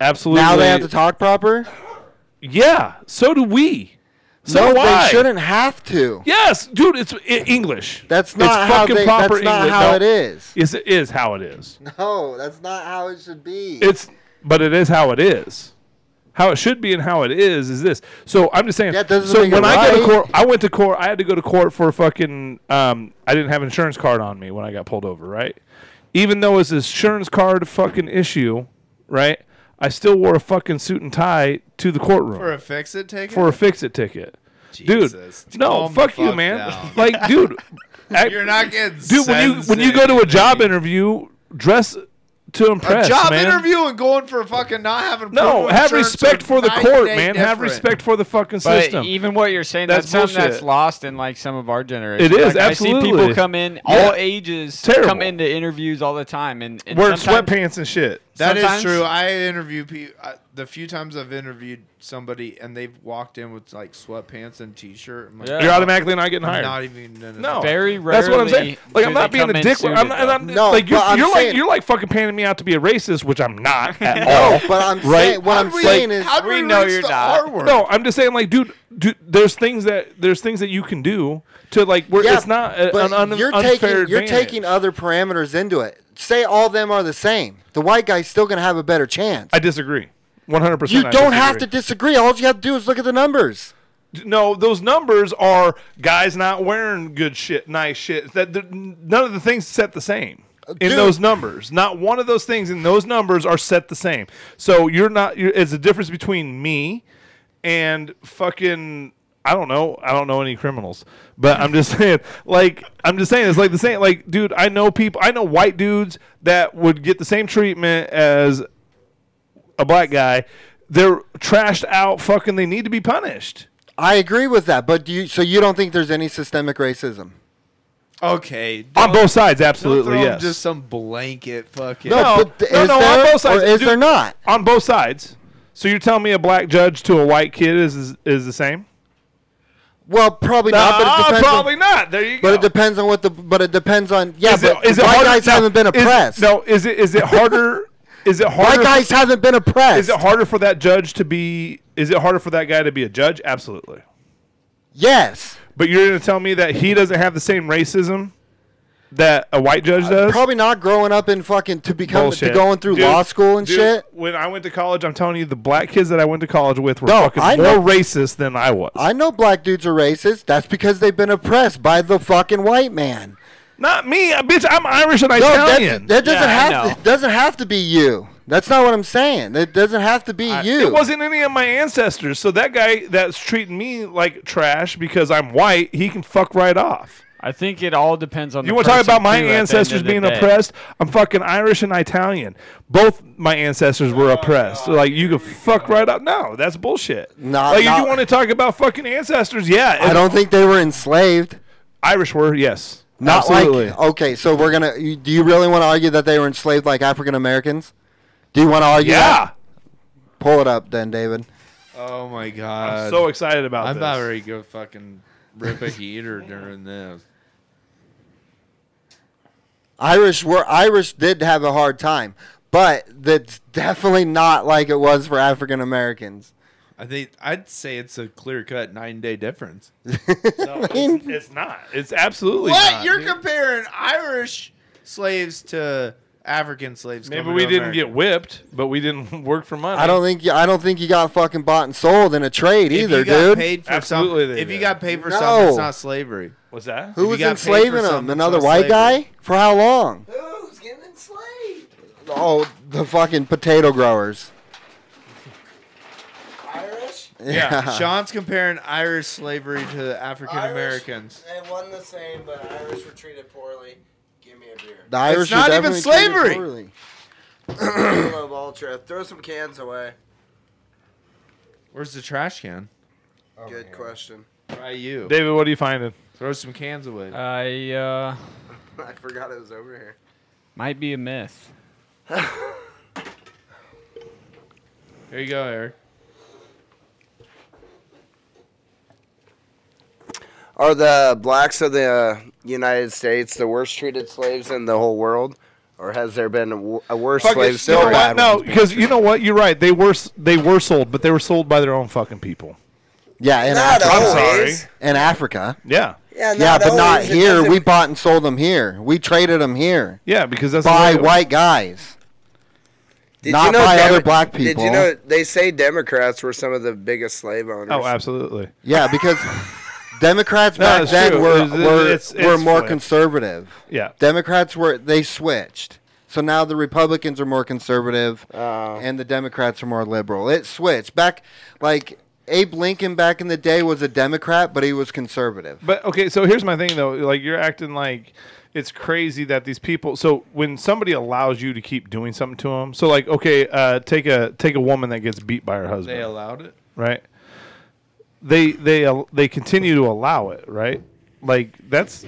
K: absolutely.
I: Now they have to talk proper.
K: Yeah. So do we. So
I: no,
K: do I.
I: they shouldn't have to.
K: Yes, dude. It's i English.
I: That's
K: It's
I: not how
K: fucking
I: they-
K: proper
I: that's not
K: English.
I: how
K: No.
I: it is.
K: Yes, it is how it is.
I: No, that's not how it should be.
K: It's but it is how it is. How it should be and how it is is this. So I'm just saying.
I: That doesn't
K: so
I: make it
K: when I go to
I: right.
K: court, I went to court. I had to go to court for fucking. Um, I didn't have an insurance card on me when I got pulled over, right? Even though it's an insurance card fucking issue, right? I still wore a fucking suit and tie to the courtroom
H: For a fix it ticket.
K: for a fix it ticket.
H: Jesus.
K: Dude, no,
H: Calm the
K: fuck you,
H: fuck
K: man.
H: down.
K: like, dude, I-
H: You're not getting.
K: dude. When you when you go to a job interview, dress to impress.
H: a job
K: man.
H: interview and going for a fucking not having proof
K: No,
H: of
K: have
H: insurance
K: respect
H: are
K: for the
H: night
K: court,
H: day
K: man. Have
H: different.
K: respect for the fucking
L: But
K: system.
L: even what you're saying,
K: That's
L: that's, something that's
K: bullshit.
L: lost in like some of our generation.
K: It is,
L: Like, I see
K: absolutely.
L: people come in all
K: Yeah.
L: ages,
K: Terrible.
L: come into interviews all the time, and, and
K: Wearing
L: sometimes-
K: sweatpants and shit.
H: That is
L: Sometimes-
H: true. I interview people. The few times I've interviewed somebody and they've walked in with like sweatpants and t-shirt. I'm like,
L: Yeah.
K: You're automatically not getting
H: I'm
K: hired.
H: not even. No,
K: no,
L: Very
K: That's what I'm saying.
L: rarely
K: Like
L: do
K: I'm not
L: they
K: being
L: come
K: a
L: in
K: dick.
L: suited,
K: I'm not, and
L: though.
K: I'm,
I: No,
K: like you're,
I: but I'm
K: you're
I: saying-
K: like you're like fucking panning me out to be a racist, which I'm not at all.
I: no, but I'm
K: Right?
I: saying what
H: How
I: I'm
H: do we-
I: saying is
H: how do
L: We
H: we
L: know
H: reach
L: you're
H: the
L: not.
H: R word?
K: No, I'm just saying, like, dude, dude, there's things that there's things that you can do to like where
I: Yeah,
K: it's not a,
I: but
K: an un,
I: you're
K: unfair
I: taking you're
K: advantage.
I: taking other parameters into it. Say all of them are the same. The white guy's still going to have a better chance.
K: I disagree, 100. percent
I: you don't have to disagree. All you have to do is look at the numbers.
K: No, those numbers are guys not wearing good shit, nice shit. That that- none of the things set the same in
I: dude.
K: those numbers. Not one of those things in those numbers are set the same. So you're not. You're, it's a difference between me and fucking. I don't know. I don't know any criminals, but I'm just saying. Like I'm just saying, it's like the same. Like, dude, I know people. I know white dudes that would get the same treatment as a black guy. They're trashed out. Fucking. They need to be punished.
I: I agree with that, but do you so you don't think there's any systemic racism?
H: Okay.
K: on both sides,
H: Don't
K: absolutely,
H: throw 'em
K: yes.
H: Just some blanket fucking.
I: No.
K: no,
I: but
K: no,
I: is
K: no,
I: there
K: on both sides.
I: or is
K: Dude,
I: there not?
K: On both sides. So you're telling me a black judge to a white kid is is, is the same?
I: Well, probably not. But it
K: Nah,
I: depends on-
K: probably not. There you
I: But it depends on what the. But it depends on. Yeah,
K: Is it-
I: but
K: is it
I: white
K: harder-
I: guys
K: now,
I: haven't been
K: is-
I: oppressed.
K: no, is it is it harder? Is it harder?
I: White guys haven't been oppressed.
K: Is it harder for that judge to be? Is it harder for that guy to be a judge? Absolutely.
I: Yes.
K: But you're going to tell me that he doesn't have the same racism that a white judge does?
I: Uh, Probably not growing up in fucking to become to
K: Bullshit.
I: going through
K: Dude,
I: law school and
K: dude,
I: shit.
K: When I went to college, I'm telling you, the black kids that I went to college with were
I: No,
K: fucking
I: I
K: more
I: know-
K: racist than I was.
I: I know black dudes are racist. That's because they've been oppressed by the fucking white man.
K: Not me, uh, bitch. I'm Irish and
I: No,
K: Italian.
I: that, that doesn't
K: Yeah, I know.
I: have to, it doesn't have to be you. That's not what I'm saying. It doesn't have to be you.
K: It wasn't any of my ancestors. So that guy that's treating me like trash because I'm white, he can fuck right off.
L: I think it all depends on.
K: You
L: the
K: want to talk
L: person,
K: about my
L: too, at the end
K: ancestors
L: of the
K: being
L: day.
K: oppressed? I'm fucking Irish and Italian. Both my ancestors were oppressed. like you could fuck right up. No, that's bullshit.
I: Nah,
K: like if
I: nah.
K: you want to talk about fucking ancestors, yeah.
I: I
K: if-
I: don't think they were enslaved.
K: Irish were yes.
I: Not
K: Absolutely.
I: like okay, so we're gonna. you- Do you really want to argue that they were enslaved like African Americans? Do you want to argue? that? Pull it up, then, David.
H: Oh my god!
K: so excited about
H: I'm
K: this.
H: about ready to go fucking rip a heater during this.
I: Irish were Irish did have a hard time, but that's definitely not like it was for African Americans.
H: I think I'd say it's a clear cut nine day difference.
K: No, it's, it's not. It's absolutely
H: what
K: not,
H: you're
K: dude.
H: comparing Irish slaves to African slaves?
K: Maybe
H: coming
K: we
H: to
K: didn't
H: America.
K: get whipped, but we didn't work for money.
I: I don't think you, I don't think you got fucking bought and sold in a trade
H: If
I: either,
H: you got
I: dude.
H: Paid for
K: Absolutely
H: Some,
K: they
H: if you
K: did.
H: got paid for
I: No.
H: something, it's not slavery.
K: What's that?
I: Who
H: if you
I: was
H: got paid for
I: enslaving
H: something,
I: them?
H: it's
I: Another
H: not
I: white
H: slavery.
I: guy? For how long?
J: Who's getting enslaved?
I: Oh, the fucking potato growers.
J: Irish.
K: Yeah,
H: Sean's comparing Irish slavery to African Americans.
J: They won the same, but Irish were treated poorly. Give me a beer.
I: The Irish
H: not
I: were
H: even
I: definitely treated
H: slavery.
I: poorly.
J: Michelob Ultra. Throw some cans away.
H: Where's the trash can?
I: Oh,
J: Good question.
H: Try you.
K: David, what are you finding?
H: Throw some cans away.
L: I uh,
J: I forgot it was over here.
L: might be a myth.
H: Here you go, Eric.
J: Are the blacks of the uh, United States the worst treated slaves in the whole world, or has there been a, w- a worse
K: Fuck
J: slave
K: it, you
J: still
K: know what?
J: bad?
K: No,
J: ones?
K: because you know what? You're right. They were s- they were sold, but they were sold by their own fucking people.
I: Yeah, in,
J: Not
I: Africa.
K: I'm
J: always.
K: sorry.
I: in Africa.
K: Yeah,
J: Yeah,
I: yeah, but not
J: always. It
I: here.
J: doesn't-
I: We bought and sold them here. We traded them here
K: yeah, because that's the
I: by
K: way it-
I: white guys.
J: Did
I: not by
J: Demo-
I: other black
J: Did
I: people.
J: you know they say Democrats were some of the biggest slave owners?
K: Oh, absolutely.
I: Yeah, because Democrats
K: No,
I: back
K: it's
I: then
K: true.
I: were
K: It's-
I: were,
K: it's-
I: were
K: it's
I: more
K: flipped.
I: conservative.
K: Yeah.
I: Democrats were they switched. So now the Republicans are more conservative
J: Oh.
I: and the Democrats are more liberal. It switched. Back like Abe Lincoln back in the day was a Democrat, but he was conservative.
K: But okay, so here's my thing though. Like you're acting like it's crazy that these people. So when somebody allows you to keep doing something to them, so like okay, uh, take a take a woman that gets beat by her husband,
H: They allowed it.
K: right? They they al- they continue to allow it, right? Like that's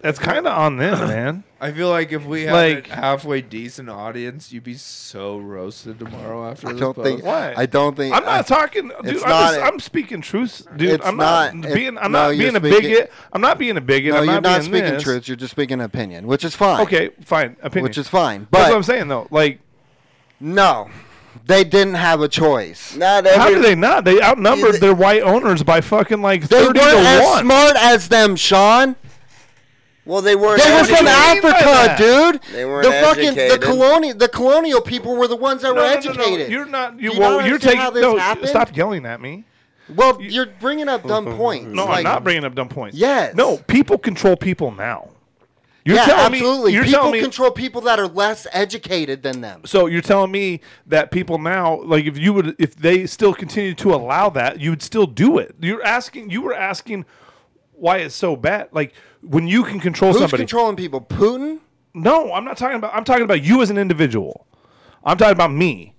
K: that's kind of on them, man.
H: I feel like if we had
K: Like-
H: a halfway decent audience, you'd be so roasted tomorrow after
I: I
H: this
I: don't think
H: post.
K: Why?
I: I don't think
K: I'm not
I: I-
K: talking, dude. I'm,
I: it's not-
K: just, I'm speaking truth, dude.
I: it's
K: I'm not,
I: not- it-
K: being. I'm
I: no,
K: not
I: you're
K: being a
I: speaking-
K: bigot. I'm not being a bigot.
I: No,
K: I'm
I: you're
K: not,
I: not
K: being
I: speaking
K: this.
I: truth, you're just speaking opinion, which is fine.
K: Okay, fine. Opinion.
I: Which is fine.
K: That's what I'm
I: But
K: saying though. Like,
I: no. They didn't have a choice.
J: Not
K: how
J: every.
K: do they not? They outnumbered their white owners by fucking like
I: They
K: thirty
I: weren't
K: to
I: as
K: one.
I: smart as them, Sean.
J: well, they were.
I: They were
K: What do
I: from
K: you mean by that?
I: Africa, dude.
J: They weren't
I: the fucking
J: educated.
I: the colonial the colonial people were the ones that
K: No,
I: were
K: no, no, no,
I: educated.
K: You're not. You,
I: Do you
K: well,
I: not
K: you're
I: understand
K: taking.
I: how this
K: no,
I: happened?
K: stop yelling at me.
I: well, you're bringing up dumb points.
K: No,
I: Like,
K: I'm not bringing up dumb points.
I: Yes.
K: No, people control people now. You're
I: yeah,
K: telling
I: absolutely.
K: me. You're
I: people
K: telling me.
I: control people that are less educated than them.
K: So you're telling me that people now, like if you would, if they still continue to allow that, you would still do it. You're asking, you were asking why it's so bad. Like when you can control
I: Who's
K: somebody.
I: controlling people? Putin?
K: no, I'm not talking about. I'm talking about you as an individual. I'm talking about me.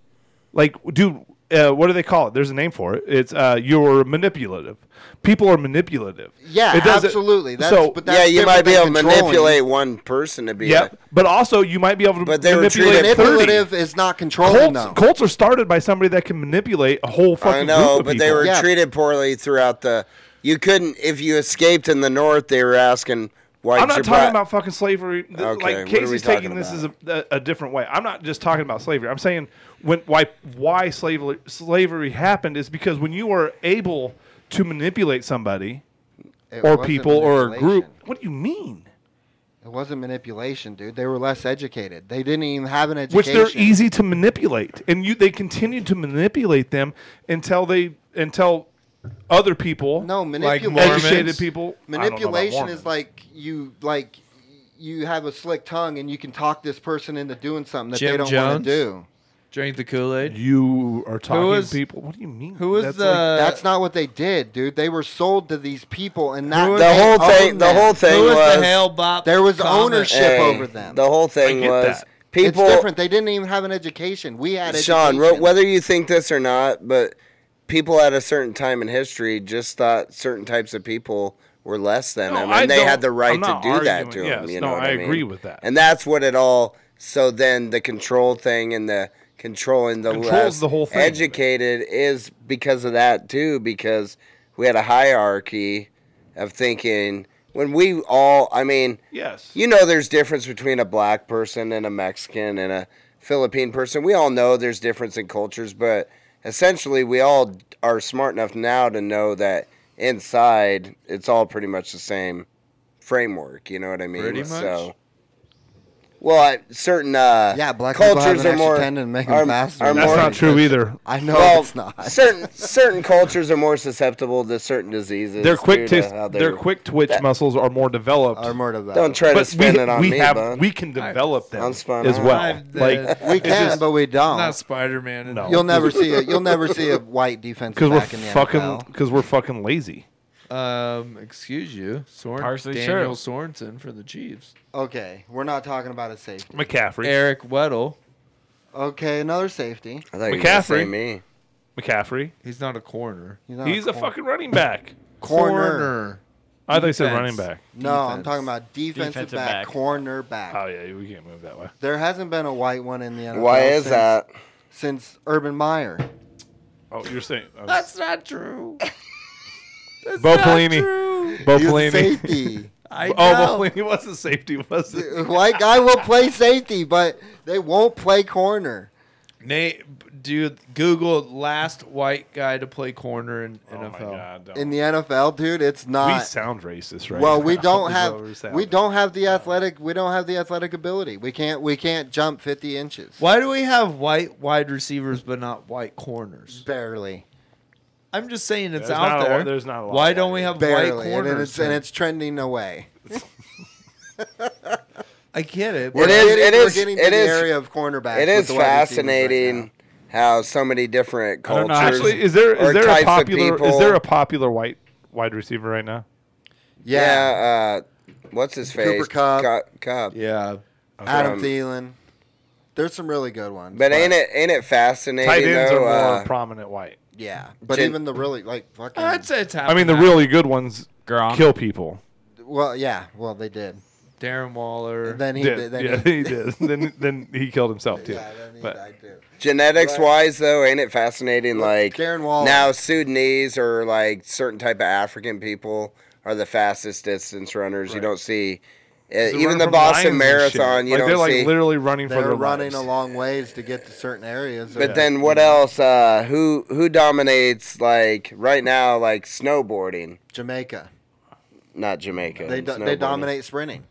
K: Like, dude, uh, what do they call it? There's a name for it. It's uh, you're manipulative. People are manipulative.
I: Yeah,
K: It doesn't-
I: absolutely. That's,
K: so
I: but that's
J: yeah, you might
I: different
J: be
I: than
J: able to
I: controlling.
J: manipulate one person to be.
K: yeah,
J: a-
K: but also you might be able to
J: But they were
K: manipulate
J: treated-
K: 30.
I: Manipulative is not controlling
K: Colts,
I: them.
K: Colts are started by somebody that can manipulate a whole fucking
J: I know,
K: group of
J: but
K: people.
J: they were
I: Yeah.
J: treated poorly throughout the You couldn't if you escaped in the north. They were asking why.
K: I'm not talking about fucking slavery. Th-
J: Okay, what are
K: like
J: we
K: Casey's taking
J: talking
K: this as a, a, a different way. I'm not just talking about slavery. I'm saying when why why slavery slavery happened is because when you are able to manipulate somebody
I: It
K: or
I: wasn't
K: people or a group,
I: manipulation.
K: what do you mean?
I: It wasn't manipulation, dude. They were less educated. They didn't even have an
K: Which
I: education.
K: they're easy to manipulate, and you they continue to manipulate them until they until other people
I: No, manipulation.
K: educated people I don't know about
I: Manipulation
K: Mormons.
I: is like you like you have a slick tongue and you can talk this person into doing something that
H: Jim
I: they don't want
H: Jones
I: to do.
H: drank the Kool Aid.
K: You are talking
H: was-
K: people. What do you mean?
H: Who was
K: That's
H: the?
K: like-
I: That's not what they did, dude. They were sold to these people, and that
H: was-
J: the
I: they
J: whole
I: owned
J: thing. The
I: them.
J: whole thing
H: who was,
J: was
H: the hell bop?
I: There was
H: comment?
I: ownership
J: Hey,
I: over them.
J: The whole thing
K: get
J: was
K: that.
J: people.
I: it's different. They didn't even have an education. We had
J: Sean, wh-
I: education.
J: whether you think this or not, but people at a certain time in history just thought certain types of people were less than
K: No,
J: them, and
K: I
J: they
K: don't-
J: had the right
K: I'm
J: to
K: not
J: do that
K: arguing-
J: to them.
K: yes,
J: You
K: no,
J: know what
K: I
J: mean?
K: agree with that.
J: And that's what it all. So then the control thing and the controlling the
K: Controls
J: less
K: the whole thing.
J: educated is because of that too, because we had a hierarchy of thinking when we all. I mean.
K: yes.
J: You know, there's difference between a black person and a Mexican and a Philippine person. We all know there's difference in cultures, but essentially, we all are smart enough now to know that inside it's all pretty much the same framework. You know what I mean?
H: Pretty much.
J: So, well, I, certain uh,
I: Yeah, black people have
J: cultures
I: an
J: are
I: extra
J: more
I: tendon and make 'em
J: are,
I: faster.
J: are
I: That's
J: more
K: That's not true either.
I: I know
J: well,
I: it's not.
J: certain certain cultures are more susceptible to certain diseases.
K: Their
J: due
K: quick
J: to
K: tis-
J: uh, how
K: their
J: they're-
K: quick twitch muscles are more developed.
I: Or more to that.
J: Don't try to
K: but we,
J: spin it on
K: we
J: me,
K: have
J: bud.
K: we can develop them
J: I'm spun
K: as
J: out.
K: well.
H: I've- uh,
K: Like
I: we can, but we don't.
H: not Spider Man.
K: No.
I: You'll never see a you'll never see a white defensive
K: because we're
I: back in the
K: fucking
I: NFL.
K: because we're fucking lazy.
H: Um, excuse you, Soren,
L: Parsley
H: Daniel Sorensen for the Chiefs.
I: Okay, we're not talking about a safety.
K: McCaffrey,
H: Eric Weddle.
I: Okay, another safety.
J: I thought you were gonna say
K: McCaffrey.
J: me.
K: McCaffrey,
H: He's not a corner.
I: not
K: he's a
I: corner.
K: fucking running back.
I: Corner.
K: I thought you said
H: Defense.
K: running back.
I: No, I'm
H: Defense.
I: talking about defensive,
L: Defensive
I: back,
L: back.
I: corner back.
K: Oh yeah, we can't move that way.
I: There hasn't been a white one in the NFL.
J: Why is
I: since,
J: that?
I: Since Urban Meyer.
K: Oh, you're saying oh,
H: That's not true. That's
K: Bo
H: not
K: Pelini.
H: true.
K: Bo
I: He's a
K: Pelini.
I: safety.
H: I
K: Oh,
H: know.
K: Bo Pelini was a safety, was it?
I: A white guy will play safety, but they won't play corner.
H: Nate, dude, Google last white guy to play corner in
K: Oh
H: NFL.
K: my god, don't.
I: In the NFL, dude, it's
K: we
I: not.
K: sound racist, right?
I: Uh, well, we
K: now.
I: don't
K: Is what we're
I: have
K: saying.
I: we don't have the athletic we don't have the athletic ability. We can't we can't jump 50 inches.
H: Why do we have white wide receivers but not white corners?
I: Barely.
H: I'm just saying it's
K: There's
H: out
K: not a lo-
H: there.
K: there's not a lot
H: Why
K: of
H: don't
K: white
H: we have white
I: Barely. And
H: corners?
I: it's and it's trending away.
H: I get it.
J: It is-
H: but-
I: Getting-
J: it
I: we're
J: is-
I: getting to
J: it
I: the
J: is-
I: area of cornerback.
J: It is fascinating how so many different
K: I don't
J: cultures.
K: know. Actually, is there
J: or
K: is there
J: types
K: a
J: of
K: popular is
J: people-
K: there a popular white wide receiver right now?
I: Yeah.
J: yeah? uh, what's his face?
I: Cooper Kupp.
J: Cu- Kupp.
H: yeah.
I: Adam
J: Um,
I: Thielen. There's some really good ones.
J: But ain't it ain't it fascinating
K: Tight ends are
J: though?
K: more
J: uh,
K: prominent white.
I: Yeah, but
J: Gen-
I: even the really like fucking.
H: I'd say it's
K: I
H: happening.
K: mean, the really good ones
L: Gronk.
K: kill people.
I: well, yeah, well they did.
H: Darren Waller.
I: Then he
K: Did.
I: did. Then
K: yeah,
I: he,
K: he did. then then he killed himself too.
I: yeah, then he
K: But-
I: died too.
J: genetics wise though, ain't it fascinating? Like
I: Darren Waller.
J: now, Sudanese or like certain type of African people are the fastest distance runners. You don't see. uh,
K: They're
J: even
K: running
J: the
K: from
J: Boston
K: lions and shit.
J: Marathon, you
K: like,
J: don't
K: they're like
J: see.
K: literally running for
I: They
K: their
I: were running
K: lives.
I: a long ways to get to certain
K: Oh,
I: areas.
J: But
I: of-
J: then what
K: Mm-hmm.
J: else? Uh, who who dominates like right now? Like snowboarding,
I: Jamaica,
J: not Jamaica.
I: they do, they
J: snowboarding.
I: dominate sprinting.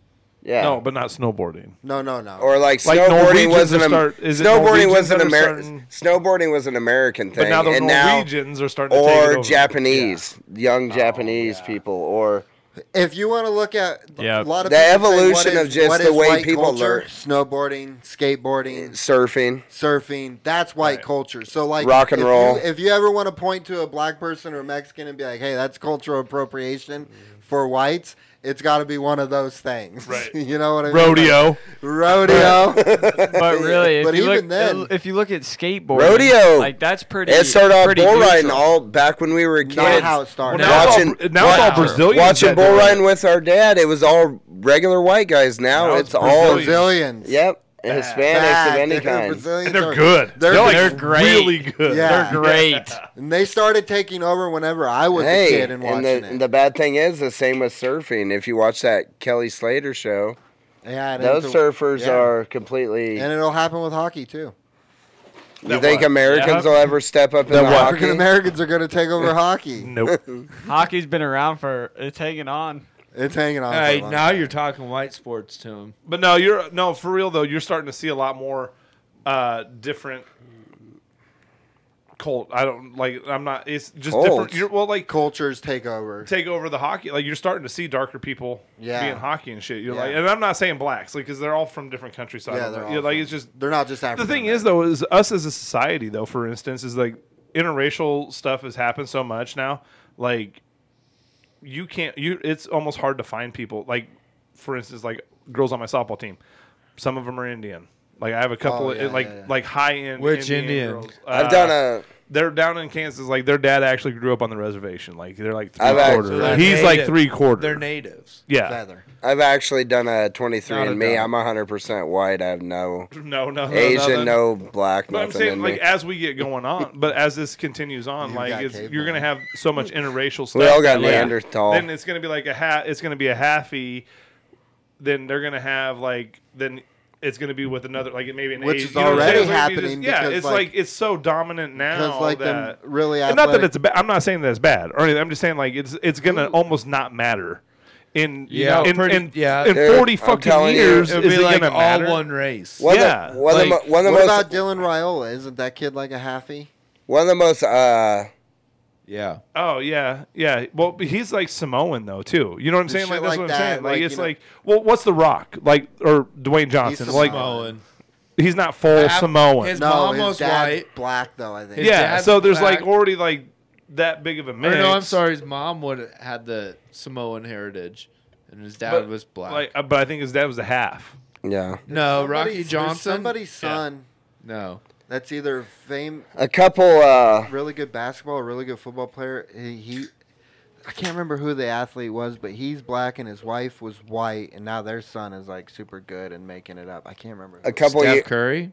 J: Yeah.
K: No, but not snowboarding.
I: No, no, no.
J: or like
K: Like
J: snowboarding
K: Norwegians
J: wasn't
K: that
J: a
K: start- is it
J: snowboarding
K: Norwegians
J: was an
K: that are
J: American
K: starting-
J: snowboarding was an American thing,
K: But now the
J: and now
K: Norwegians are starting to take it
J: or
K: over. Oh,
J: Japanese young Japanese people or
I: if you want to look at
L: Yeah.
I: a lot of
J: The
I: people say, what
J: evolution
I: is-
J: of just
I: what
J: the
I: is
J: way
I: white
J: people
I: culture?
J: learn.
I: snowboarding, skateboarding,
J: surfing.
I: surfing. That's white culture. So like
J: Rock and
I: if
J: roll.
I: You, if you ever want to point to a black person or Mexican and be like, "Hey, that's cultural appropriation for whites," it's got to be one of those things.
K: Mm. Right.
I: you know what I mean?
K: Rodeo.
I: Like, rodeo.
L: But really, if
I: But
L: you
I: even
L: look,
I: then-
L: if you look at skateboarding,
J: Rodeo.
L: like that's pretty.
J: It started off
L: pretty
J: bull riding
L: neutral.
J: all back when we were kids.
I: Not how it started.
K: Well, now it's all-
J: Watching-
K: now it's all
L: watching-
K: Brazilians.
J: Watching
K: that
J: bull
K: do it.
J: riding with our dad, it was all regular white guys. Now,
K: Now
J: it's,
K: it's
J: all
K: Brazilian.
I: Brazilians.
J: yep. Hispanics of
I: Bad.
J: any
I: They're
J: kind.
I: Brazilian
J: And they're
I: Tar-
J: good.
K: They're
I: like,
K: like really good. They're great.
I: and they started taking over whenever I was
J: hey,
I: a kid and watching
J: the,
I: it.
J: and the bad thing is the same with surfing. If you watch that Kelly Slater show,
I: Yeah, it
J: those
I: is the-
J: surfers
I: yeah.
J: are completely.
I: And it'll happen with hockey too.
J: you think Americans will ever step up in the hockey?
I: African Americans are going to take over hockey.
K: Nope.
L: Hockey's been around for it's hanging on.
I: It's hanging on.
H: All right, now you're talking white sports to him.
K: But no, you're no for real though. You're starting to see a lot more uh, different cult. I don't like. I'm not. It's just different.
I: Cults.
K: You're, well, like
I: cultures take over.
K: Take over the hockey. Like you're starting to see darker people
I: Yeah.
K: being hockey and shit. You're
I: Yeah.
K: like, and I'm not saying blacks, like because they're all from different countries. So I
I: Yeah,
K: don't
I: they're
K: know.
I: all
K: You're like
I: from-
K: it's just
I: they're not just African.
K: the thing is though is us as a society though for instance is like interracial stuff has happened so much now like you can't you it's almost hard to find people like for instance like girls on my softball team some of them are indian like i have a couple
J: Oh,
K: of,
J: yeah,
K: like
J: yeah, yeah.
K: like high end
H: Which Indian?
K: girls. Uh,
J: I've done a-
K: they're down in kansas like their dad actually grew up on the reservation like they're like 3
J: I've act-
K: quarters
J: They're
K: he's like
J: native.
K: three quarters
J: They're
H: natives.
K: yeah
J: I've actually done a
K: Not a
J: 23andMe.
K: doubt.
J: I'm 100% white. I have no,
K: No, no, no,
J: Asian,
K: nothing.
J: no black,
K: But I'm
J: nothing
K: saying,
J: in
K: like,
J: me.
K: as we get going on, but as this continues on,
J: You've got
K: like, it's,
J: caveman.
K: you're gonna have so much interracial stuff.
J: We all got
K: that, like,
J: Neanderthal.
K: Then it's gonna be like a half. It's gonna be a halfy. Then they're gonna have like then it's gonna be with another like maybe an
I: Which
K: Asian-
I: is
K: you know what I'm
I: already
K: saying? Like, you
I: happening
K: yeah,
I: because,
K: it's
I: like-
K: like, it's so dominant now
I: because, like, them
K: that
I: really
K: and not that
I: athletic-
K: it's bad. I'm not saying that it's bad or anything. I'm just saying like it's it's gonna almost not matter. In you
H: Yeah,
K: know, in,
H: pretty-
K: in,
H: yeah.
K: in
H: Dude,
K: forty
H: I'm
K: fucking
H: telling you,
K: years,
H: it'd be
K: is it
H: like
K: gonna
H: all
K: matter?
H: one race.
J: One of the-
K: yeah,
J: one of the mo- one of the
I: what
J: most-
I: about Dylan Raiola? Isn't that kid like a halfie?
J: One of the most. Uh,
H: yeah.
K: Oh yeah, yeah. Well, but he's like Samoan though too. You know what I'm
I: Just
K: saying? Like
I: shit
K: that's
I: like
K: what I'm
I: that,
K: saying. Like,
I: like,
K: it's
I: you know-
K: like, well, what's The Rock like or Dwayne Johnson? like
H: Samoan.
K: he's not full Samoan.
H: His
I: no,
H: mom
I: his
H: was
I: dad's
H: white.
I: black though. I think.
H: his
K: yeah.
H: dad's
K: So there's
H: black.
K: like already like that big of a
H: Or
K: mix.
H: no, I'm sorry. His mom would had the Samoan heritage, and his dad
K: But,
H: was black.
K: Like, uh, but I think his dad was a half.
J: yeah.
K: uh,
H: no,
I: Somebody's-
H: Rocky
I: there's
H: Johnson.
I: Somebody's son.
H: No.
I: That's either fame,
J: A couple. Uh,
I: really good basketball, or really good football player. He, he, I can't remember who the athlete was, but he's black and his wife was white, and now their son is like super good and making it up. I can't remember.
J: a couple.
H: Steph
J: ye-
H: Curry.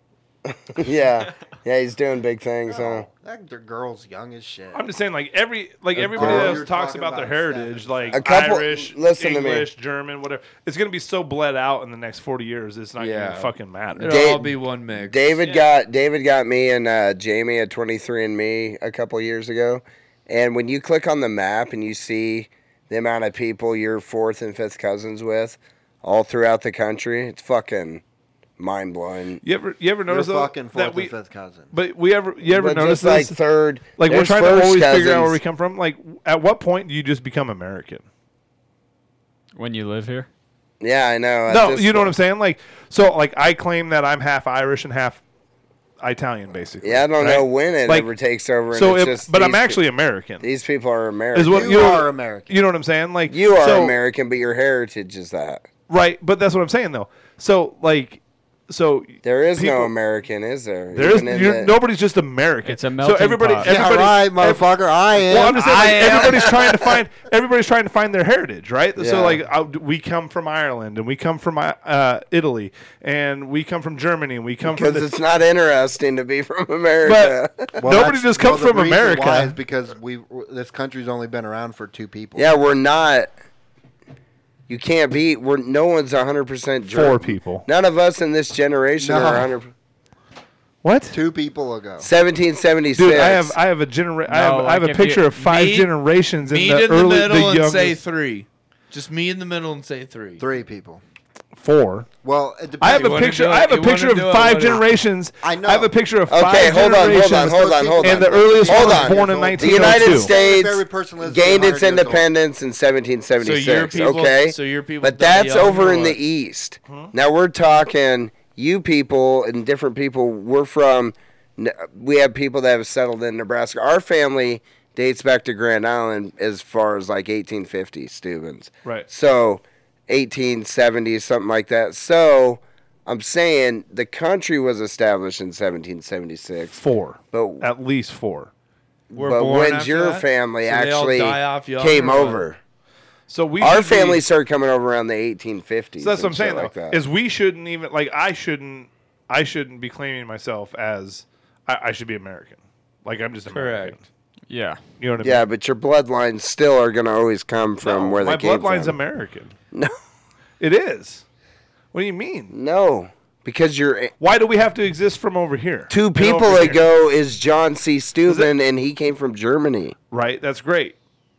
J: yeah, yeah, he's doing big things. Huh?
I: That g- girl's young as shit.
K: I'm just saying, like every like
I: A
K: everybody
I: girl
K: else
I: you're
K: talks
I: talking
K: about their
I: about
K: heritage, like
J: A couple-
K: Irish,
J: listen to me.
K: English, German, whatever. It's gonna be so bled out in the next forty years. It's not
H: Yeah.
K: gonna fucking matter.
H: It'll
J: Da-
H: all be one mix.
J: David got David got me and uh, Jamie at 23andMe a couple years ago, and when you click on the map and you see the amount of people you're fourth and fifth cousins with, all throughout the country, it's fucking mind blowing.
K: You ever you ever
I: You're
K: notice though,
I: fucking fourth
K: that we
I: and fifth cousin.
K: But we ever you ever
J: But
K: notice
J: just like
K: this?
J: third,
K: like we're
J: there's
K: trying to
J: first
K: always figure out where
J: cousins.
K: we come from. Like at what point do you just become American?
L: When you live here,
J: Yeah, I know. at
K: no,
J: this
K: you know what
J: point.
K: I'm saying. Like so, like I claim that I'm half Irish and half Italian, basically.
J: Yeah, I don't
K: right?
J: know when it
K: Like,
J: ever takes over. And
K: So,
J: it's
K: it-
J: just
K: but I'm
J: these pe-
K: actually American.
J: These people are American.
K: Is what
I: You
K: you know-
I: are American.
K: You know what I'm saying? Like
J: you are
K: so-
J: American, but your heritage is that.
K: right? But that's what I'm saying though. So like, so
J: There is no
K: People-
J: American, is there?
K: there is
J: Even in
K: you're,
J: the-
K: nobody's just American. It's a
L: melting
K: so everybody,
L: pot.
I: Yeah,
K: everybody,
I: right,
K: ev-
I: motherfucker. I am.
K: Well, I'm just saying,
I: I
K: like,
I: am.
K: everybody's trying to find everybody's trying to find their heritage, right?
J: Yeah.
K: So like, I, we come from Ireland, and we come from uh, Italy, and we come from Germany, and we come from.
J: Because
K: The,
J: it's not interesting to be from America.
I: Well,
K: nobody
I: that's-
K: just comes
I: well, the
K: from
I: reason
K: America.
I: Why is because we this country's only been around for two people.
J: yeah, we're not. You can't be. We're no one's hundred percent.
K: Four people.
J: None of us in this generation
I: No.
J: are hundred.
K: What?
I: two people ago.
J: Seventeen seventy six.
K: Dude, I have I have a genera- I
L: No,
K: have, I have
L: like
K: a
L: if you-
K: picture of five
H: Meet-
K: generations in
H: Meet
K: the
H: in the
K: early the,
H: middle and
K: youngest
H: say three. Just me in the middle and say three.
I: Three people.
K: four.
I: Well, it
K: I have
I: depends.
K: a
H: wanna
K: picture.
H: do it?
K: I have a
H: You wanna
K: picture of
H: do it?
K: five
H: What do you-
K: generations.
I: I know.
K: I have a picture of
J: Okay,
K: five
J: hold on, hold on,
K: generations.
J: hold on, hold on.
K: And the earliest
J: hold
K: one was
J: on.
K: born in
J: The
K: 1902.
J: United
I: Every
J: States
I: person lives to be
J: gained
I: 100
J: its
I: years old.
J: independence in
H: So your
J: 1776.
H: people-
J: okay,
H: so your people
J: But
H: don't
J: that's
H: yell,
J: over
H: you
J: in
H: know
J: the
H: what?
J: East. Now we're talking. You people and different people. We're from. n- We have people that have settled in Nebraska. Our family dates back to Grand Island as far as like 1850 Steuben's.
K: Right.
J: So 1870, something like that. So I'm saying the country was established in 1776.
K: Four,
J: But
K: at least four.
H: We're
J: but
H: born
J: when's
H: after
J: your
H: that?
J: family
H: So they all
J: actually
H: die off young
J: came
H: or what?
J: over?
K: So we
J: Our
K: should be-
J: family started coming over around the 1850s.
K: So that's what I'm
J: and shit
K: saying though.
J: Like that.
K: Is we shouldn't even like I shouldn't I shouldn't be claiming myself as I, I should be American. Like I'm just American. Correct.
L: Yeah.
K: You know what I mean?
J: yeah, but your bloodlines still are going to always come from
K: No,
J: where they
K: my
J: came
K: bloodline's
J: from.
K: American.
J: No.
K: It is. What do you mean?
J: No, because you're
K: Why do we have to exist from over here?
J: two
K: And
J: people
K: over here?
J: ago is John C. Steuben, and he came from Germany.
K: right? That's great,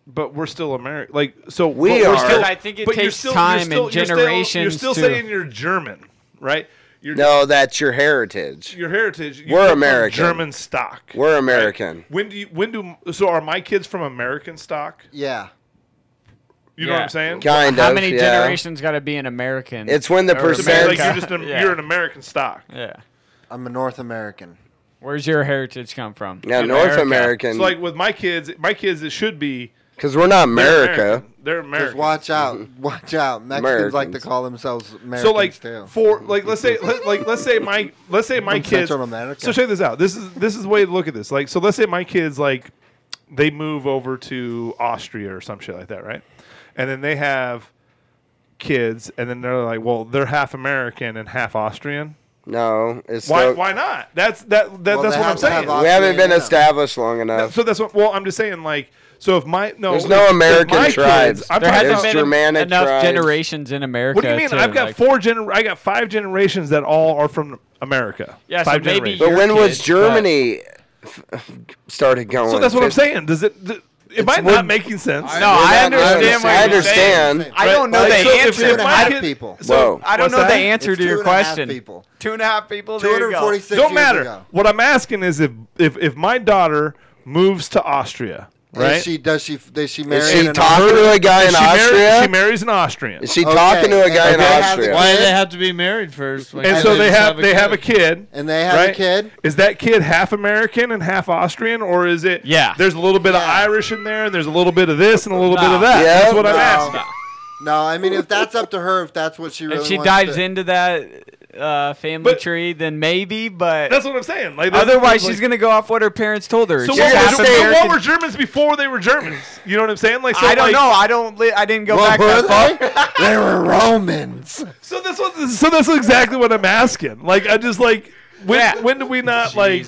K: but we're still American. Like so,
J: We
K: but we're
J: are.
K: Still,
J: I
L: think it
K: but you're
L: takes
K: still- you're
L: time
K: still-
L: and
K: you're still- You're
L: generations
K: still,
L: to-
K: saying you're German, right? You're
J: No, that's your heritage.
K: your heritage. you
J: We're
K: come from
J: American.
K: German stock.
J: We're American.
K: When do you? When do? So are my kids from American stock?
I: Yeah.
K: You know what I'm saying?
J: Kind
L: How
J: of,
L: many
J: yeah.
L: generations got to be an American?
J: It's when the
L: Or
K: It's Ameri- like
J: percent.
K: you're just an,
L: Yeah.
K: you're an American stock.
L: yeah.
I: I'm a North American.
L: Where's your heritage come from?
J: Yeah, North
K: So
J: American.
K: like with my kids, my kids it should be
J: Because we're not
K: they're
J: America.
K: American. They're American.
I: Just watch out. Watch out. Mexicans like to
J: Americans.
I: call themselves Americans
K: so like
I: too.
K: for like let's say let, like let's say my let's say my
I: From
K: kids
I: Central America.
K: so check this out this is this is the way to look at this like so let's say my kids like they move over to austria or some shit like that right and then they have kids and then they're like well they're half american and half austrian
J: No, it's
K: why
J: so-
K: why not that's that, that
I: Well,
K: that's
I: they
K: what i'm
I: have to have
K: saying
I: Aust-
J: we haven't been
I: Yeah.
J: established long enough.
K: so that's what well i'm just saying like so if my no
J: There's no
K: if- if
J: American
K: my
J: tribes.
K: kids, I'm
L: There
K: talking
J: There's
L: hasn't
K: about-
L: been
J: Germanic
L: enough
J: tribes.
L: generations in America.
K: what do you mean?
L: to,
K: I've got
L: like-
K: four gener- I got five generations that all are from America.
L: Yeah, so
K: five
L: maybe
K: generations.
J: but
L: your
J: when was
L: kids,
J: Germany f- started going?
K: So that's what I'm
J: Fif-
K: saying. Does it? th- am I
J: when-
K: not making sense?
L: No,
J: We're
L: I
J: not-
L: understand what
J: I
L: you're saying.
J: understand.
L: I don't know
K: Like,
L: the
K: so if-
L: answer.
I: Two and a
K: my
I: half
K: kid-
I: people.
J: Whoa.
L: I don't
K: What's
L: know
K: that?
L: the answer
I: It's
L: to your
I: two and a half
L: question.
I: people.
L: Two and a half people.
I: Two
L: There you
I: hundred
L: go.
I: forty-six.
K: Don't
I: years
K: matter.
I: Ago.
K: What I'm asking is if if if my daughter moves to Austria,
I: Is
K: right?
I: she does she does she marry?
J: Is she
I: an
J: talking to a guy in
K: She marri-
J: Austria?
K: she marries an Austrian,
J: Is she
I: Okay,
J: talking to a guy
I: and
J: in
I: they have the-
J: Austria?
I: Why
E: Why
I: do
E: do
I: they
E: they have to be married first?
K: and so they have they have a kid.
I: And they have
K: right?
I: a kid.
K: Is that kid half American and half Austrian, or is it?
L: Yeah.
K: There's a little bit of Irish in there, and there's a little bit of this and a little bit of
L: No.
K: that.
J: Yeah.
K: That's what I'm
I: No.
K: asking.
I: No, I mean if that's up to her, if that's what she really
L: If she
I: wants
L: dives
I: to,
L: into that uh, family
K: But-
L: tree, then maybe. But
K: That's what I'm saying. Like that's-
L: otherwise,
K: like-
L: she's gonna go off what her parents told her.
K: So
L: She's
K: what,
L: half
K: were, so
L: American.
K: what were Germans before they were Germans? You know what I'm saying? Like, so
L: I don't
K: like-
L: know. I don't. Li- I didn't go
I: Well,
L: back
I: were
L: that far.
I: they? they were Romans.
K: So this was, so that's exactly what I'm asking. Like, I just like when
L: Yeah.
K: when do we not like?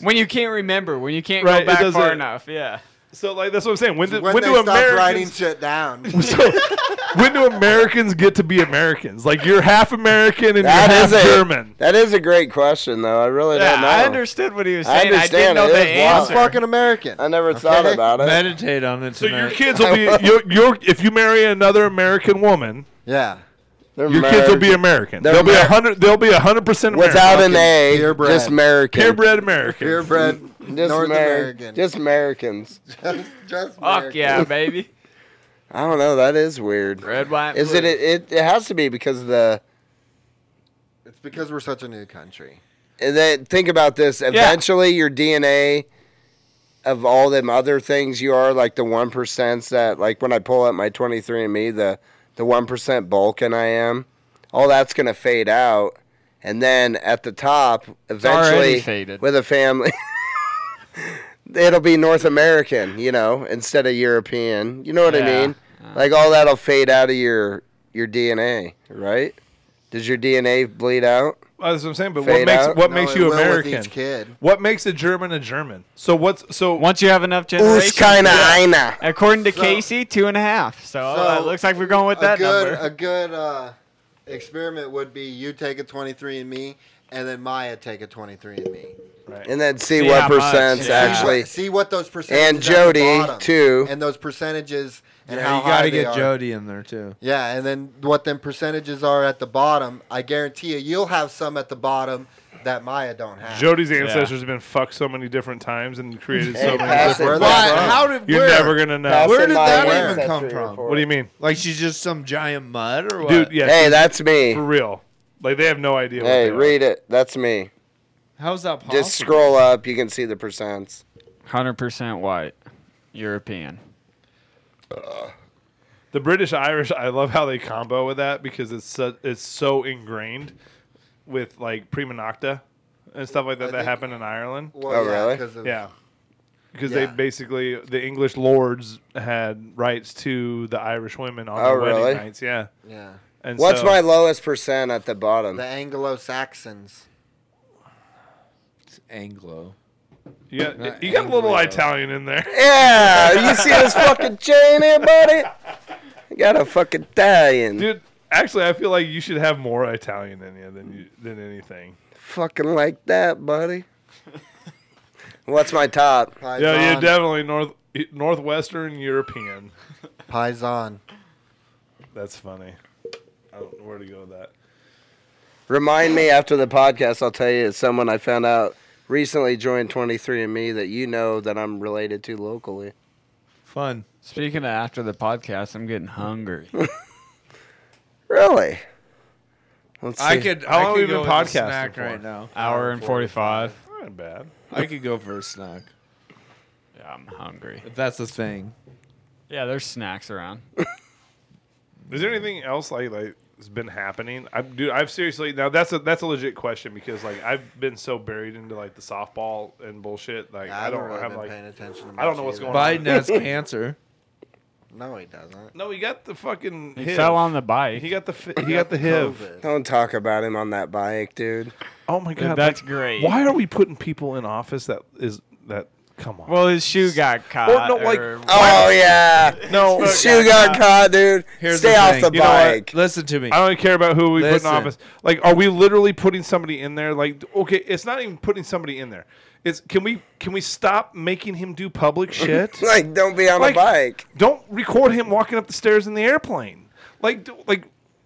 L: When you can't remember, when you can't
K: Right, it
L: go back
K: doesn't-
L: far enough, yeah.
K: So like that's what I'm saying. When do,
I: When,
K: when,
I: they
K: do
I: stop writing
K: Americans
I: shit down.
K: so, when do Americans get to be Americans? Like you're half American and
J: That
K: you're half
J: is a
K: German.
J: That is a great question, though. I really don't know.
L: I understood what he was
J: I
L: saying. I, didn't
J: understand
L: know
J: it.
L: the
J: It is wild.
I: I'm
L: answer.
I: fucking American.
J: I never thought
I: Okay.
J: about it.
E: meditate on it
K: So your
E: tonight.
K: kids will be your your if you marry another American woman,
I: Yeah.
J: They're
K: your kids will be
J: American.
K: American.
J: They're
K: They'll be a
J: Ameri-
K: hundred. They'll be a hundred percent American.
J: without an
I: American.
J: A,
I: Purebred.
J: just American.
K: purebred American.
I: Purebred
J: Just
I: North
J: Ameri-
I: American.
J: Just Americans.
I: just, just
L: Fuck
I: American.
L: yeah, baby.
J: I don't know. That is weird.
L: Red, white, and
J: Is
L: blue.
J: it, it? It has to be because of the.
I: It's because we're such a new country.
J: And then think about this. Eventually, your DNA of all them other things you are, like the one percents that, like when I pull up my twenty three and Me, the the one percent Balkan I am, all that's gonna fade out, and then at the top, eventually,
L: already faded.
J: with a family. It'll be North American, you know, instead of European. You know what I
L: Yeah. Uh.
J: mean? Like all that'll fade out of your your DNA, right? Does your DNA bleed out?
K: Well, that's what I'm saying. But what
J: Fade
K: makes
J: out?
K: what
I: No,
K: makes
I: it
K: you
I: will with
K: American?
I: each kid.
K: What makes a German a German? So what's so
L: Once you have enough generations.
J: Us keine einer.
L: According to Casey, two and a half. So, uh,
I: so
L: looks like we're going with
I: A
L: that
I: good
L: number.
I: a good uh, experiment would be you take a 23 and me, and then Maya take a 23 and me.
J: and then see,
L: See
J: what
L: how much,
J: percents
L: yeah.
J: actually.
I: see what those percentages
J: And
I: at the
J: Jody,
I: bottom,
J: too.
I: and those percentages and
E: Yeah,
I: how
E: you
I: got
E: gotta
I: to
E: get Jody in there too.
I: Yeah, and then what them percentages are at the bottom, I guarantee you, you'll have some at the bottom that Maya don't have.
K: Jody's ancestors have been fucked so many different times and created so
J: Hey,
K: many
J: pass
K: different.
I: Where
J: it.
E: Why?
I: they from?
E: How did
K: You're
E: where?
K: never gonna know.
J: Pass
E: Where
J: it
E: did
J: my
E: that
J: way.
E: even
J: That's
E: come
J: your
E: from?
J: report.
K: What do you mean,
E: Like she's just some giant mud or what?
K: dude? Yeah,
J: Hey, that's me.
K: for real. Like they have no idea. what
J: Hey,
K: they are.
J: read it. That's me.
E: How's that possible?
J: Just scroll up. You can see the percents.
L: 100% white. European.
K: the British Irish. I love how they combo with that because it's so, it's so ingrained with like prima nocta and stuff like that
I: I
K: that
I: think-
K: happened in Ireland.
I: Well,
J: Oh,
I: yeah,
J: really?
I: 'cause of-
K: Yeah. Because
I: Yeah.
K: they basically the English lords had rights to the Irish women on
J: Oh,
K: their wedding
J: really?
K: nights. Yeah.
I: yeah.
K: And
J: What's
K: so-
J: my lowest percent at the bottom?
I: The Anglo Saxons.
H: Anglo.
K: Yeah,
H: Not
K: you got a little
H: Anglo.
K: Italian in there.
J: Yeah, you see this fucking chain here, buddy? I got a fucking Italian.
K: Dude, actually, I feel like you should have more Italian in you than you, than anything.
J: Fucking like that, buddy. What's my top?
K: Yeah, you're definitely north northwestern European.
I: Paisan.
K: That's funny. I don't know where to go with that.
J: Remind me after the podcast, I'll tell you it's someone I found out recently joined 23andMe that you know that I'm related to locally.
L: Fun. Speaking of after the podcast, I'm getting hungry.
J: Really? Let's
H: I
J: see.
H: could.
L: How
H: I
L: long
H: could
L: we been
H: go with a
L: podcasting
H: snack
L: for?
H: right now?
L: Hour and 45.
K: Not bad.
H: I could go for a snack.
L: Yeah, I'm hungry.
H: If that's the thing.
L: Yeah, there's snacks around.
K: Is there anything else like like has been happening? I dude, I've seriously now that's a that's a legit question because like I've been so buried into like the softball and bullshit. Like
I: I
K: I don't
I: haven't really
K: have
I: been
K: like
I: paying attention to
K: I don't
I: much
K: know what's
I: either.
K: going on.
H: Biden has cancer.
I: No, he doesn't.
K: No, he got the fucking.
L: He
K: HIV.
L: fell on the bike.
K: He got the fi- he got the HIV.
J: Don't talk about him on that bike, dude.
K: Oh my god,
L: That's
K: like,
L: great.
K: Why are we putting people in office that is that? Come on.
L: Well, his shoe got caught.
K: Well, no, like-
L: or-
J: Oh yeah.
K: No.
J: His shoe got caught, dude. Stay off the
H: You know what?
J: bike.
H: Listen to me.
K: I don't care about who we put in
H: Listen.
K: office. Like, are we literally putting somebody in there? Like, okay, it's not even putting somebody in there. It's can we can we stop making him do public shit?
J: like, don't be on
K: Like,
J: a bike.
K: Don't record him walking up the stairs in the airplane. Like, d- like,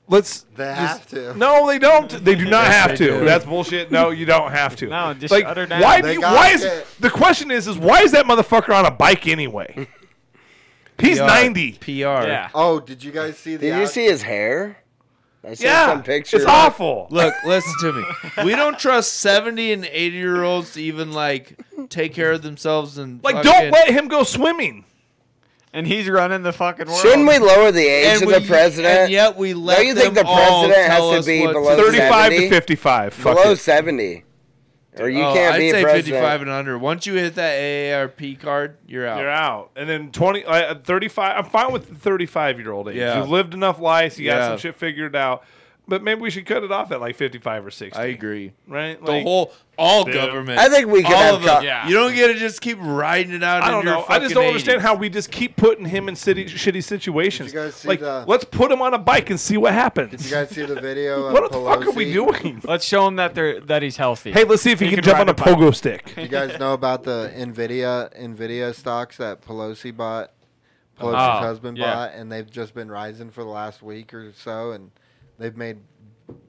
K: let's.
I: They
K: just-
I: have to.
K: No, they don't. They do not
L: Yes,
K: have
L: they
K: to.
L: do.
K: That's bullshit. No, you don't have to.
L: No, just
K: like,
L: shut her down.
K: Why do
I: They
K: you?
I: gotta
K: Why is
I: get-
K: the question is is why is that motherfucker on a bike anyway? He's
H: PR.
K: ninety.
H: PR.
L: Yeah.
I: Oh, did you guys see the?
J: Did you
I: out-
J: see his hair? I saw
K: Yeah,
J: some picture.
K: it's awful.
H: Look, listen to me. We don't trust 70 and 80 year olds to even like take care of themselves and
K: Like,
H: fucking-
K: don't let him go swimming.
L: And he's running the fucking world.
J: Shouldn't we lower the age
H: and
J: of
H: we-
J: the president?
H: And yet we let
J: you think
H: them
J: the
H: all
J: president has
H: tell
J: to
H: us
J: be
H: what
J: below
H: to do.
K: 35 to
J: 70?
K: 55. Fuck
J: Below
K: it.
J: seventy. Or you
H: Oh,
J: can't
H: I'd
J: be
H: say
J: president.
H: 55 and under. Once you hit that AARP card, you're out.
K: You're out. And then 20, uh, at 35. I'm fine with the 35 year old age.
H: Yeah.
K: You've lived enough life. You got
H: Yeah.
K: some shit figured out. But maybe we should cut it off at like 55 or 60.
H: I agree.
K: Right?
H: The
K: Like,
H: whole all
K: Dude.
H: government.
J: I think we could
H: all
J: have
H: of them.
J: co-
L: Yeah.
H: You don't get to just keep riding it out.
K: I don't
H: into your
K: know. I just
H: fucking
K: don't understand
H: 80s.
K: how we just keep putting him in city, shitty situations.
I: Did you guys see
K: like,
I: the-
K: let's put him on a bike and see what happens.
I: Did you guys see the video? of
K: what the fuck are we
I: Pelosi?
K: doing?
L: Let's show him that they're that he's healthy.
K: Hey, let's see if he, can, jump on
L: ride
K: a
L: bike.
K: pogo stick.
I: You guys know about the Nvidia Nvidia stocks that Pelosi bought, Pelosi's
L: Oh,
I: husband
L: yeah.
I: bought, and they've just been rising for the last week or so, and they've made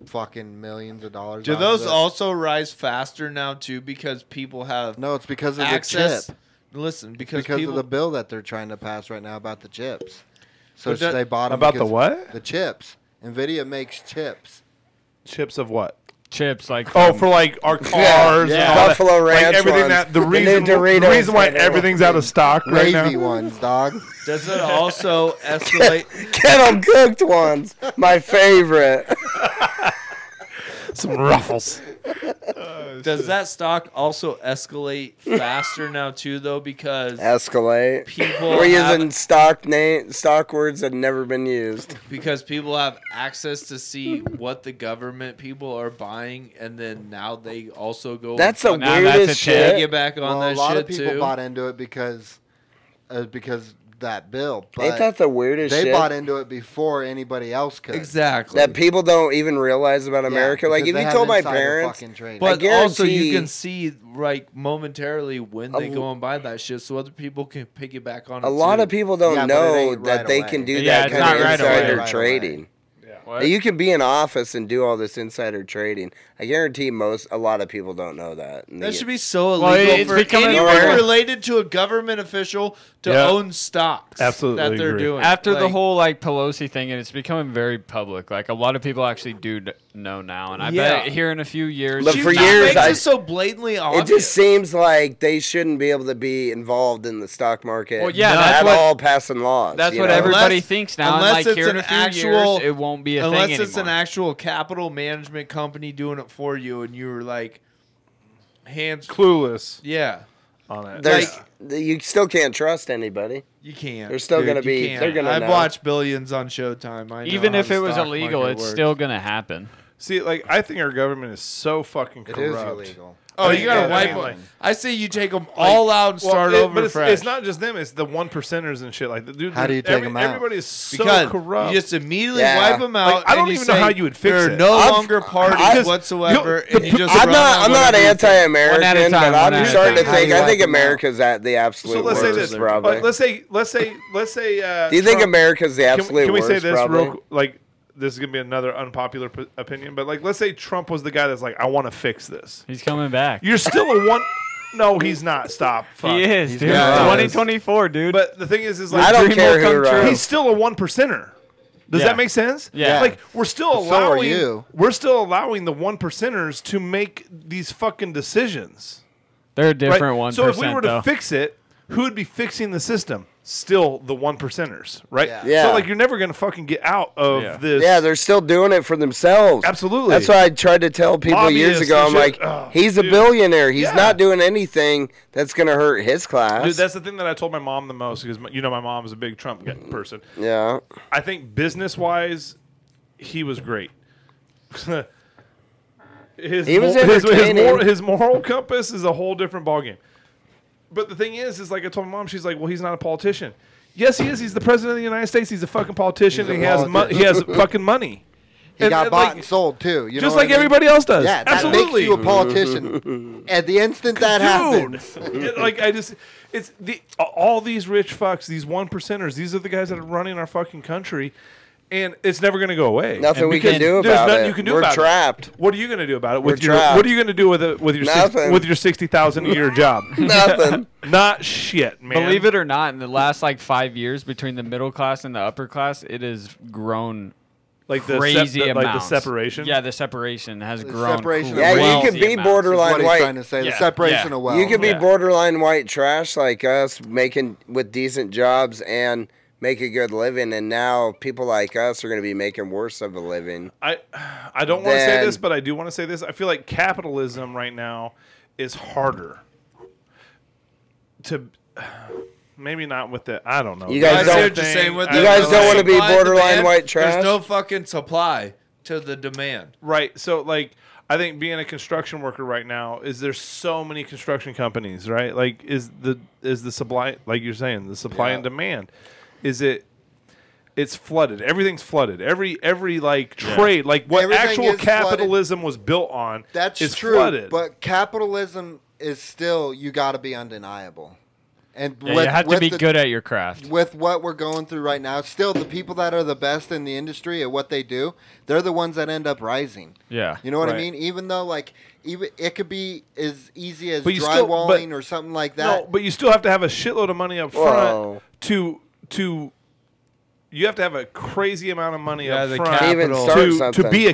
I: fucking millions of dollars.
H: Do
I: off
H: those
I: of it.
H: also rise faster now too because people have
I: No, it's because of
H: access?
I: the chip.
H: Listen, because,
I: Because
H: people
I: of the bill that they're trying to pass right now about the chips. So
H: But that-
I: they bought 'em
K: About the
I: because-
K: what?
I: The chips. Nvidia makes chips.
K: Chips of what?
L: chips like
K: Oh, for like our cars,
J: yeah.
K: all that-
J: Buffalo
K: like
J: Ranch
K: everything
J: ones,
K: that the
J: the new
K: reason the
J: Doritos
K: reason why
J: that are-
K: everything's out of stock right now.
I: Navy ones, dog.
H: does it also escalate?
J: Get 'em cooked ones. My favorite.
K: Some ruffles.
H: Does that stock also escalate faster now too though because
J: Escalate.
H: people
J: We're
H: have-
J: using stock name stock words that never been used.
H: because people have access to see what the government people are buying and then now they also go
J: That's the
L: Now that's
J: weirdest
L: a
H: They
J: shit.
H: get back on
I: well,
H: that
I: a lot
H: shit
I: of people
H: too.
I: bought into it because, uh, because that bill. But
J: Ain't that the weirdest
I: they
J: shit?
I: bought into it before anybody else could.
H: exactly.
J: that people don't even realize about America. like if you told my parents,
I: but
H: But also, you
J: guarantee-
H: can see like momentarily when they
J: A-
H: go and buy that shit, so other people can pick it back on.
J: a
H: it,
J: lot
H: too.
J: of people don't
I: Yeah, but it
J: know
I: ain't
J: that
I: right
J: they
I: away.
J: can do
L: Yeah,
J: that
L: it's
J: kind
L: not
J: of
L: right away.
J: insider
L: Right away.
J: trading.
L: what?
J: You can be in office and do all this insider trading. I guarantee most, a lot of people don't know that. And
H: That
J: they-
H: should be so illegal
L: Well, it's
H: for
L: becoming
H: anyone
J: illegal.
H: related to a government official to
K: Yeah.
H: own stocks.
K: Absolutely
H: that they're
K: agree.
H: doing
L: after the
H: Like,
L: whole like Pelosi thing, and it's becoming very public. Like a lot of people actually do d- know now, and I
H: Yeah.
L: bet here in a few years,
J: But
H: she
J: for
H: just
J: years,
H: makes
J: I-
H: it so blatantly
J: It
H: obvious.
J: just seems like they shouldn't be able to be involved in the stock market.
L: Well, yeah,
J: at
L: that's what-
J: all passing laws.
L: that's
J: you
L: what
J: know?
L: everybody
H: Unless-
L: thinks now. And
H: unless
L: like
H: it's
L: here in a
H: an
L: few
H: actual-
L: years, it won't be a
H: unless
L: thing
H: it's an
L: anymore.
H: actual capital management company doing it for you, and you were like hands.
K: Clueless
H: yeah,
K: on it.
J: There's,
H: like-
J: you still can't trust anybody.
H: you can't.
J: They're still
H: dude,
J: gonna
H: you
J: be-
H: can't.
J: they're gonna
H: I've
J: know.
H: watched billions on Showtime. I know
L: Even
H: how
L: if
H: the
L: it was
H: stock
L: illegal,
H: market
L: it's
H: works.
L: still gonna happen.
K: See, like I think our government is so fucking
I: It
K: corrupt.
I: is illegal.
H: Oh, you gotta wipe
K: mean,
H: them.
K: like-
H: I say you take them all out and start
K: it-
H: over
K: But it's,
H: fresh.
K: it's not just them; it's the one percenters and shit. Like, dude,
I: How do you take
K: every-
I: 'em out?
K: Everybody is so
H: Because
K: corrupt.
H: you just immediately wipe 'em out
K: Like, I
H: and
K: don't
H: you
K: even know how
H: say
K: you would fix
H: they're
K: it.
H: no
K: I've-
H: longer parties
K: because-
H: whatsoever,
K: yo,
H: and you just
J: I'm
H: run
J: not.
H: on
J: I'm not
H: whatever you think.
J: anti-American,
H: One at a time,
J: but
H: one
J: I'm
H: at a
J: starting to
H: time.
J: think. I think
I: How do you wipe 'em
J: America's at the absolute
K: so let's say
J: worst.
K: this.
J: probably.
K: Like, let's say, let's say, let's say. Uh,
J: Do you think
K: Trump-
J: America's the
K: Can we-
J: absolute
K: Can we,
J: worst,
K: say this
J: probably?
K: real qu- like? This is gonna be another unpopular p- opinion, but like, let's say Trump was the guy that's like, "I want to fix this."
L: He's coming back.
K: You're still a one. No, he's not. Stop. Fuck.
L: He is, dude.
K: not.
L: Yeah. 2024, dude.
K: But the thing is, is like
J: I don't
L: dream
J: care
L: will
J: who
L: come true.
J: wrote.
K: he's still a one percenter. Does
L: Yeah.
K: that make sense?
L: Yeah.
K: Like we're still
I: So are
K: allowing
I: you.
K: we're still allowing the one percenters to make these fucking decisions.
L: They're a
K: right?
L: different one.
K: So if we were to
L: though.
K: fix it, who'd be fixing the system? Still the one percenters, right?
I: Yeah.
J: Yeah.
K: So like you're never gonna fucking get out of
L: Yeah.
K: this.
J: Yeah, they're still doing it for themselves.
K: Absolutely.
J: That's why I tried to tell people years
K: Lobbyists
J: ago.
K: and
J: I'm
K: shit.
J: like,
K: Oh,
J: he's
K: dude.
J: a billionaire. He's
K: Yeah.
J: not doing anything that's going to hurt his class.
K: Dude, that's the thing that I told my mom the most because my, you know my mom is a big Trump guy- person.
J: yeah.
K: I think business wise, he was great. his,
J: He was
K: mor- his, his,
J: entertaining.
K: mor- his moral compass is a whole different ballgame. But the thing is, is like I told my mom, she's like, "Well, he's not a politician." Yes, he is. He's the president of the United States. He's a fucking politician.
I: He's a
K: and he has mo-
I: politician.
K: he has fucking money,
I: He
K: And-
I: got
K: and,
I: bought
K: like,
I: and sold too. You know
K: just
I: what I
K: like
I: mean?
K: everybody else does.
I: Yeah, that makes
K: absolutely.
I: you a politician. At the instant that
K: Dude,
I: happens,
K: It- like I just, it's the all these rich fucks, these one percenters. These are the guys that are running our fucking country, and it's never gonna go away.
J: Nothing
K: And
J: we can
K: because
J: do
K: there's
J: about
K: nothing
J: it.
K: You can do
J: We're
K: about
J: trapped.
K: It. What are you gonna do about it? With
J: We're
K: your,
J: trapped.
K: what are you gonna do with it with your six,
J: Nothing.
K: with your sixty thousand a year job?
J: Nothing.
K: Not shit, man.
L: Believe it or not, in the last like five years between the middle class and the upper class, it has grown
K: like the sep-
L: crazy
K: the- like the
L: amounts.
K: separation.
L: Yeah, the separation has
I: The
L: grown.
I: separation of
J: Yeah,
I: Well,
J: you could
L: crazy
J: be
L: amounts.
I: what
J: borderline
I: he's trying
J: white.
I: to say. The
L: Yeah,
I: separation
L: yeah.
I: of wealth.
J: You could be
L: Yeah.
J: borderline white trash like us, making with decent jobs and make a good living. And now people like us are going to be making worse of a living.
K: I I don't want to say
J: Then-
K: this, but I do want to say this. I feel like capitalism right now is harder to maybe not with the I don't know.
J: You
H: I
J: guys
H: see
J: don't-
H: what you're saying with
K: I
J: you
H: that,
K: don't
J: guys
H: but
K: know.
J: don't
H: like,
J: wanna be
H: supply and
J: borderline
H: demand,
J: white trash?
H: There's no fucking supply to the demand.
K: Right. So like I think being a construction worker right now is there's so many construction companies, right? Like is the is the supply like you're saying, the supply and demand. Is it it's flooded. Everything's flooded. Every every like trade, like what
I: Everything
K: actual
I: is
K: capitalism was built on
I: That's
K: is
I: true,
K: flooded.
I: but capitalism is still you got to be undeniable. And
L: Yeah,
I: with,
L: you have to
I: with
L: be
I: the-
L: good at your craft.
I: with what we're going through right now. Still, the people that are the best in the industry at what they do, they're the ones that end up rising.
L: Yeah.
I: You know what I
K: Right.
I: mean? Even though like even it could be as easy as
K: But you still- but-
I: drywalling or something like that.
K: No, but you still have to have a shitload of money up front
J: Whoa.
K: to to. You have to have a crazy amount of money
H: Yeah,
K: up
H: the
K: front
H: capital. Even
J: start
K: to, to
J: something.
K: be a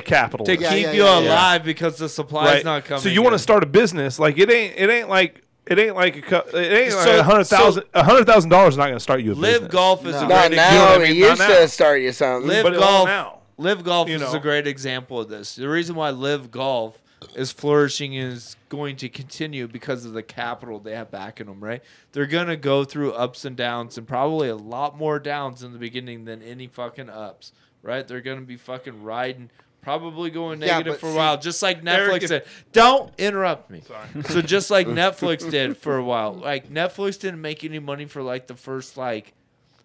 H: To
K: capitalist.
I: Yeah,
H: keep
I: yeah,
H: you
I: yeah, yeah.
H: alive because the supply's
K: right?
H: not coming.
K: So you want to
H: in.
K: start a business? Like it ain't it ain't like it ain't like a cou- it ain't like
H: So-
K: a hundred
H: so-
K: thousand a hundred thousand dollars is not going to start you a
H: live
K: business.
H: golf is a
I: No.
H: great
J: Not
H: example.
J: now.
K: I
J: It
K: mean?
J: used
K: Not now.
J: to start you something.
H: Live
K: But it
H: golf.
K: won't now.
H: Live golf
K: You
H: is
K: know.
H: a great example of this. The reason why live golf is flourishing and is going to continue because of the capital they have backing them. Right? They're gonna go through ups and downs, and probably a lot more downs in the beginning than any fucking ups. Right? They're gonna be fucking riding. Probably going
I: Yeah,
H: negative
I: but
H: for a
I: see-
H: while, just like
K: Eric,
H: Netflix
K: if-
H: did. Don't interrupt me. So just like Netflix did for a while. Like Netflix didn't make any money for like the first like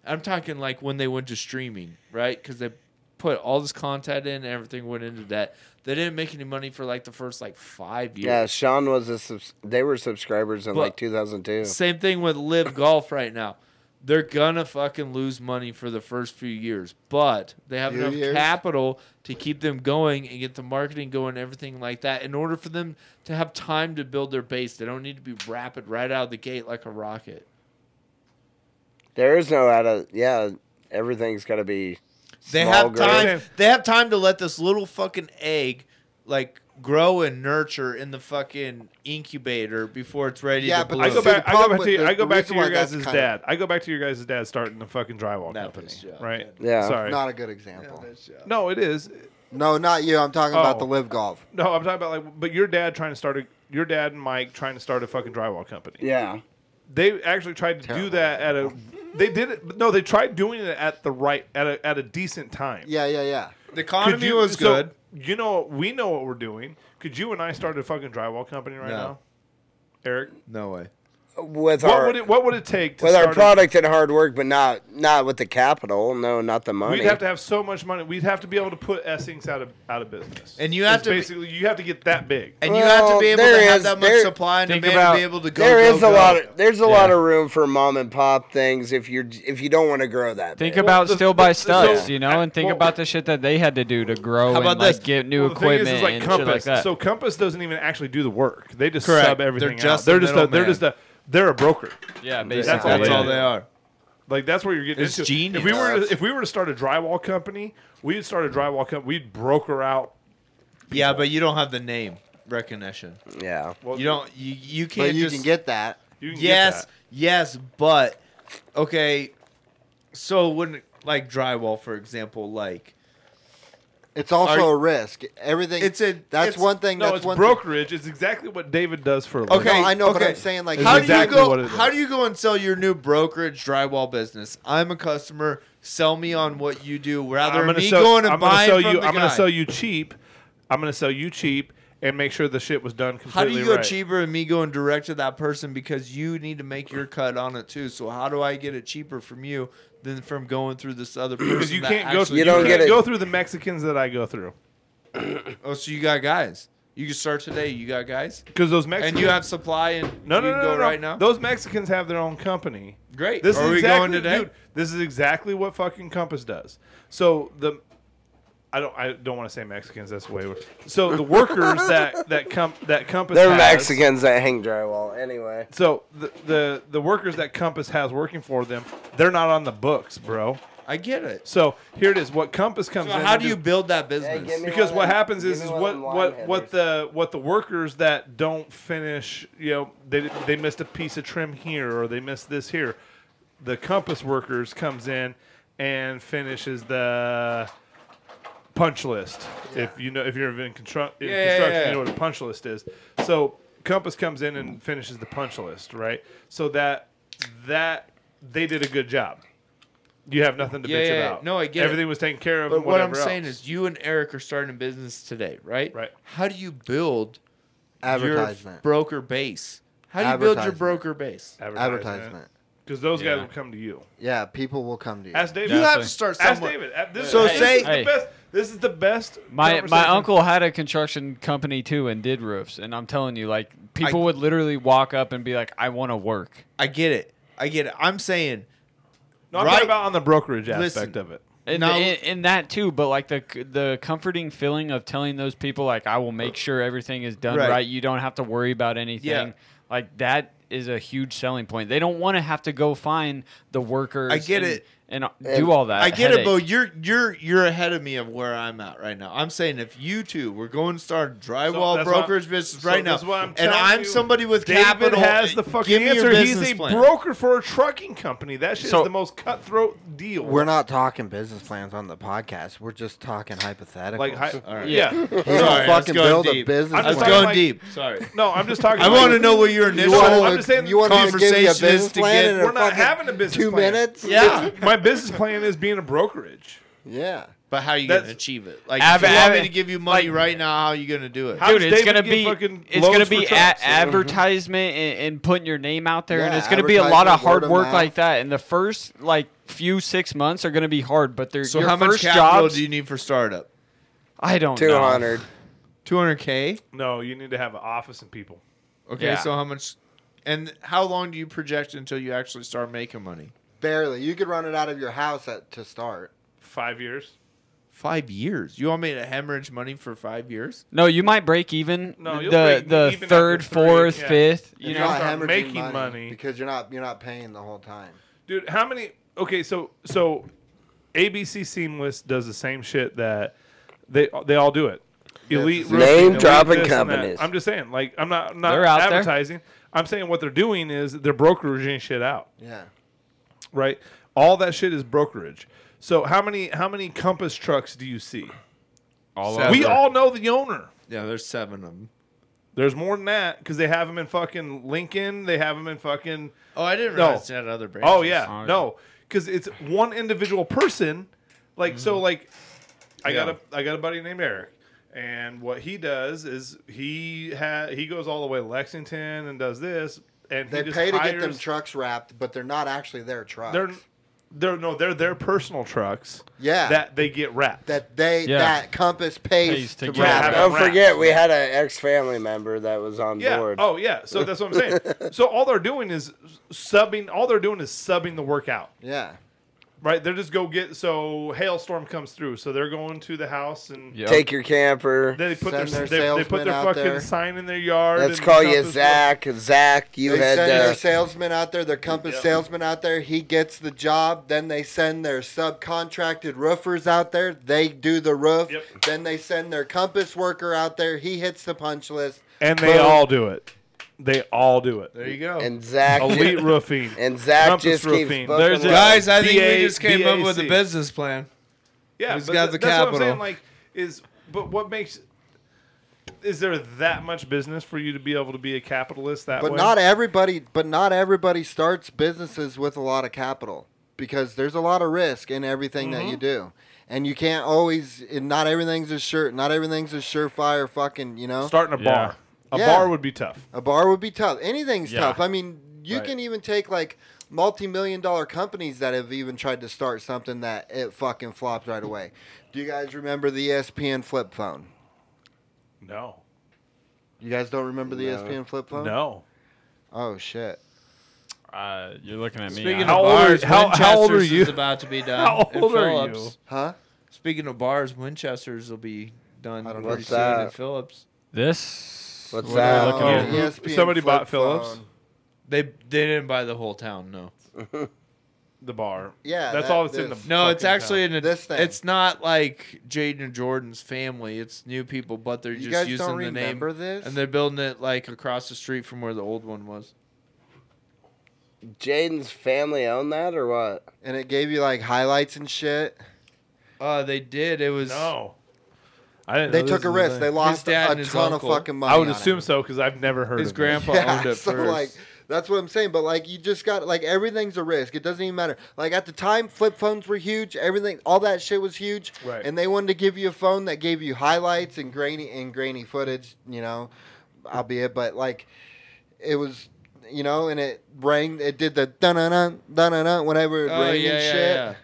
H: I'm talking like when they went to streaming, right? Because they put all this content in, everything went into that. They didn't make any money for like the first like five years.
J: Yeah, Sean was a. Subs- they were subscribers in
H: But-
J: like 2002.
H: Same thing with Live Golf right now. They're gonna fucking lose money for the first few years, but they have
I: Few
H: enough
I: years?
H: capital to keep them going and get the marketing going, everything like that. In order for them to have time to build their base, they don't need to be rapid right out of the gate like a rocket.
J: There is no out of yeah. Everything's got to be.
H: They
J: small
H: have
J: growth.
H: time. They have time to let this little fucking egg like grow and nurture in the fucking incubator before it's ready
I: Yeah,
H: to
I: but
H: bloom.
K: I go
I: See, the
K: back. I go
I: problem
K: back
I: with
K: to you,
I: the-
K: I go
I: the
K: back to
I: reason
K: your
I: why that's
K: guys' dad.
I: kinda-
K: I go back to your guys' dad starting the fucking drywall
H: That
K: company,
H: was- yeah,
K: right?
J: Yeah.
K: Sorry.
I: Not a good example.
K: no, it is.
I: No, not you. I'm talking
K: Oh.
I: about the live golf.
K: No, I'm talking about like, but your dad trying to start a your dad and Mike trying to start a fucking drywall company.
J: Yeah.
K: They actually tried to do that at a. They did it. but No, they tried doing it at the right at a at a decent time.
I: Yeah, yeah, yeah.
H: the
K: Could
H: economy
K: you-
H: was
K: so
H: good.
K: you know, we know what we're doing. Could you and I start a fucking drywall company right
M: No.
K: now, Eric?
M: No way.
J: With
K: what
J: our
K: would it, what would it take to
J: with our
K: start a-
J: product and hard work, but not not with the capital. No, not the money.
K: We'd have to have so much money. We'd have to be able to put Essex out of out of business.
H: And you have
K: It's
H: to be-
K: basically you have to get that big.
H: And you have to be able to
J: there
H: have
J: is-
H: that much
J: there-
H: supply and
J: Think
H: demand
J: about-
H: to be able to go.
J: There
H: go,
J: is a
H: go.
J: lot. Of, there's a lot of room for mom and pop things if you're if you don't want to grow that.
L: Think
J: big.
L: about still by studs,
J: so-
L: you know, and think about the shit that they had to do to grow
K: How
L: and
K: about
L: like
K: this?
L: get new
K: Well, the thing is, is,
L: equipment
K: like,
L: and
K: Compass.
L: shit like that.
K: So Compass doesn't even actually do the work. They just
L: Correct.
K: sub
L: They're
K: everything
L: just
K: out.
L: the
K: They're just a, they're
L: middleman.
K: just a they're a broker.
L: Yeah,
K: That's
L: basically.
K: all,
L: That's
K: they,
L: all
K: do.
L: they are.
K: Like that's where you're getting
L: It's
K: into.
L: genius.
K: If we were to, if we were to start a drywall company, we'd start a drywall company. We'd broker out.
H: Yeah, but you don't have the name recognition.
J: Yeah,
H: you don't. You you
K: But
H: can't.
K: you
H: just-
K: can get that. You can get
H: yes,
K: that.
H: yes, but okay. So when like drywall, for example, like
I: It's also
H: Are-
I: a risk. Everything.
H: It's a-
I: That's
H: it's-
I: one thing.
K: No,
I: that's
K: it's
I: one
K: brokerage. It's exactly what David does for a living.
H: okay,
I: I know, but
H: okay.
I: I'm saying, like,
H: how
I: It's exactly
H: do you
I: what
H: go?
I: it is.
H: How do you go and sell your new brokerage drywall business? I'm a customer. Sell me on what you do, rather than
K: I'm gonna
H: me
K: sell,
H: going and
K: I'm gonna
H: buying
K: sell
H: from
K: you.
H: the
K: I'm gonna
H: guy.
K: sell you cheap. I'm gonna sell you cheap and make sure the shit was done completely
H: How do you go
K: right.
H: cheaper than me going direct to that person because you need to make your cut on it too? So how do I get it cheaper from you than from going through this other person?
K: Because you
H: that
K: can't go.
H: actually
K: Through, you don't
H: direct-
K: get go through the Mexicans that I go through.
H: oh, so you got guys. You can start today. You got guys.
K: 'Cause those
H: and
K: Mexicans-
H: you have supply and
K: No,
H: you
K: no,
H: can
K: no,
H: go
K: no, no.
H: right now.
K: Those Mexicans have their own company.
H: Great.
K: This
H: Are
K: is
H: we
K: exactly,
H: going today?
K: Dude, this is exactly what fucking Compass does. So the, I don't, I don't want to say Mexicans. That's way. worse. So the workers that that com- that Compass
J: They're
K: has-
J: Mexicans that hang drywall anyway.
K: So the, the the workers that Compass has working for them, they're not on the books, bro.
H: I get it.
K: So here it is. What Compass comes
H: So
K: in.
H: how
K: and
H: do you build that business?
K: Yes. because what happens is, is what what what the what the workers that don't finish you know they they missed a piece of trim here or they missed this here the compass workers comes in and finishes the punch list if you know if you're in, constru- in
H: Yeah, yeah,
K: construction
H: yeah, yeah.
K: you know what a punch list is so compass comes in and finishes the punch list right so that that they did a good job you have nothing to
H: Yeah,
K: bitch
H: yeah, yeah.
K: about
H: No, I get it.
K: everything was taken care of
H: But
K: and
H: what I'm
K: whatever else.
H: saying is, you and Eric are starting a business today, right? Right. How do you build your
I: Advertisement.
H: broker base? How do you build your
I: Advertisement.
H: broker base?
I: Advertisement.
K: Because those
I: Yeah.
K: guys will come to you.
I: Yeah, people will come to you.
K: Ask David.
H: You have to start
K: Ask
H: somewhere.
K: David. Uh, This,
H: So
K: this
H: say-
K: is the
L: Hey.
K: best. This is the best.
L: My my
K: conversation.
L: uncle had a construction company too and did roofs, and I'm telling you, like people would literally walk up and be like, "I want to work."
H: I get it. I get it. I'm saying.
K: No, I'm talking about on the brokerage aspect of it.
L: And,
H: Now-
L: and, and that too, but like the the comforting feeling of telling those people, like, I will make sure everything is done
H: Right.
L: right. You don't have to worry about anything.
H: Yeah.
L: Like that is a huge selling point. They don't want to have to go find the workers.
H: I get
L: and,
H: it.
L: and do all that.
H: I get it,
L: headache.
H: but you're you're you're ahead of me of where I'm at right now. I'm saying if you two were going to start a drywall
K: that's what
H: brokerage
K: I'm-
H: business
K: so
H: right now,
K: that's what I'm
H: and
K: telling
H: I'm
K: you.
H: somebody with
K: David
H: capital,
K: has the fucking
H: give me your
K: answer. He's
H: business
K: a
H: plan.
K: broker for a trucking company. That shit
I: So-
K: is the most cutthroat deal.
I: We're not talking business plans on the podcast. We're just talking hypothetical.
K: Like, hi-
I: All right.
K: yeah.
I: You
K: Sorry,
I: don't
K: I was
I: fucking
K: going
I: build a
K: deep.
I: business.
K: I'm just
I: plan.
K: talking like- No, I'm just talking.
H: I
K: like-
H: want to know what your initial
K: wanna- I'm just saying
I: you want me to give you a
H: conversation is
I: business
H: to
I: plan
H: get.
I: and a
K: we're not
I: fucking
K: having a business
I: two
K: plan.
I: minutes?
H: Yeah.
K: my business plan is being a brokerage.
I: Yeah.
H: But how are you going
K: That's-
H: to achieve it? Like,
L: Av-
H: if you want me
L: av-
H: to give you money right now, how are you going to do it?
L: Dude, it's gonna
K: get
L: be
K: fucking
L: it's gonna
K: loans
L: be
K: for
L: a-
K: trucks?
L: advertisement and, and putting your name out there, and
I: Yeah,
L: it's gonna be a lot of
I: advertisement, word
L: hard
I: of
L: work
I: mouth.
L: like that. And the first like few six months are gonna be hard, but they're
H: So
L: your
H: how much
L: first
H: capital
L: jobs.
H: do you need for startup?
L: I don't know.
J: 200.
H: 200k.
K: No, you need to have an office and people.
H: Okay,
L: Yeah.
H: so how much? And how long do you project until you actually start making money?
I: Barely. You could run it out of your house at, to start.
K: Five years.
H: Five years. You want me to hemorrhage money for five years?
L: No, you might break even.
K: No, you'll
L: the
K: break
L: the
K: even after
L: third,
K: three,
L: fourth,
K: yeah.
L: fifth.
K: If
L: You
K: you're
L: know,
K: not
I: hemorrhaging
K: making
I: money,
K: money.
I: because you're not you're not paying the whole time.
K: dude how many okay so so abc seamless does the same shit that they they all do it elite
J: Yes.
K: roofing,
J: Name
K: elite
J: dropping
K: this and that.
J: companies.
K: i'm just saying like i'm not I'm not
L: They're out there.
K: advertising i'm saying what they're doing is they're brokeraging shit out
I: Yeah.
K: right all that shit is brokerage so how many how many compass trucks do you see
L: all
K: we all know the owner
H: Yeah, there's seven of them.
K: there's more than that because they have them in fucking lincoln they have them in fucking
H: Oh, I didn't
K: No.
H: realize that other branches.
K: Oh yeah, no, because it's one individual person. Like so, like I got a I got a buddy named Eric, And what he does is he ha- he goes all the way to Lexington and does this, and
I: They
K: he just
I: pay to get
K: hires-
I: them trucks wrapped, but they're not actually their trucks.
K: They're they're no, they're their personal trucks.
I: Yeah.
K: that they get wrapped.
I: that they
K: Yeah.
I: that Compass pays to
K: get wrap
I: wrap.
K: it.
I: them.
J: Don't forget, we had an ex family member that was on
K: Yeah.
J: board.
K: Oh yeah. So that's what I'm saying. so all they're doing is subbing. All they're doing is subbing the work out.
I: Yeah.
K: Right. They're just go get. So hailstorm comes through. So they're going to the house and
J: Take your camper.
K: They put
I: Send
K: their,
I: their
K: they, they put
I: salesman
K: their
I: out
K: fucking
I: there.
K: sign in their yard.
J: Let's
K: and
J: call
K: stuff
J: you
K: is-
J: Zach. Zach, you
I: they
J: had
I: send
J: uh,
I: their salesman out there, their Compass salesman out there. He gets the job. Then they send their subcontracted roofers out there. They do the roof. Then they send their Compass worker out there. He hits the punch list.
K: And they
I: Boom.
K: all do it. They all do it. There you go.
J: And Zach
K: Elite roofing.
J: And Zach
K: Compass
J: just keeps
K: roofing.
J: booking There's a-
E: Guys, I think we just came up with a
K: BAC.
E: business plan.
K: Yeah,
E: Who's
K: but
E: got
K: th-
E: the
K: that's what I'm
E: capital?
K: saying. Like, is but what makes is there that much business for you to be able to be a capitalist that
I: But
K: way?
I: not everybody. But not everybody starts businesses with a lot of capital because there's a lot of risk in everything that
K: Mm-hmm.
I: you do, and you can't always. And not everything's a sure. Not everything's a surefire. Fucking, you know.
K: starting a bar. A
I: Yeah.
K: bar would be tough.
I: A bar would be tough. Anything's
K: Yeah.
I: tough. I mean, you
K: Right.
I: can even take like multi-million dollar companies that have even tried to start something that it fucking flopped right away. Do you guys remember the E ESPN flip phone?
K: No.
I: You guys don't remember the E
K: No.
I: ESPN flip phone?
K: No.
I: Oh shit.
L: Uh, you're looking at me.
E: Speaking
L: huh?
E: of bars, Winchester's is about to be done.
L: How
E: in
L: old are
E: Phillips.
L: you?
I: Huh?
E: Speaking of bars, Winchester's will be done
I: don't
E: pretty
I: know. What's
E: soon
I: that?
E: in Phillips.
L: This.
J: What's
L: what are we
J: that?
L: looking at?
I: Oh, ESPN
K: Somebody
I: flip
K: bought Phillips.
I: phone.
E: They they didn't buy the whole town. No.
K: The bar.
I: Yeah,
K: That's
I: that-
K: all that's in the.
I: this.
E: No, it's
K: fucking
E: actually
K: town.
E: an,
I: This thing.
E: it's not like Jaden and Jordan's family. It's new people, but they're
I: You
E: just
I: guys
E: using
I: don't
E: the name.
I: remember this?
E: And they're building it like across the street from where the old one was.
J: Jaden's family owned that or what?
I: And it gave you like highlights and shit.
E: Uh, they did. It was Oh,
K: no. I didn't
I: They
K: know
I: took
K: this
I: a
K: was
I: risk.
K: thing.
I: They lost
E: dad
I: a
E: and his
I: ton
E: uncle.
I: of fucking money.
K: I would
I: on it.
K: assume so because I've never heard
E: his
K: of it.
E: grandpa owned it
I: so
E: first.
I: like that's what I'm saying. But like you just got like everything's a risk. It doesn't even matter. Like at the time, flip phones were huge. Everything, all that shit was huge.
K: Right.
I: And they wanted to give you a phone that gave you highlights and grainy and grainy footage. You know, albeit, but like it was. You know, and it rang. It did the dun dun dun dun dun dun whenever it
E: oh yeah,
I: rang
E: yeah,
I: and shit.
E: yeah.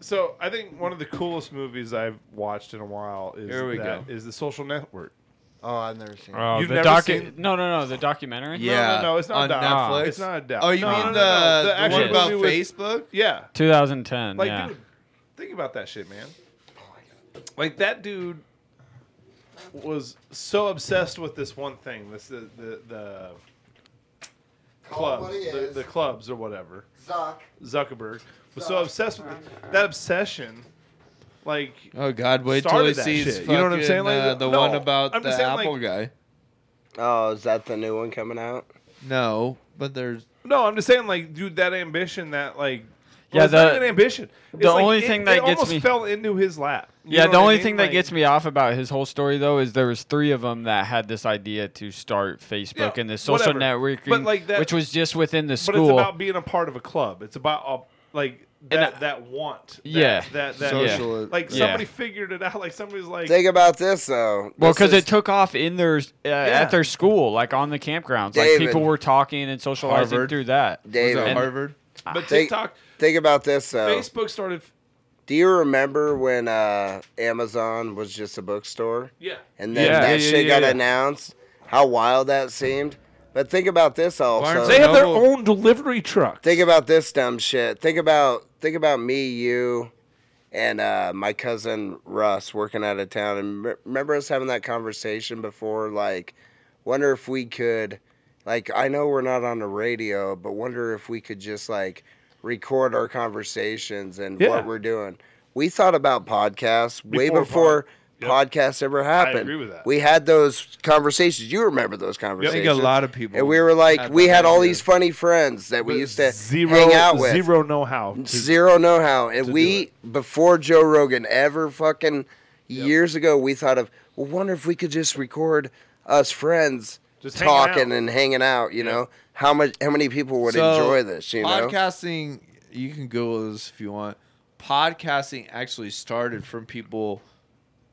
K: So I think one of the coolest movies I've watched in a while is
E: Here we
K: that-
E: go.
K: is the Social Network.
I: Oh, I've never seen. it.
L: Oh,
K: You've
L: the
K: never
L: docu-
K: seen-
L: No, no, no. The documentary.
K: no, no, it's not
E: on
K: a doc.
E: Netflix.
K: It's not a doc.
E: Oh, you
K: No,
E: mean
K: no, no,
E: the,
K: no. The
E: the
K: actual
E: one about
K: movie with-
E: Facebook?
K: Yeah.
L: 2010.
K: Like,
L: yeah.
K: dude, think about that shit, man.
E: Oh
K: Like that dude was so obsessed with this one thing, this the the, the
I: Call it what
K: clubs,
I: it
K: the,
I: is.
K: the clubs or whatever.
I: Zuck.
K: Zuckerberg was so obsessed with
I: uh,
K: it. that obsession, like
E: Oh God, wait till
K: Started
E: he
K: that
E: sees.
K: shit. You know what I'm
E: fucking,
K: saying? Like,
E: uh, the
K: no,
E: one about
K: I'm
E: the
K: just saying,
E: Apple
K: like-
E: guy.
J: Oh, is that the new one coming out?
E: No, but there's
K: No, I'm just saying, like, dude, that ambition, that like,
L: Yeah,
K: yeah, it's not
L: the-
K: even ambition. It's
L: the
K: like,
L: only
K: it-
L: thing that
K: it
L: gets
K: almost
L: me-
K: fell into his lap. You
L: yeah,
K: know
L: the
K: what I
L: only
K: mean?
L: thing that
K: Like,
L: gets me off about his whole story though is there was three of them that had this idea to start Facebook
K: Yeah,
L: and this social
K: whatever.
L: networking,
K: But, like, that-
L: which was just within the
K: but it's
L: school.
K: about being a part of a club. It's about a, like that that want. That,
L: Yeah.
K: that that
L: Social-
K: yeah. Like
L: yeah.
K: somebody figured it out. Like somebody's like,
J: Think about this though.
L: Well,
J: This
L: because
J: is-
L: it took off in their uh, at their school, like on the campgrounds, like
J: David.
L: people were talking and socializing
E: Harvard.
L: through that.
J: David.
E: was it
L: And-
E: Harvard.
K: but
J: Think-
K: TikTok,
J: Think about this
H: Oh.
J: though.
K: Facebook started.
J: Do you remember when uh, Amazon was just a bookstore?
K: Yeah.
J: And then
L: Yeah,
J: that
L: yeah,
J: shit
L: yeah,
J: got
L: yeah.
J: announced. How wild that seemed. But think about this also.
H: Uh,
E: Barnes
K: They have their
E: Noble.
K: own delivery truck.
J: Think about this dumb shit. Think about think about me, you, and uh, my cousin Russ working out of town. And me- remember us having that conversation before? Like, wonder if we could, like, I know we're not on the radio, but wonder if we could just like record our conversations and
K: Yeah.
J: what we're doing. We thought about podcasts way
K: Before pod-
J: before
K: Yep.
J: podcasts ever happened.
K: agree with that.
J: We had those conversations. You remember those
E: I
J: conversations?
E: think a lot of people.
J: And we were like,
E: had
J: we
E: that
J: had all
E: idea.
J: these funny friends that we used to
K: zero,
J: hang out with.
K: Zero know how. to-
J: Zero know how. And
K: do
J: we, before Joe Rogan ever fucking years ago, we thought of, well, wonder if we could just record us friends
K: Just hanging
J: talking
K: out.
J: and hanging out, you know? How much? How many people would
E: So,
J: enjoy this, you know?
E: podcasting, you can Google this if you want. Podcasting actually started from people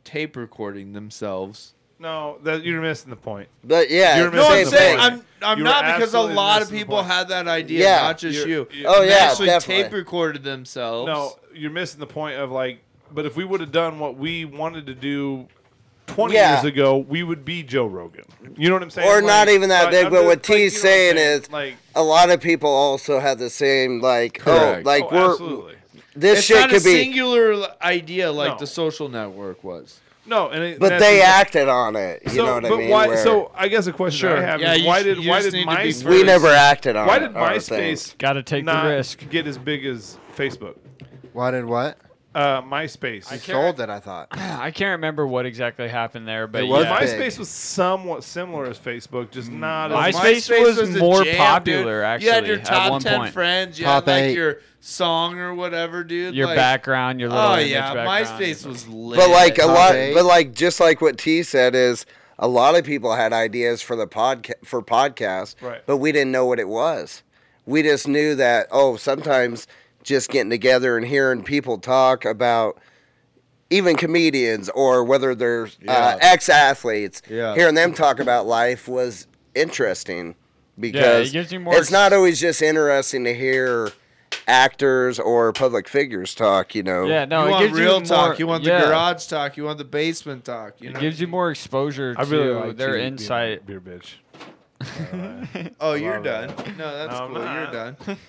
H: tape recording themselves.
K: No, that you're missing the point.
J: But yeah,
K: you're
H: No, I'm
K: missing the
H: saying
K: point.
H: I'm, I'm
K: You
H: not
K: were
H: because a
K: absolutely
H: lot of
K: missing the
H: people
K: point.
H: had that idea,
K: Yeah.
H: not just you
K: You're-
H: you.
K: Oh,
H: They
K: yeah,
H: actually
K: definitely.
H: tape recorded themselves.
K: No, you're missing the point of like. But if we would have done what we wanted to do 20
J: Yeah.
K: years ago, we would be Joe Rogan. You know what I'm saying?
J: Or
K: Like,
J: not even that
K: like,
J: big,
K: I'm
J: but
K: just-
J: what
K: like, you know
J: T's
K: what I'm
J: saying is
K: like
J: a lot of people also have the same like
H: Correct.
J: oh like
H: Oh,
J: we're
H: absolutely.
J: this
H: it's
J: shit
H: not
J: could
H: a
J: be
H: singular l- idea like
K: No.
H: the social network was.
K: No, and it-
J: but
K: that's
J: they
K: the-
J: acted on it. You
K: so,
J: know what I
K: but
J: mean?
K: Why,
J: Where-
K: so I guess a question
J: Sure.
K: I have
J: Yeah,
K: is
J: you
K: why
J: just-
K: did
J: you
K: why
J: just
K: did
J: need to be
K: MySpace
J: We never acted on
K: Why
J: it,
K: did
J: our
K: MySpace
J: thing. Gotta take the
K: not
L: risk.
K: get as big as Facebook?
I: Why did what?
K: Uh, MySpace.
I: He sold it, I thought.
L: I can't remember what exactly happened there, but
K: It was
L: yeah.
K: MySpace was somewhat similar as Facebook, just
J: Mm.
K: not. as
L: MySpace MySpace was was the more jam, dude. popular,
E: you had
L: actually,
E: your
L: at
E: top
L: one
E: ten
L: point.
E: friends, you
L: Top
E: had like
L: eight.
E: your song or whatever, dude.
L: Your
E: like-
L: background, your little
E: oh
L: image
E: yeah,
L: background.
E: MySpace was lit.
J: But like a lot,
E: Okay.
J: but like just like what T said is a lot of people had ideas for the podcast for podcasts,
K: Right.
J: but we didn't know what it was. We just knew that oh, sometimes just getting together and hearing people talk about even comedians or whether they're uh,
N: Yeah.
J: ex athletes,
N: Yeah.
J: hearing them talk about life was interesting because
L: gives you more
J: it's not always just interesting to hear actors or public figures talk. You know,
E: you want real talk. you want the
L: yeah.
E: garage talk. You want the basement talk. You
L: It
E: know?
L: gives you more exposure
K: I really
L: to
K: like
L: their
K: to be a
L: insight.
K: Beer bitch.
E: Oh,
K: I
E: you're
K: love
E: done.
K: that.
E: No, that's
K: No, I'm
E: cool. You're
K: not.
E: done.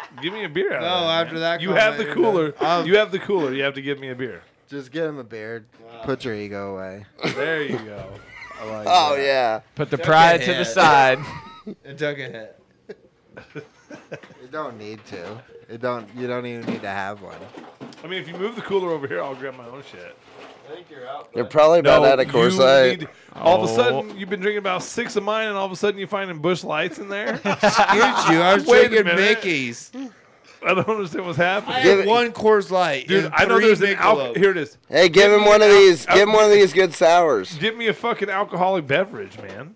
K: Give me a beer. out of
E: No,
K: that,
E: after
K: man.
E: that Um,
K: you have
E: comment,
K: the
E: you're done.
K: cooler. you have the cooler. You have to give me a beer.
I: Just get him a beard. Put your ego away.
K: There you go. I like
J: Oh,
K: that.
J: yeah.
L: Put
I: the pride
L: to the side.
E: It took a hit.
I: You don't need to. It don't. You don't even need to have one.
K: I mean, if you move the cooler over here, I'll grab my own shit.
J: They're probably about out of Coors
K: you
J: Light.
K: need- all of a
J: Oh.
K: sudden, you've been drinking about six of mine, and all of a sudden, you're finding bush lights in there. Screwed
E: you. I was drinking Mickey's.
K: I don't understand what's happening.
E: I had one Coors Light.
K: Dude,
E: and
K: I know
E: three
K: there's an
E: Michelob.
K: alcohol. Here it is.
J: Hey, give him
K: me
J: one of
K: an al-
J: these.
K: al-
J: Give him one of these good sours.
K: Give me a fucking alcoholic beverage, man.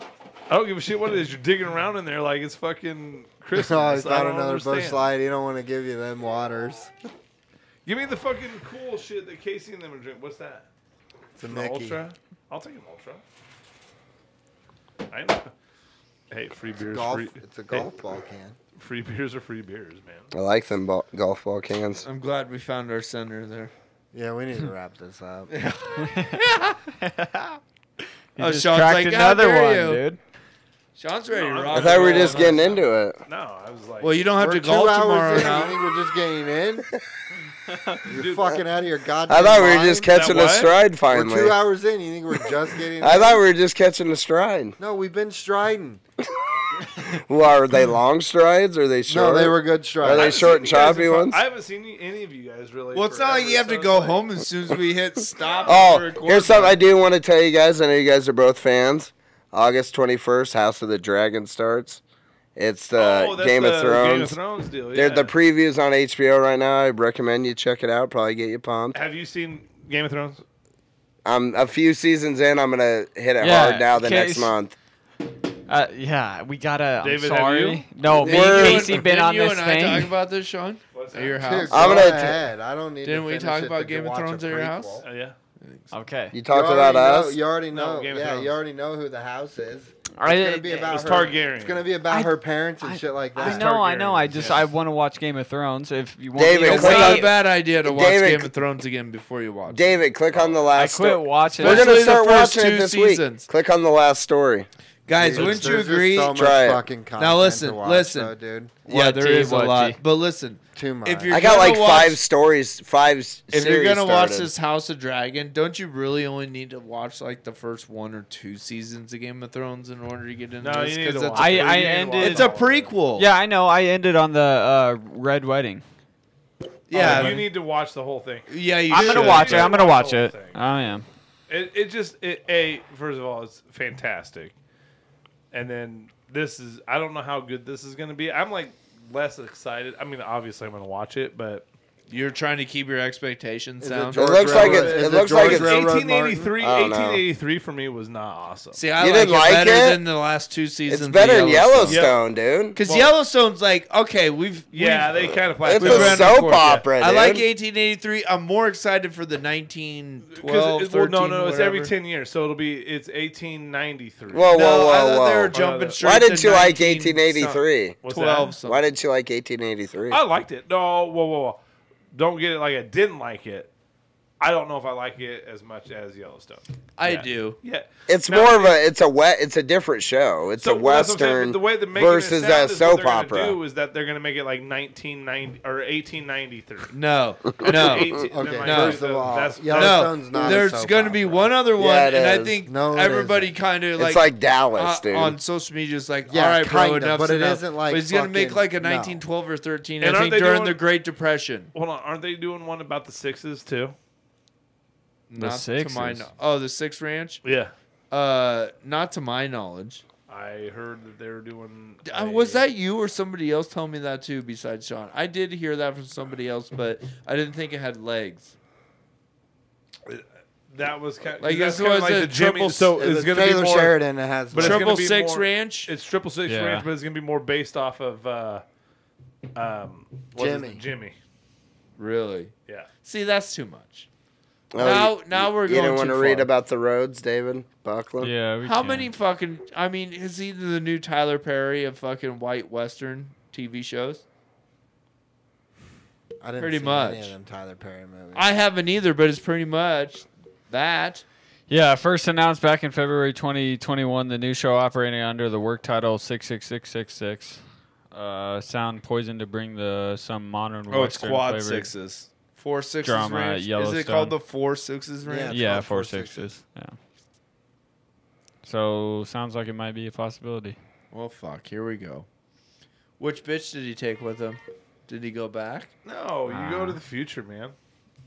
K: I don't give a shit what it is. You're digging around in there like it's fucking Christmas.
I: Oh, he's
K: I
I: got
K: don't
I: another bush
K: understand.
I: light. He don't want to give you them waters.
K: Give me the fucking cool shit that Casey and them are drinking. What's that?
I: It's a
K: The
I: Mickey.
K: Ultra. I'll take an Ultra. I know. Hey, free beers.
I: golf-
K: free,
I: it's a
K: hey,
I: golf ball can.
K: Free beers are free beers, man.
J: I like them ball, golf ball cans.
E: I'm glad we found our center there.
I: Yeah, we need to wrap this up.
L: He
E: oh,
L: just
E: Sean's
L: cracked
E: like,
L: another
E: another
L: one,
E: one, you.
L: dude.
E: Sean's ready to rock.
J: I thought we were
E: and roll
J: just
E: on us.
J: getting into it.
K: No, I was like.
E: Well, you don't have
I: We're
E: to
I: two
E: golf
I: hours
E: tomorrow
I: in.
E: now.
I: You think we're just getting in? You're fucking out of your goddamn.
J: I thought we were just
I: mind?
J: catching a That what? stride finally.
I: We're two hours in. You think we're just getting?
J: I
I: in?
J: thought we were just catching the stride.
I: No, we've been striding.
J: Well, are they long strides? Or are Mm. they short?
I: they were good
J: Are
I: strides.
J: they
I: I've
J: short and
K: You guys
J: choppy
K: are fu-
J: ones?
K: I haven't seen you- any of you guys really.
E: Well, it's not like you have to go home as soon as we hit stop. for
J: Oh,
E: a quarter.
J: here's something I do want to tell you guys. I know you guys are both fans. August 21st, House of the Dragon starts. It's the,
K: Oh, that's
J: Uh, Game,
K: the
J: of Thrones.
K: Game of Thrones deal,
J: They're
K: yeah.
J: the previews on HBO right now. I recommend you check it out. Probably get you pumped.
K: Have you seen Game of Thrones?
J: I'm a few seasons in. I'm gonna hit it
L: Yeah,
J: hard now. The
L: Case-
J: next month.
L: Uh, yeah, we gotta.
J: David,
L: I'm
J: have
L: sorry.
J: you?
L: No, me
J: We're-
L: and Casey been
E: Didn't
L: on
E: you
L: this
E: and
L: thing.
E: I talk about this, Sean? At your house.
I: Dude, I'm go gonna- ahead. I don't need to
E: Didn't we
I: finish
E: talk
I: it
E: about
I: to
E: Game of
I: watch a
E: Thrones at your house?
I: prequel.
K: Oh yeah.
L: Okay.
J: You talked
I: You
J: about
I: already know-
J: us.
I: you already
K: No,
I: know.
K: Game of
I: yeah,
K: Thrones.
I: you already know who the house is. It's
L: I-
I: gonna be about
K: It's
I: her,
K: Targaryen.
I: It's gonna be about
L: I-
I: her parents and shit like that.
L: I know, I know. I just I want to watch Game of Thrones. If you want,
J: David,
L: me
J: it's
L: to wait,
J: not
E: a bad idea to watch
J: David-
E: Game of Thrones again before you watch.
J: David, click on the last.
L: quit
J: sto-
L: watching
J: We're
L: it.
J: gonna
L: Especially the
J: start
L: first
J: watching it
L: two
J: this
L: seasons.
J: week. Click on the last story.
E: Guys, wouldn't you
I: there's just
E: agree?
I: so much
J: Try it.
I: fucking content
E: Now listen,
I: to watch,
E: listen,
I: though, dude.
E: Yeah, there
L: What,
E: is a
L: what,
E: lot,
L: G?
E: but listen,
I: Too much.
E: If you're
J: I got
E: gonna
J: like five
E: watch-
J: stories. Five. s-
E: if you're
J: series
E: gonna watch
J: started.
E: this House of Dragon, don't you really only need to watch like the first one or two seasons of Game of Thrones in order to get into
K: No,
E: this?
K: you need
E: 'Cause
K: to
E: that's
K: watch
E: a
L: I,
E: pre-
L: I ended.
E: It's a prequel.
L: Yeah, I know. I ended on the uh, red wedding.
E: yeah.
K: Oh, you need to watch the whole thing.
E: Yeah, you
L: I'm gonna
E: should.
L: watch it.
K: You
L: I'm gonna watch
K: the whole
L: it.
K: thing.
L: I am.
K: It, it just it, a first of all, it's fantastic, and then this is I don't know how good this is going to be. I'm like less excited. I mean, obviously I'm going to watch it, but
H: You're trying to keep your expectations
I: Is it
H: down.
I: George It looks like Railroad- it's- it is it looks like George it's- Railroad Martin?
K: 1883,
I: I don't know.
K: 1883 for me was not awesome.
H: See, I like, it better than the last two seasons. of
K: better than
H: Yellowstone,
K: Yellowstone, dude.
H: Because
K: Well-
H: Yellowstone's like, okay, we've
K: Yeah,
H: we've-
K: they kinda played- It's
H: we've
K: a
H: ran the
K: soap
H: course.
K: opera,
H: I like
K: dude.
H: 1883. I'm more excited for the 1912,
K: Because it- well,
H: 13,
K: no, no, it's every
H: whatever.
K: ten years, so it'll be it's eighteen ninety three.
J: Whoa, whoa,
H: No, I
J: whoa,
H: thought
J: whoa!
H: they were jumping
J: Why
H: straight
J: didn't
H: to
J: you like
H: 19
J: 1883?
K: What's that? 12 something. Oh,
J: Why didn't you like 1883?
K: I liked it. No, whoa, whoa, whoa! Don't get it like I didn't like it. I don't know if I like it as much as Yellowstone.
H: I
K: Yeah.
H: do.
K: Yeah,
J: It's
K: Now,
J: more of a it's a wet it's a different show. It's
K: So
J: a
K: that's what I'm saying,
J: western
K: but the way the
J: versus a soap
K: What they're gonna
J: opera.
K: do is that they're going to make it like 1990 or 1893.
H: No, no,
K: never mind,
H: no.
K: that's- that's-
H: no. There's going to be one other one,
J: Yeah, it
H: and I
J: is.
H: think
J: No, it
H: everybody
J: isn't.
H: kind of
J: It's
H: like
J: like Dallas,
H: uh,
J: dude.
H: on social media is like,
I: Yeah,
H: all right, bro,
I: kinda,
H: enough.
I: but it
H: enough.
I: isn't like
H: But he's going to make
I: fucking-
H: like a
I: no.
H: 1912 or 13.
K: And
H: I
K: aren't
H: think
K: they
H: during
K: doing-
H: the Great Depression.
K: Hold on, aren't they doing one about the sixes too?
L: The
H: Not to my
L: Sixes.
H: kno- oh, the Six Ranch.
K: Yeah.
H: Uh, not to my knowledge.
K: I heard that they were doing.
H: Uh, was that you or somebody else telling me that too? Besides Sean, I did hear that from somebody else, but I didn't think it had legs.
K: That was kind of
H: Like,
K: like,
H: this
K: that's kinda
H: was
K: like
H: a
K: the Jimmy.
H: triple
K: So
H: s-
K: it's
H: it's
K: going to be
I: Taylor
K: more
I: Sheridan that has
K: but it's gonna
H: Triple
K: be
H: Six
K: more-
H: Ranch?
K: It's triple six
L: Yeah.
K: ranch, but it's going to be more based off of uh, um, what is it?
I: Jimmy.
K: Jimmy.
H: Really?
K: Yeah.
H: See, that's too much.
J: Oh,
H: now,
J: you-
H: now we're
J: you
H: going
J: didn't
H: want
J: want to read about the roads, David Buckland.
L: Yeah. We
H: How
L: can't.
H: many fucking? I mean, is he the new Tyler Perry of fucking white western TV shows?
I: I didn't
H: Pretty
I: see any
H: much.
I: of them Tyler Perry movies.
H: I haven't either, but it's pretty much that.
L: Yeah, first announced back in February 2021, the new show operating under the work title 66666. Uh, sound poisoned to bring the some modern
O: Oh, it's
L: Western
O: quad
L: flavored-
O: sixes.
H: Four Sixes
L: Drama at
H: Ranch. Is
L: Yellowstone.
H: it called the Four Sixes Ranch?
I: it's
L: Yeah,
I: called
L: four
I: Four
L: sixes.
I: Sixes.
L: Yeah. So sounds like it might be a possibility.
H: Well, fuck. Here we go. Which bitch did he take with him? Did he go back?
K: No, you go to the future, man.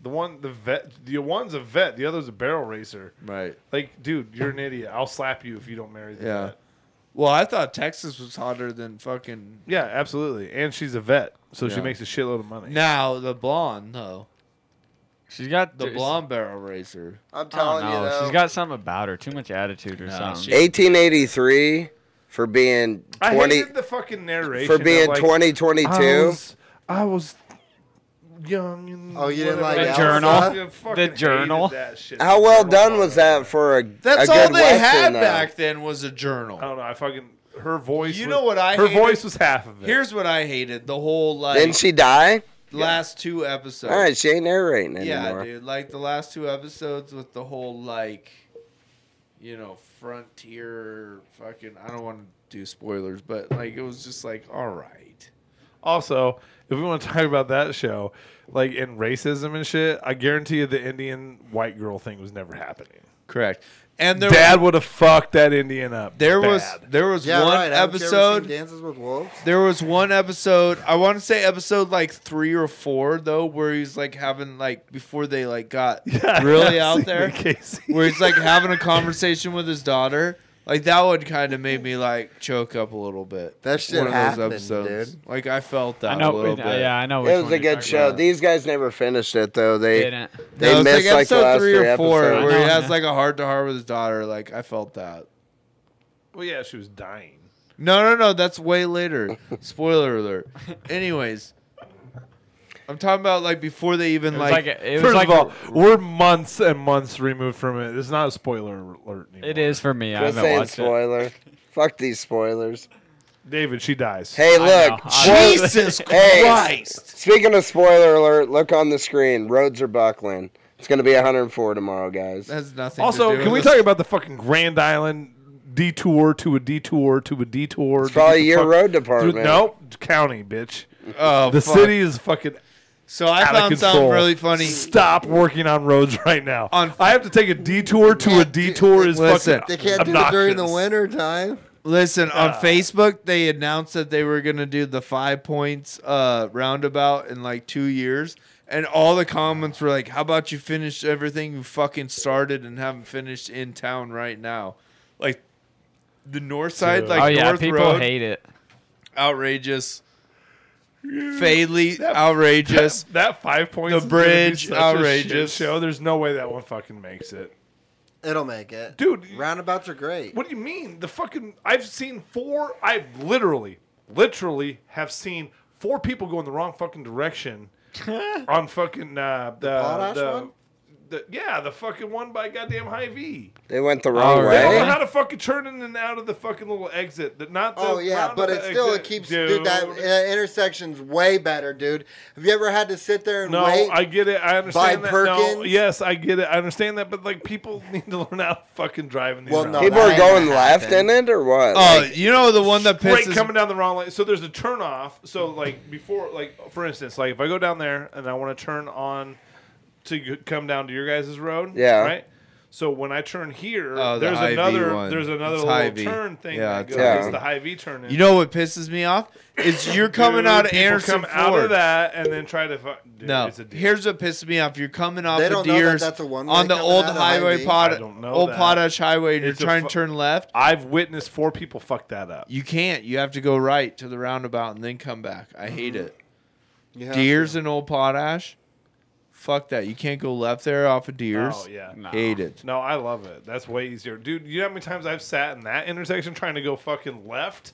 K: The one, the vet, the one's a vet, the other's a barrel racer.
H: Right.
K: Like, dude, you're an idiot. I'll slap you if you don't marry the
H: Yeah.
K: vet.
H: Well, I thought Texas was hotter than fucking.
K: Yeah, absolutely. And she's a vet, so she
H: Yeah.
K: makes a shitload of money.
H: Now the blonde though,
L: She's got
H: the blonde barrel racer.
I: I'm
L: I don't
I: telling you
L: know.
I: though.
L: She's got something about her. Too much attitude or
H: No,
L: something.
H: she-
J: 1883 for being
K: I
J: 20
K: hated the fucking narration
J: for
K: of,
J: being
K: like,
J: 2022.
K: I
H: oh,
K: was, I was young and
I: Oh, you didn't
K: whatever.
I: like
L: The
I: Elsa?
L: journal.
K: I fucking
L: The journal.
K: hated that shit.
J: How well done was that for a
H: That's
J: a
H: all
J: good
H: they
J: Western, uh,
H: had
J: though?
H: back then was a journal.
K: I don't know. I fucking her voice.
H: You
K: was-
H: know what I
K: Her
H: hated?
K: voice was half of it.
H: Here's what I hated: the whole like
J: Didn't she die?
H: last two episodes.
J: All right, she ain't narrating
H: yeah,
J: anymore.
H: dude, like the last two episodes with the whole like, you know, frontier fucking. I don't want to do spoilers, but like it was just like, all right.
K: Also, if we want to talk about that show, like in racism and shit, I guarantee you the Indian white girl thing was never happening.
H: Correct. And there
K: Dad would have fucked that Indian up.
H: there was
K: bad.
H: there was
I: yeah,
H: one
I: right. haven't you ever
H: episode
I: seen Dances with Wolves.
H: There was one episode, I want to say episode like three or four though, where he's like having like before they like got
K: Yeah,
H: really out
K: I've seen
H: there,
K: the Casey.
H: where he's like having a conversation with his daughter. Like that one kind of made me like choke up a little bit.
I: That shit happened, dude.
H: Like I felt that
L: I know.
H: a little bit.
L: yeah, I know. which
J: It was
L: one
J: a
L: you're
J: good
L: talking
J: show.
L: about.
J: These guys never finished it though. They
L: Didn't.
J: they
H: No, it's
J: missed like, the last three, episodes.
H: where
L: I
H: he
L: know,
H: has
L: yeah.
H: like a heart to heart with his daughter. Like I felt that.
K: Well, yeah, she was dying.
H: No, no, no. That's way later. Spoiler alert. Anyways, I'm talking about like before they even
L: It was
H: like.
L: like a- it was
K: First
L: like
K: of all, we're months and months removed from it. It's not a spoiler alert anymore.
L: it is for me. I
J: Quit
L: haven't
J: saying
L: watched it.
J: spoiler. Fuck these spoilers.
K: David, she dies.
J: Hey,
L: I
J: look.
L: know, I-
J: Roads-
H: Jesus
J: Hey.
H: Christ!
J: Speaking of spoiler alert, look on the screen. Roads are buckling. It's gonna be 104 tomorrow, guys.
H: That has nothing. to
K: Also,
H: do
K: can we
H: with
K: talk about the fucking Grand Island detour to a detour to a detour?
J: It's probably
K: to get the
J: your
K: fuck-
J: road
K: through-
J: department.
K: Nope, county, bitch.
H: Oh,
K: The
H: fuck.
K: city is fucking
H: So I
K: out of
H: found
K: control.
H: something really funny.
K: Stop working on roads right now.
H: On-
K: I have to take a detour to a
I: Can't do-
K: detour. Is
H: Listen.
K: fucking
I: They can't do it during the
K: obnoxious.
I: winter time.
H: Listen, on Facebook they announced that they were gonna do the five points uh, roundabout in like two years, and all the comments were like, "How about you finish everything you fucking started and haven't finished in town right now?" Like the north side,
K: Dude.
H: like
L: oh yeah,
H: North
L: people
H: Road,
L: hate it.
H: outrageous. Fadley, outrageous.
K: That, that five points.
H: The
K: is gonna be
H: bridge,
K: such a shit
H: outrageous.
K: show. There's no way that one fucking makes it.
I: It'll make it,
K: dude.
I: Roundabouts are great.
K: What do you mean? The fucking I've seen four. I literally, literally have seen four people go in the wrong fucking direction on fucking uh, the
I: Potash
K: the,
I: one?
K: the- yeah the fucking one by goddamn High V.
J: They went the wrong
K: They
J: way.
K: don't know how to fucking turn in and out of the fucking little exit. The, not the
I: Oh yeah, but it
K: roundabout
I: still it
K: exit.
I: keeps dude, that uh, intersection's way better, dude. Have you ever had to sit there and
K: No,
I: wait?
K: I get it. I understand
I: by
K: that. No,
I: Perkins?
K: yes, I get it. I understand that. But like, people need to learn how to fucking drive in these.
I: Well,
K: rounds.
I: no,
J: People
I: that
J: are
I: ain't
J: going
I: gonna
J: left
I: happen.
J: in it or what?
H: Oh,
J: Like,
H: you know the one that
K: Straight
H: pisses
K: coming down the wrong lane. So there's a turn off. So like before, like for instance, like if I go down there and I want to turn on to g- come down to your guys' road,
J: Yeah.
K: right. So when I turn here,
H: Oh, the
K: there's,
H: Hy-Vee
K: another,
H: one.
K: there's another
H: It's
K: little
H: Hy-Vee.
K: turn thing
H: Yeah,
K: that
H: it's
K: goes.
J: Hy-Vee.
K: It's the high V turn. In.
H: You know what pisses me off? Is you're coming
K: Dude,
H: out of
K: people
H: Anderson
K: come
H: Ford.
K: out of that and then try to fu- dude,
H: no,
K: it's a deal.
H: here's what pisses me off. You're coming off
I: They
H: the
I: don't know that
H: deers
I: that's a one-way
H: on the
I: coming
H: old
I: out of
H: highway,
I: Hy-Vee.
H: pod,
K: I don't know
H: old
K: that.
H: Potash Highway, and you're
K: It's a
H: trying
K: fu-
H: to turn left.
K: I've witnessed four people fuck that up.
H: You can't. You have to go right to the roundabout and then come back. I hate
K: Mm-hmm.
H: it.
I: You have
H: Deers
I: to.
H: and old Potash. Fuck that. You can't go left there off of Deers.
K: Oh yeah.
H: Hate it.
K: No, I love it. That's way easier, dude. You know how many times I've sat in that intersection trying to go fucking left?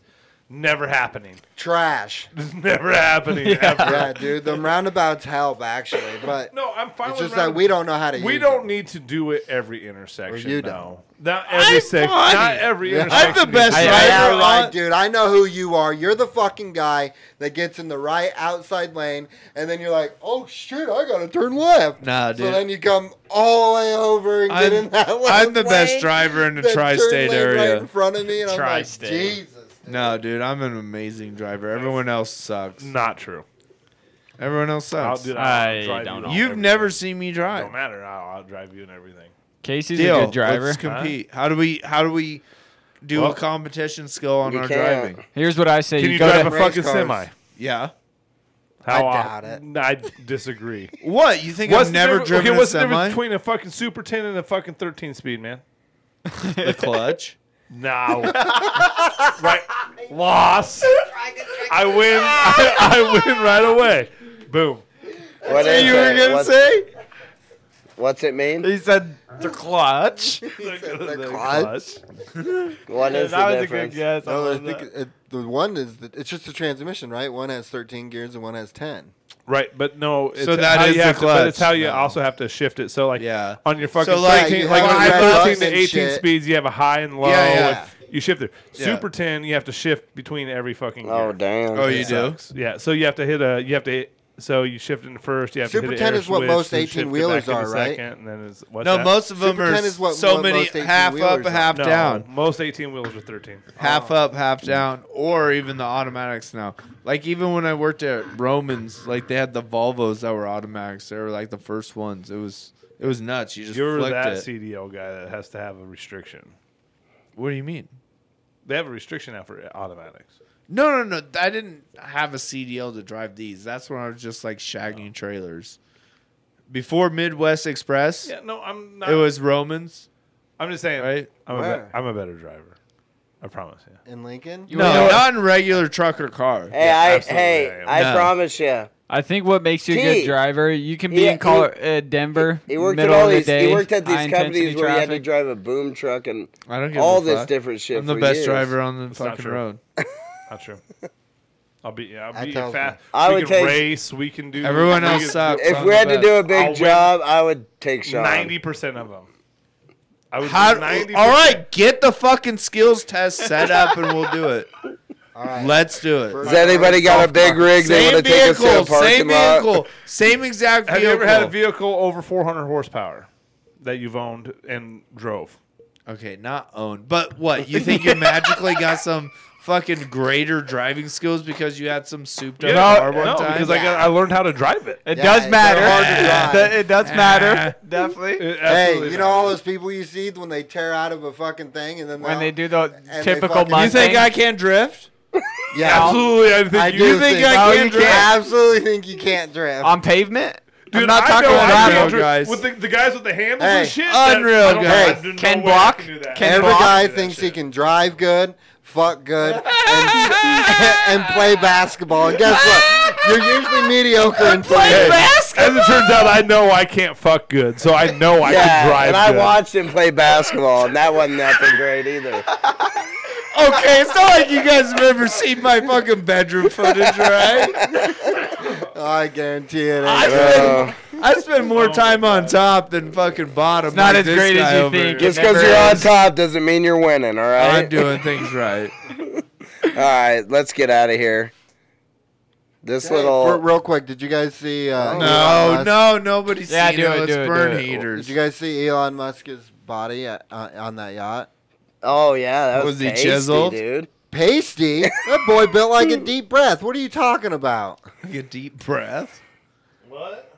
K: Never happening.
I: trash.
K: It's never happening. ever.
I: yeah, dude, the roundabouts help actually, but
K: No, I'm fine.
I: it's
K: with
I: just that we don't know how to.
K: We
I: use
K: don't
I: It.
K: need to do it every intersection.
I: Or you
K: no. Not every
H: I'm
K: sec-
H: funny.
K: Not every
I: Yeah.
K: intersection.
H: I'm the best
K: needs-
H: Hey,
I: Yeah,
H: driver
I: yeah, right,
H: on-
I: dude. I know who you are. You're the fucking guy that gets in the right outside lane, and then you're like, "Oh shit, I gotta turn left."
H: Nah,
I: So
H: dude.
I: then you come all the way over and get
H: I'm,
I: in that left
H: I'm the best
I: lane,
H: driver in the
I: then turn
H: tri-state
I: lane
H: area.
I: Right in front of me, and I'm
L: Tri-state.
I: like, Jesus. dude."
H: No, dude, I'm an amazing driver. Everyone else sucks.
K: Not true.
H: Everyone else
K: Mm. I'll
H: sucks.
K: do that.
L: I
K: I'll drive
L: don't
K: you
L: know.
K: in
H: You've
K: everything.
H: never seen me
K: Don't
H: drive.
K: matter. I'll, I'll drive you and everything.
L: Casey's
H: Deal.
L: a good driver.
H: Let's compete. How do we? How do we? Do
K: Well-
H: a competition skill on
J: You
H: our
J: can't.
H: driving.
L: Here's what I say:
K: Can
L: you,
K: you,
L: go
K: drive
L: to
K: a
I: race
K: fucking
I: cars?
K: semi?
H: Yeah.
I: I
K: How off-
I: doubt it.
K: I disagree.
H: What you think? I've
K: the
H: never
K: difference-
H: driven
K: okay, what's
H: a
K: the difference
H: semi.
K: between a fucking Super 10 and a fucking 13 speed, man?
H: the clutch.
K: No. right. Loss. I win. I, I win right away. Boom.
J: what is
H: you were
J: it?
H: gonna
J: What's-
H: say?
J: What's it mean?
H: He said the clutch.
I: The clutch.
K: Clutch.
J: What is
L: That
J: the
L: was a good
J: difference?
L: guess. I
I: No, I
L: love
I: think
L: that.
I: it, the one is the, it's just the transmission, right? One has 13 gears and one has 10.
K: Right, but no. It's
H: So that
K: how
H: is
K: you
H: the
K: have to- but
H: clutch.
K: it's how you
H: No.
K: also have to shift it. So like,
H: Yeah.
K: on your fucking
H: So, like,
K: 13,
I: you
K: like
I: have
K: on your
I: high bucks
K: 13 to
I: and
K: 18
I: shit.
K: speeds, you have a high and low.
H: Yeah, yeah.
K: like, you shift there.
H: Yeah.
K: Super 10, you have to shift between every fucking. Gear.
J: Oh damn.
H: Oh, you do.
K: Yeah, so you have to hit a. You have to. Hit, so you shift in first. You have
I: Super
K: to hit
I: 10
K: an air
I: is what
K: switch,
I: most
K: then shift it
I: 18-wheelers
K: back in
I: are,
K: a
I: right?
K: Second, and then it's, what's
H: No,
K: that?
H: most of them
I: Super
H: are
I: 10 is what
H: so
I: mo-
H: many
I: most 18
H: half up,
I: wheelers are.
H: half
K: No,
H: down.
K: Most 18 wheelers are 13.
H: half up, half down, or even the automatics now. Like even when I worked at Romans, like they had the Volvos that were automatics. They were like the first ones. It was it was nuts. You just
K: You're
H: flicked
K: that
H: it.
K: CDL guy that has to have a restriction.
H: What do you mean?
K: They have a restriction now for automatics.
H: No, no, no. I didn't have a CDL to drive these. That's when I was just like
K: Oh.
H: shagging trailers. Before Midwest Express,
K: Yeah, no, I'm not.
H: it was Romans,
K: I'm just saying.
H: right?
K: I'm, a
I: Where?
K: be- I'm a better driver. I promise you.
I: In Lincoln?
L: You
H: No,
L: know what?
H: not in regular truck or car.
J: Hey, I
K: absolutely,
J: hey,
K: yeah,
J: I
H: yeah.
J: promise you.
L: I think what makes you a good
J: Gee.
L: driver, you can be
J: Yeah,
L: in Col- uh, Denver.
J: He worked
L: middle
J: at all
L: of the
J: these.
L: day,
J: he worked at
L: high
J: these companies
L: intensity
J: where he had to
L: traffic.
J: drive a boom truck and
H: I don't give
J: all
H: a
J: this
H: fuck.
J: different shit.
H: I'm the
J: for
H: best
J: years.
H: driver on the
K: not
H: fucking
K: true.
H: road.
K: Not true. I'll beat you. I'll
I: That
K: beat you
I: tells
K: fast.
I: me.
J: I
K: we
J: would
K: can
J: take-
K: race. We can do.
H: Everyone
K: we
H: else
K: can-
H: sucks.
J: If
H: I'm
J: we
H: the
J: had to
H: best.
J: do a
K: I'll
J: big
K: win.
J: job, I would take Sean.
K: Ninety percent of them. I would.
H: How,
K: do 90%.
H: all right, get the fucking skills test set up and we'll do it.
I: All right.
H: Let's do it.
J: Has anybody got a big rig they
H: Same
J: want to take us to a
H: vehicle,
J: parking
H: same
J: lot?
H: vehicle, same exact
K: Have
H: vehicle.
K: you ever had a vehicle over 400 horsepower that you've owned and drove?
H: Okay, not owned, but what? You think you magically got some fucking greater driving skills because you had some souped up car one
K: no,
H: time?
K: because I, got, I learned how to drive it.
L: It
I: Yeah,
L: does
I: they're
L: matter.
I: hard to drive.
L: That- It does matter. Definitely.
K: It
I: Hey,
K: absolutely
I: you know all
K: matters.
I: those people you see when they tear out of a fucking thing and then
L: When
I: they'll-
L: they do the
I: they
L: typical
I: fucking-
L: Mustang.
H: you think I can't drift?
I: yeah,
K: Absolutely, I think
I: I
K: you
I: do
H: think
I: think
H: I
I: oh,
H: can
I: you
H: drift?
I: Absolutely think you can't drift.
L: on pavement?
K: Dude,
L: I'm not
K: I
L: talking
K: know
L: about
K: I
H: that,
K: can't
H: though,
K: dri-
H: guys.
K: With the, the guys with the handles
I: Hey,
K: and shit. that-
H: unreal
K: I don't-
H: guys.
K: I didn't know
L: Ken
K: way I
L: Block?
K: could do that.
L: Ken
I: Every
L: Block?
I: guy
K: that
I: thinks he
K: shit.
I: can drive good, fuck good, and, and play basketball. And guess what? You're usually mediocre in
K: Hey,
I: play.
K: As it turns out, I know I can't fuck good, so I know I
J: yeah,
K: can drive
J: and I
K: good.
J: watched him play basketball, and that wasn't nothing great either.
H: Okay, it's not like you guys have ever seen my fucking bedroom footage, right?
I: Oh, I guarantee it.
H: I spend, I spend more time on top than fucking bottom.
J: It's not as
H: like this
J: great as
H: guy
J: you
H: over
J: think.
H: here.
J: Just 'cause you're on top doesn't mean you're winning, all right?
H: I'm doing things right.
J: All right, let's get out of here. This
I: Hey,
J: little
I: for- real quick, did you guys see? Uh,
H: No,
I: Elon Musk-
H: no, nobody's Yeah, seen do it, it. It's do it, do burn it. heaters.
I: Did you guys see Elon Musk's body at, uh, on that yacht?
J: Oh yeah, that was Was he pasty, chiseled? dude.
I: Pasty? That boy built like a deep breath. What are you talking about?
H: Like a deep breath. What?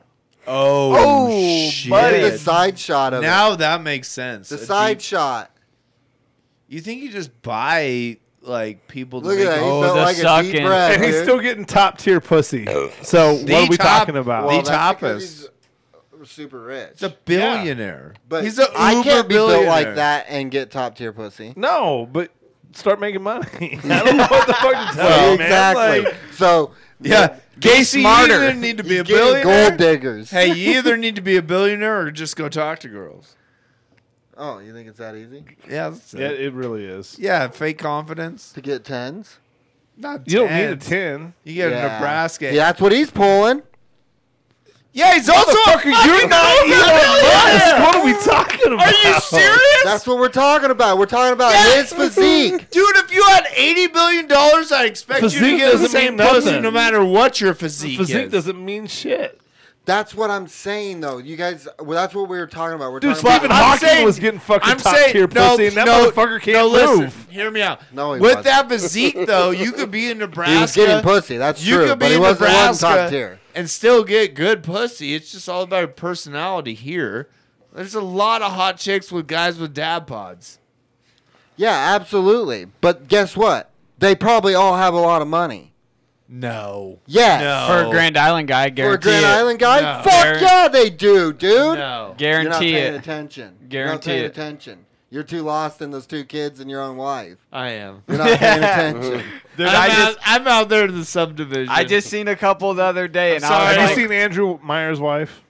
I: Oh,
H: Oh, shit!
I: buddy. The side shot of
H: now that makes sense.
I: The
H: A
I: side
H: deep-
I: shot.
H: You think you just buy like people? To
I: Look at
H: make,
I: that, he
H: Oh,
I: felt
H: the
I: like a deep
H: sucking.
I: breath,
K: and he's
I: dude.
K: still getting top tier pussy. So
H: The
K: what are we
H: top-
K: talking about?
H: the
I: that's because
H: tapas.
I: He's super rich.
H: He's a billionaire.
I: But
H: he's a
I: I
H: uber
I: can't be built
H: billionaire.
I: like that and get top tier pussy.
K: No, but start making money. I don't know what the fuck to tell you, man.
I: exactly.
K: Like,
I: so
H: Yeah, Casey, you either need to be a
I: He's getting
H: billionaire.
I: Gold diggers.
H: hey, you either need to be a billionaire or just go talk to girls.
I: Oh, you think it's that easy?
H: Yeah, that's
K: yeah, it really is.
H: Yeah, fake confidence.
I: To get tens.
H: Not
K: You don't need a
H: tens.
K: ten.
H: You get
I: Yeah.
H: a Nebraska.
I: Yeah, that's what he's pulling.
H: Yeah, he's also a fucking
K: You're not even honest. What are we talking about?
H: Are you serious?
I: That's what we're talking about. We're talking about
H: Yeah.
I: his physique.
H: Dude, if you had eighty billion dollars, I expect you to
K: Physique
H: get the
K: doesn't
H: same
K: mean
H: pussy
K: nothing.
H: no matter what your physique,
K: Physique
H: is.
K: doesn't mean shit.
I: That's what I'm saying, though. You guys, well, that's what we were talking about. We're
K: Dude,
I: talking
K: Stephen
I: about.
H: I'm
K: Hawking
H: saying-
K: was getting fucking
H: I'm
K: top
H: saying
K: tier
H: no,
K: pussy, and that
H: no,
K: motherfucker
H: no,
K: can't
H: listen,
K: move.
H: Hear me out.
I: No, he
H: With
I: wasn't.
H: that physique though, you could be in Nebraska.
I: He was getting pussy. That's
H: You
I: true.
H: could be
I: but he
H: in
I: wasn't, he wasn't
H: Nebraska
I: top tier.
H: and still get good pussy. It's just all about personality here. There's a lot of hot chicks with guys with dad pods.
I: Yeah, absolutely. But guess what? They probably all have a lot of money.
H: No.
I: Yes.
H: No.
L: For a Grand Island guy,
I: For a
L: guarantee
I: Grand
L: it.
I: Island guy?
H: No.
I: Fuck yeah, they do, dude.
H: No.
I: You're not
L: Guarantee
I: paying
L: it.
I: attention. You're not
L: Guarantee
I: paying
L: it.
I: attention. You're too lost in those two kids and your own wife.
H: I am.
I: You're not paying attention.
L: Dude,
H: I'm,
L: I
H: out,
L: just
H: I'm out there in the subdivision.
L: I just seen a couple the other day, and
H: sorry.
L: I was
K: Have
L: like,
K: you seen Andrew Meyer's wife?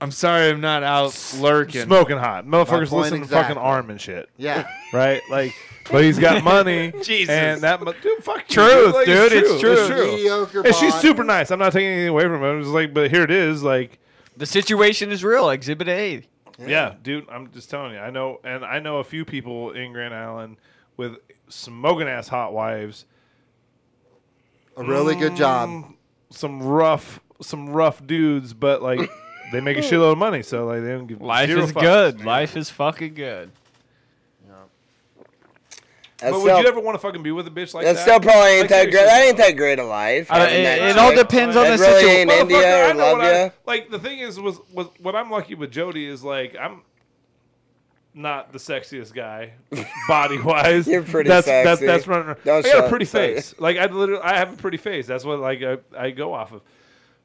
H: I'm sorry I'm not out lurking.
K: Smoking hot. Motherfuckers
I: point
K: listen to
I: exactly.
K: fucking arm and shit.
I: Yeah.
K: right? Like, but he's got money.
H: Jesus.
K: And that, mu- dude, fuck you,
L: Truth,
K: Like,
L: dude, it's
K: It's
L: true.
K: true.
I: Mediocre
K: And she's
I: bod.
K: super nice. I'm not taking anything away from her. It's like, but here it is. Like,
L: the situation is real. Exhibit A.
K: yeah. dude, I'm just telling you. I know, and I know a few people in Grand Island with smoking ass hot wives.
I: A really good job.
K: Some rough, some rough dudes, but like. They make a shitload of money, so like they don't give
L: Life
K: zero
L: is
K: fucks.
L: good. Life is fucking good.
J: That
K: But would
J: still,
K: you ever want to fucking be with a bitch like
J: that
K: that?
J: still probably ain't that
K: Like,
J: great.
K: seriously,
J: That ain't that great a life.
L: I don't-
J: having
L: it-
J: that
L: it all
J: chick.
L: depends on
J: That
L: the
J: really
L: situ-
J: ain't India
K: Motherfucker, I
J: or
K: know what I-
J: Latvia.
K: like the thing is, was was what I'm lucky with Jody is like I'm not the sexiest guy, body wise.
J: You're pretty
K: that's, That's
J: sexy.
K: that's running. around.
J: Don't
K: I got
J: shut-
K: a pretty
J: sorry.
K: face. Like I literally, I have a pretty face. That's what like I, I go off of.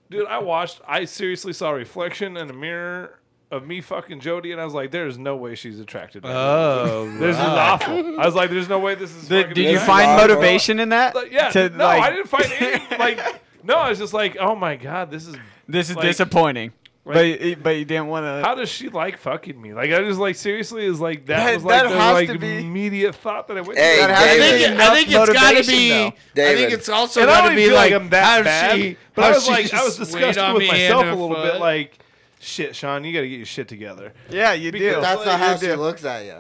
K: Dude, I watched. I seriously saw a reflection in a mirror of me fucking Jody, and I was like, "There's no way she's attracted." to me.
H: Oh,
K: this is awful. I was like, "There's no way this is."
L: Did
K: fucking
L: you
K: attractive."
L: find
J: Wow.
L: motivation in that?
K: Like, yeah.
L: To,
K: no,
L: like,
K: I didn't find any. Like, no, I was just like, oh my god, this is.
L: This is
K: like,
L: disappointing.
K: like-
L: but but you didn't want to.
K: How does she like fucking me? Like, I just like seriously is like that,
L: That-
K: was like
L: that
K: the
L: has
K: like
L: to be-
K: immediate thought that I went.
J: Hey,
K: through.
J: That
H: I
J: has
H: think,
J: David.
H: it- I think it's got to
L: Motivation,
H: be.
L: though.
H: I think
J: David.
H: it's also
K: and I
H: got
K: don't
H: to
K: even
H: be
K: feel like,
H: like,
K: I'm that
H: how
K: bad.
H: She,
K: but
H: how
K: I was
H: she
K: like, I was
H: just laid
K: disgusted
H: on
K: with
H: me and
K: myself a
H: her
K: little
H: foot.
K: bit. Like, shit, Sean, you got to get your shit together.
L: Yeah, you
K: Because-
L: do.
K: That-
I: That's not how
K: You
I: she
K: do.
I: looks at you.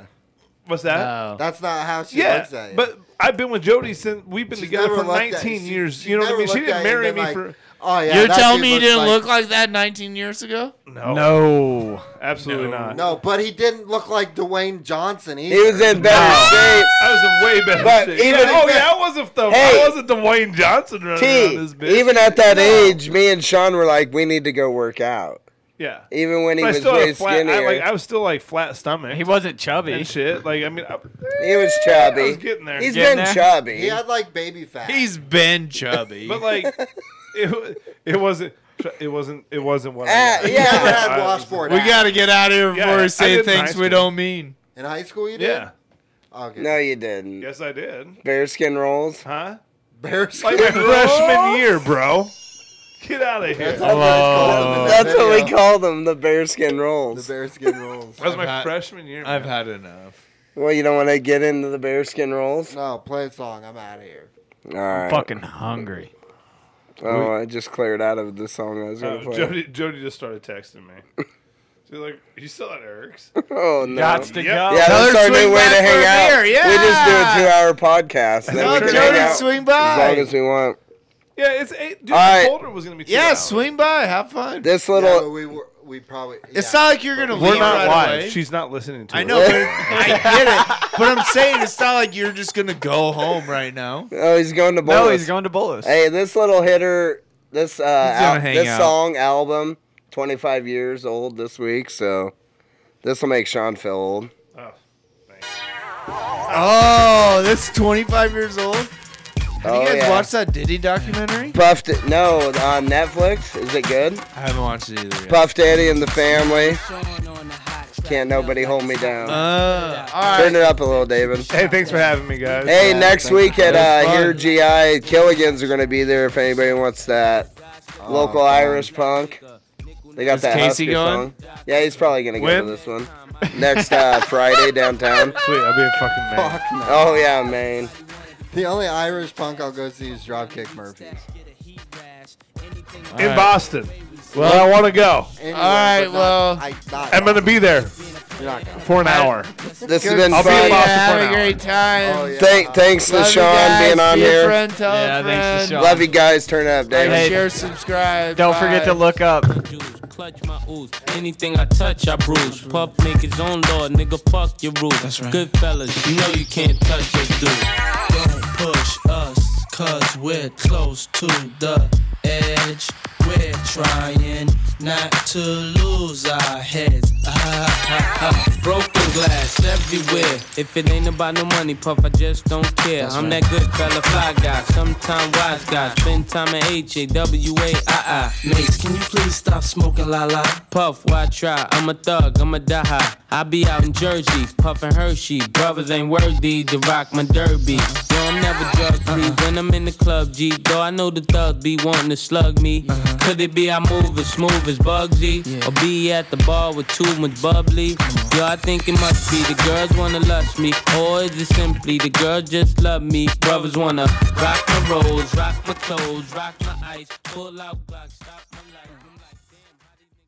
K: What's that?
H: No.
I: That's not how she
K: Oh. Yeah,
I: looks at you.
K: but I've been with Jody since we've been
I: She's
K: together
I: never
K: for
I: looked at-
K: 19
I: she-
K: years.
I: she's
K: you know what I
I: never
K: mean? She
I: looked at you
K: didn't
I: and
K: marry
I: been
K: me
I: like,
K: for
I: Oh yeah.
H: You're
I: that dude
H: telling me you
I: looks
H: didn't
I: like-
H: look like that 19 years ago?
K: no, absolutely not.
I: No, but he didn't look like Dwayne Johnson either.
J: He was in better shape.
K: I was in way better
J: But
K: shape.
J: even-
K: Yeah, oh yeah, I wasn't the
J: Hey.
K: I wasn't the Wayne Johnson running
J: T,
K: around this bitch.
J: even at that age, me and Sean were like, we need to go work out.
K: yeah,
J: Even when he
K: But I
J: was
K: still had
J: way
K: a flat. I,
J: skinnier,
K: like I was still like flat stomach.
L: He wasn't chubby.
K: and shit. Like I mean,
P: uh,
K: I,
J: he was
K: I
J: chubby.
K: was getting there.
J: He's
L: Getting
J: been
L: there.
J: chubby.
I: He had like baby fat.
H: He's been chubby.
K: but like it, wa- it wasn't. It wasn't. It wasn't what. I
J: Ah, yeah.
K: had.
I: He never had
K: I was-
I: washboard.
H: we
I: abs.
H: got to get out of here before
K: Yeah, I
H: we say
K: did in high
H: things we
K: school.
H: don't mean.
I: in high school. You did.
K: Yeah.
I: Okay.
J: No, you didn't.
K: Yes, I did.
J: Bearskin rolls.
K: Huh?
I: Bears.
P: Like my freshman year, bro. Get out of here.
J: That's, that's what we call them, the bearskin rolls.
I: The bearskin rolls.
P: That was my freshman year.
H: I've had enough.
J: Well, you don't want to get into the bearskin rolls?
I: No, play a song. I'm out of here.
J: All right.
L: fucking hungry.
J: Oh, I just cleared out of the song I was going
P: Oh,
J: to play.
P: Jody, Jody just started texting me. She's like, "You still at Eric's?" Um,
J: Oh, no.
L: Gots to
P: Yep.
L: go.
J: Yeah, that's our new way to hang out.
H: beer, yeah.
J: We just do a two-hour podcast. Then
H: No,
J: we can
H: Jody,
J: hang out
H: swing
J: as
H: by.
J: long as we want.
P: Yeah, it's eight. Dude,
J: All
P: I
J: right.
P: told her it was gonna be. Two
H: Yeah,
P: hours.
H: swing by. Have fun.
J: This
I: Yeah, but
J: little,
I: we were, we probably.
H: It's
I: yeah.
H: not like you're gonna
P: We're
H: leave
P: not
H: right
P: live.
H: away.
P: She's not listening to.
H: I
P: it.
H: know, but I get it. But I'm saying it's not like you're just gonna go home right now.
J: oh, he's going to
L: No,
J: Bolas.
L: he's going to Bolus.
J: Hey, this little hitter, this uh,
H: gonna
J: al-
H: hang
J: this
H: out.
J: song album, 25 years old this week, so this will make Sean feel old.
P: Oh, thanks.
H: Oh, that's 25 years old. Have
J: Oh,
H: you guys
J: yeah.
H: watched that Diddy documentary?
J: Buffed it. No, on Netflix. Is it good?
H: I haven't watched it either. Yet.
J: Buff Daddy and the Family. Can't nobody hold me down.
H: Uh, all
J: Turn
H: right.
J: it up a little, David.
P: Hey, thanks for having me, guys.
J: Hey, next week at
H: That was
J: uh,
H: fun.
J: Here GI, Killigans are going to be there if anybody wants that. Local Irish punk. They got
H: Oh, Is
J: that
H: Casey
J: Husker
H: going?
J: song. Yeah, he's probably going to go
P: When?
J: to this one. Next uh, Friday downtown.
P: Sweet, I'll be a fucking man.
I: Fuck no.
J: Oh, yeah, man.
I: The only Irish punk I'll go see is Dropkick Murphys.
P: in
H: right.
P: Boston. Well, I want to go.
I: Anyway,
H: All
I: but
H: right,
I: not-
H: well-
I: I, not,
P: I'm gonna be there
I: You're not going.
P: for an hour.
J: This has been
P: I'll be in
J: fun.
P: Boston.
H: Had
P: for
H: a
P: an
H: great time.
I: Oh, yeah.
J: Thank, thanks to
H: Love you
J: Sean
H: guys.
J: being on
H: Be a
J: here.
H: friend, tell a
L: Yeah, thanks to
H: friend.
L: Sean.
J: Love you guys. Turn it up,
H: Like,
J: David.
H: share, subscribe.
L: Don't forget to
H: Bye.
L: look up.
K: Clutch my ooze. Anything I touch, I bruise. Puff make his own law, nigga. Fuck your rules. That's right. Good fellas, you know you can't touch us, dude. Don't push us, cause we're close to the edge. We're trying not to lose our heads. Ah, ah, ah. Broken glass everywhere. If it ain't about no money, puff, I just don't care. I'm that good fella, fly guy, sometime wise guy. Spend time at H A W A I I. Uh-uh. Mace, can you please stop smoking la la? Puff, why try? I'm a thug, I'm a die I be out in Jersey, puffin' Hershey. Brothers ain't worthy to rock my derby. Yo, I'm never drug free when I'm in the club, G. Though I know the thugs be wanting to slug me. Could it be I move as smooth as Bugsy? Or be at the bar with too much bubbly? Yo, I think it must be the girls wanna lust me. Or is it simply the girls just love me? Brothers wanna rock my rolls, rock my clothes, rock my ice, pull out Glock, stop my life.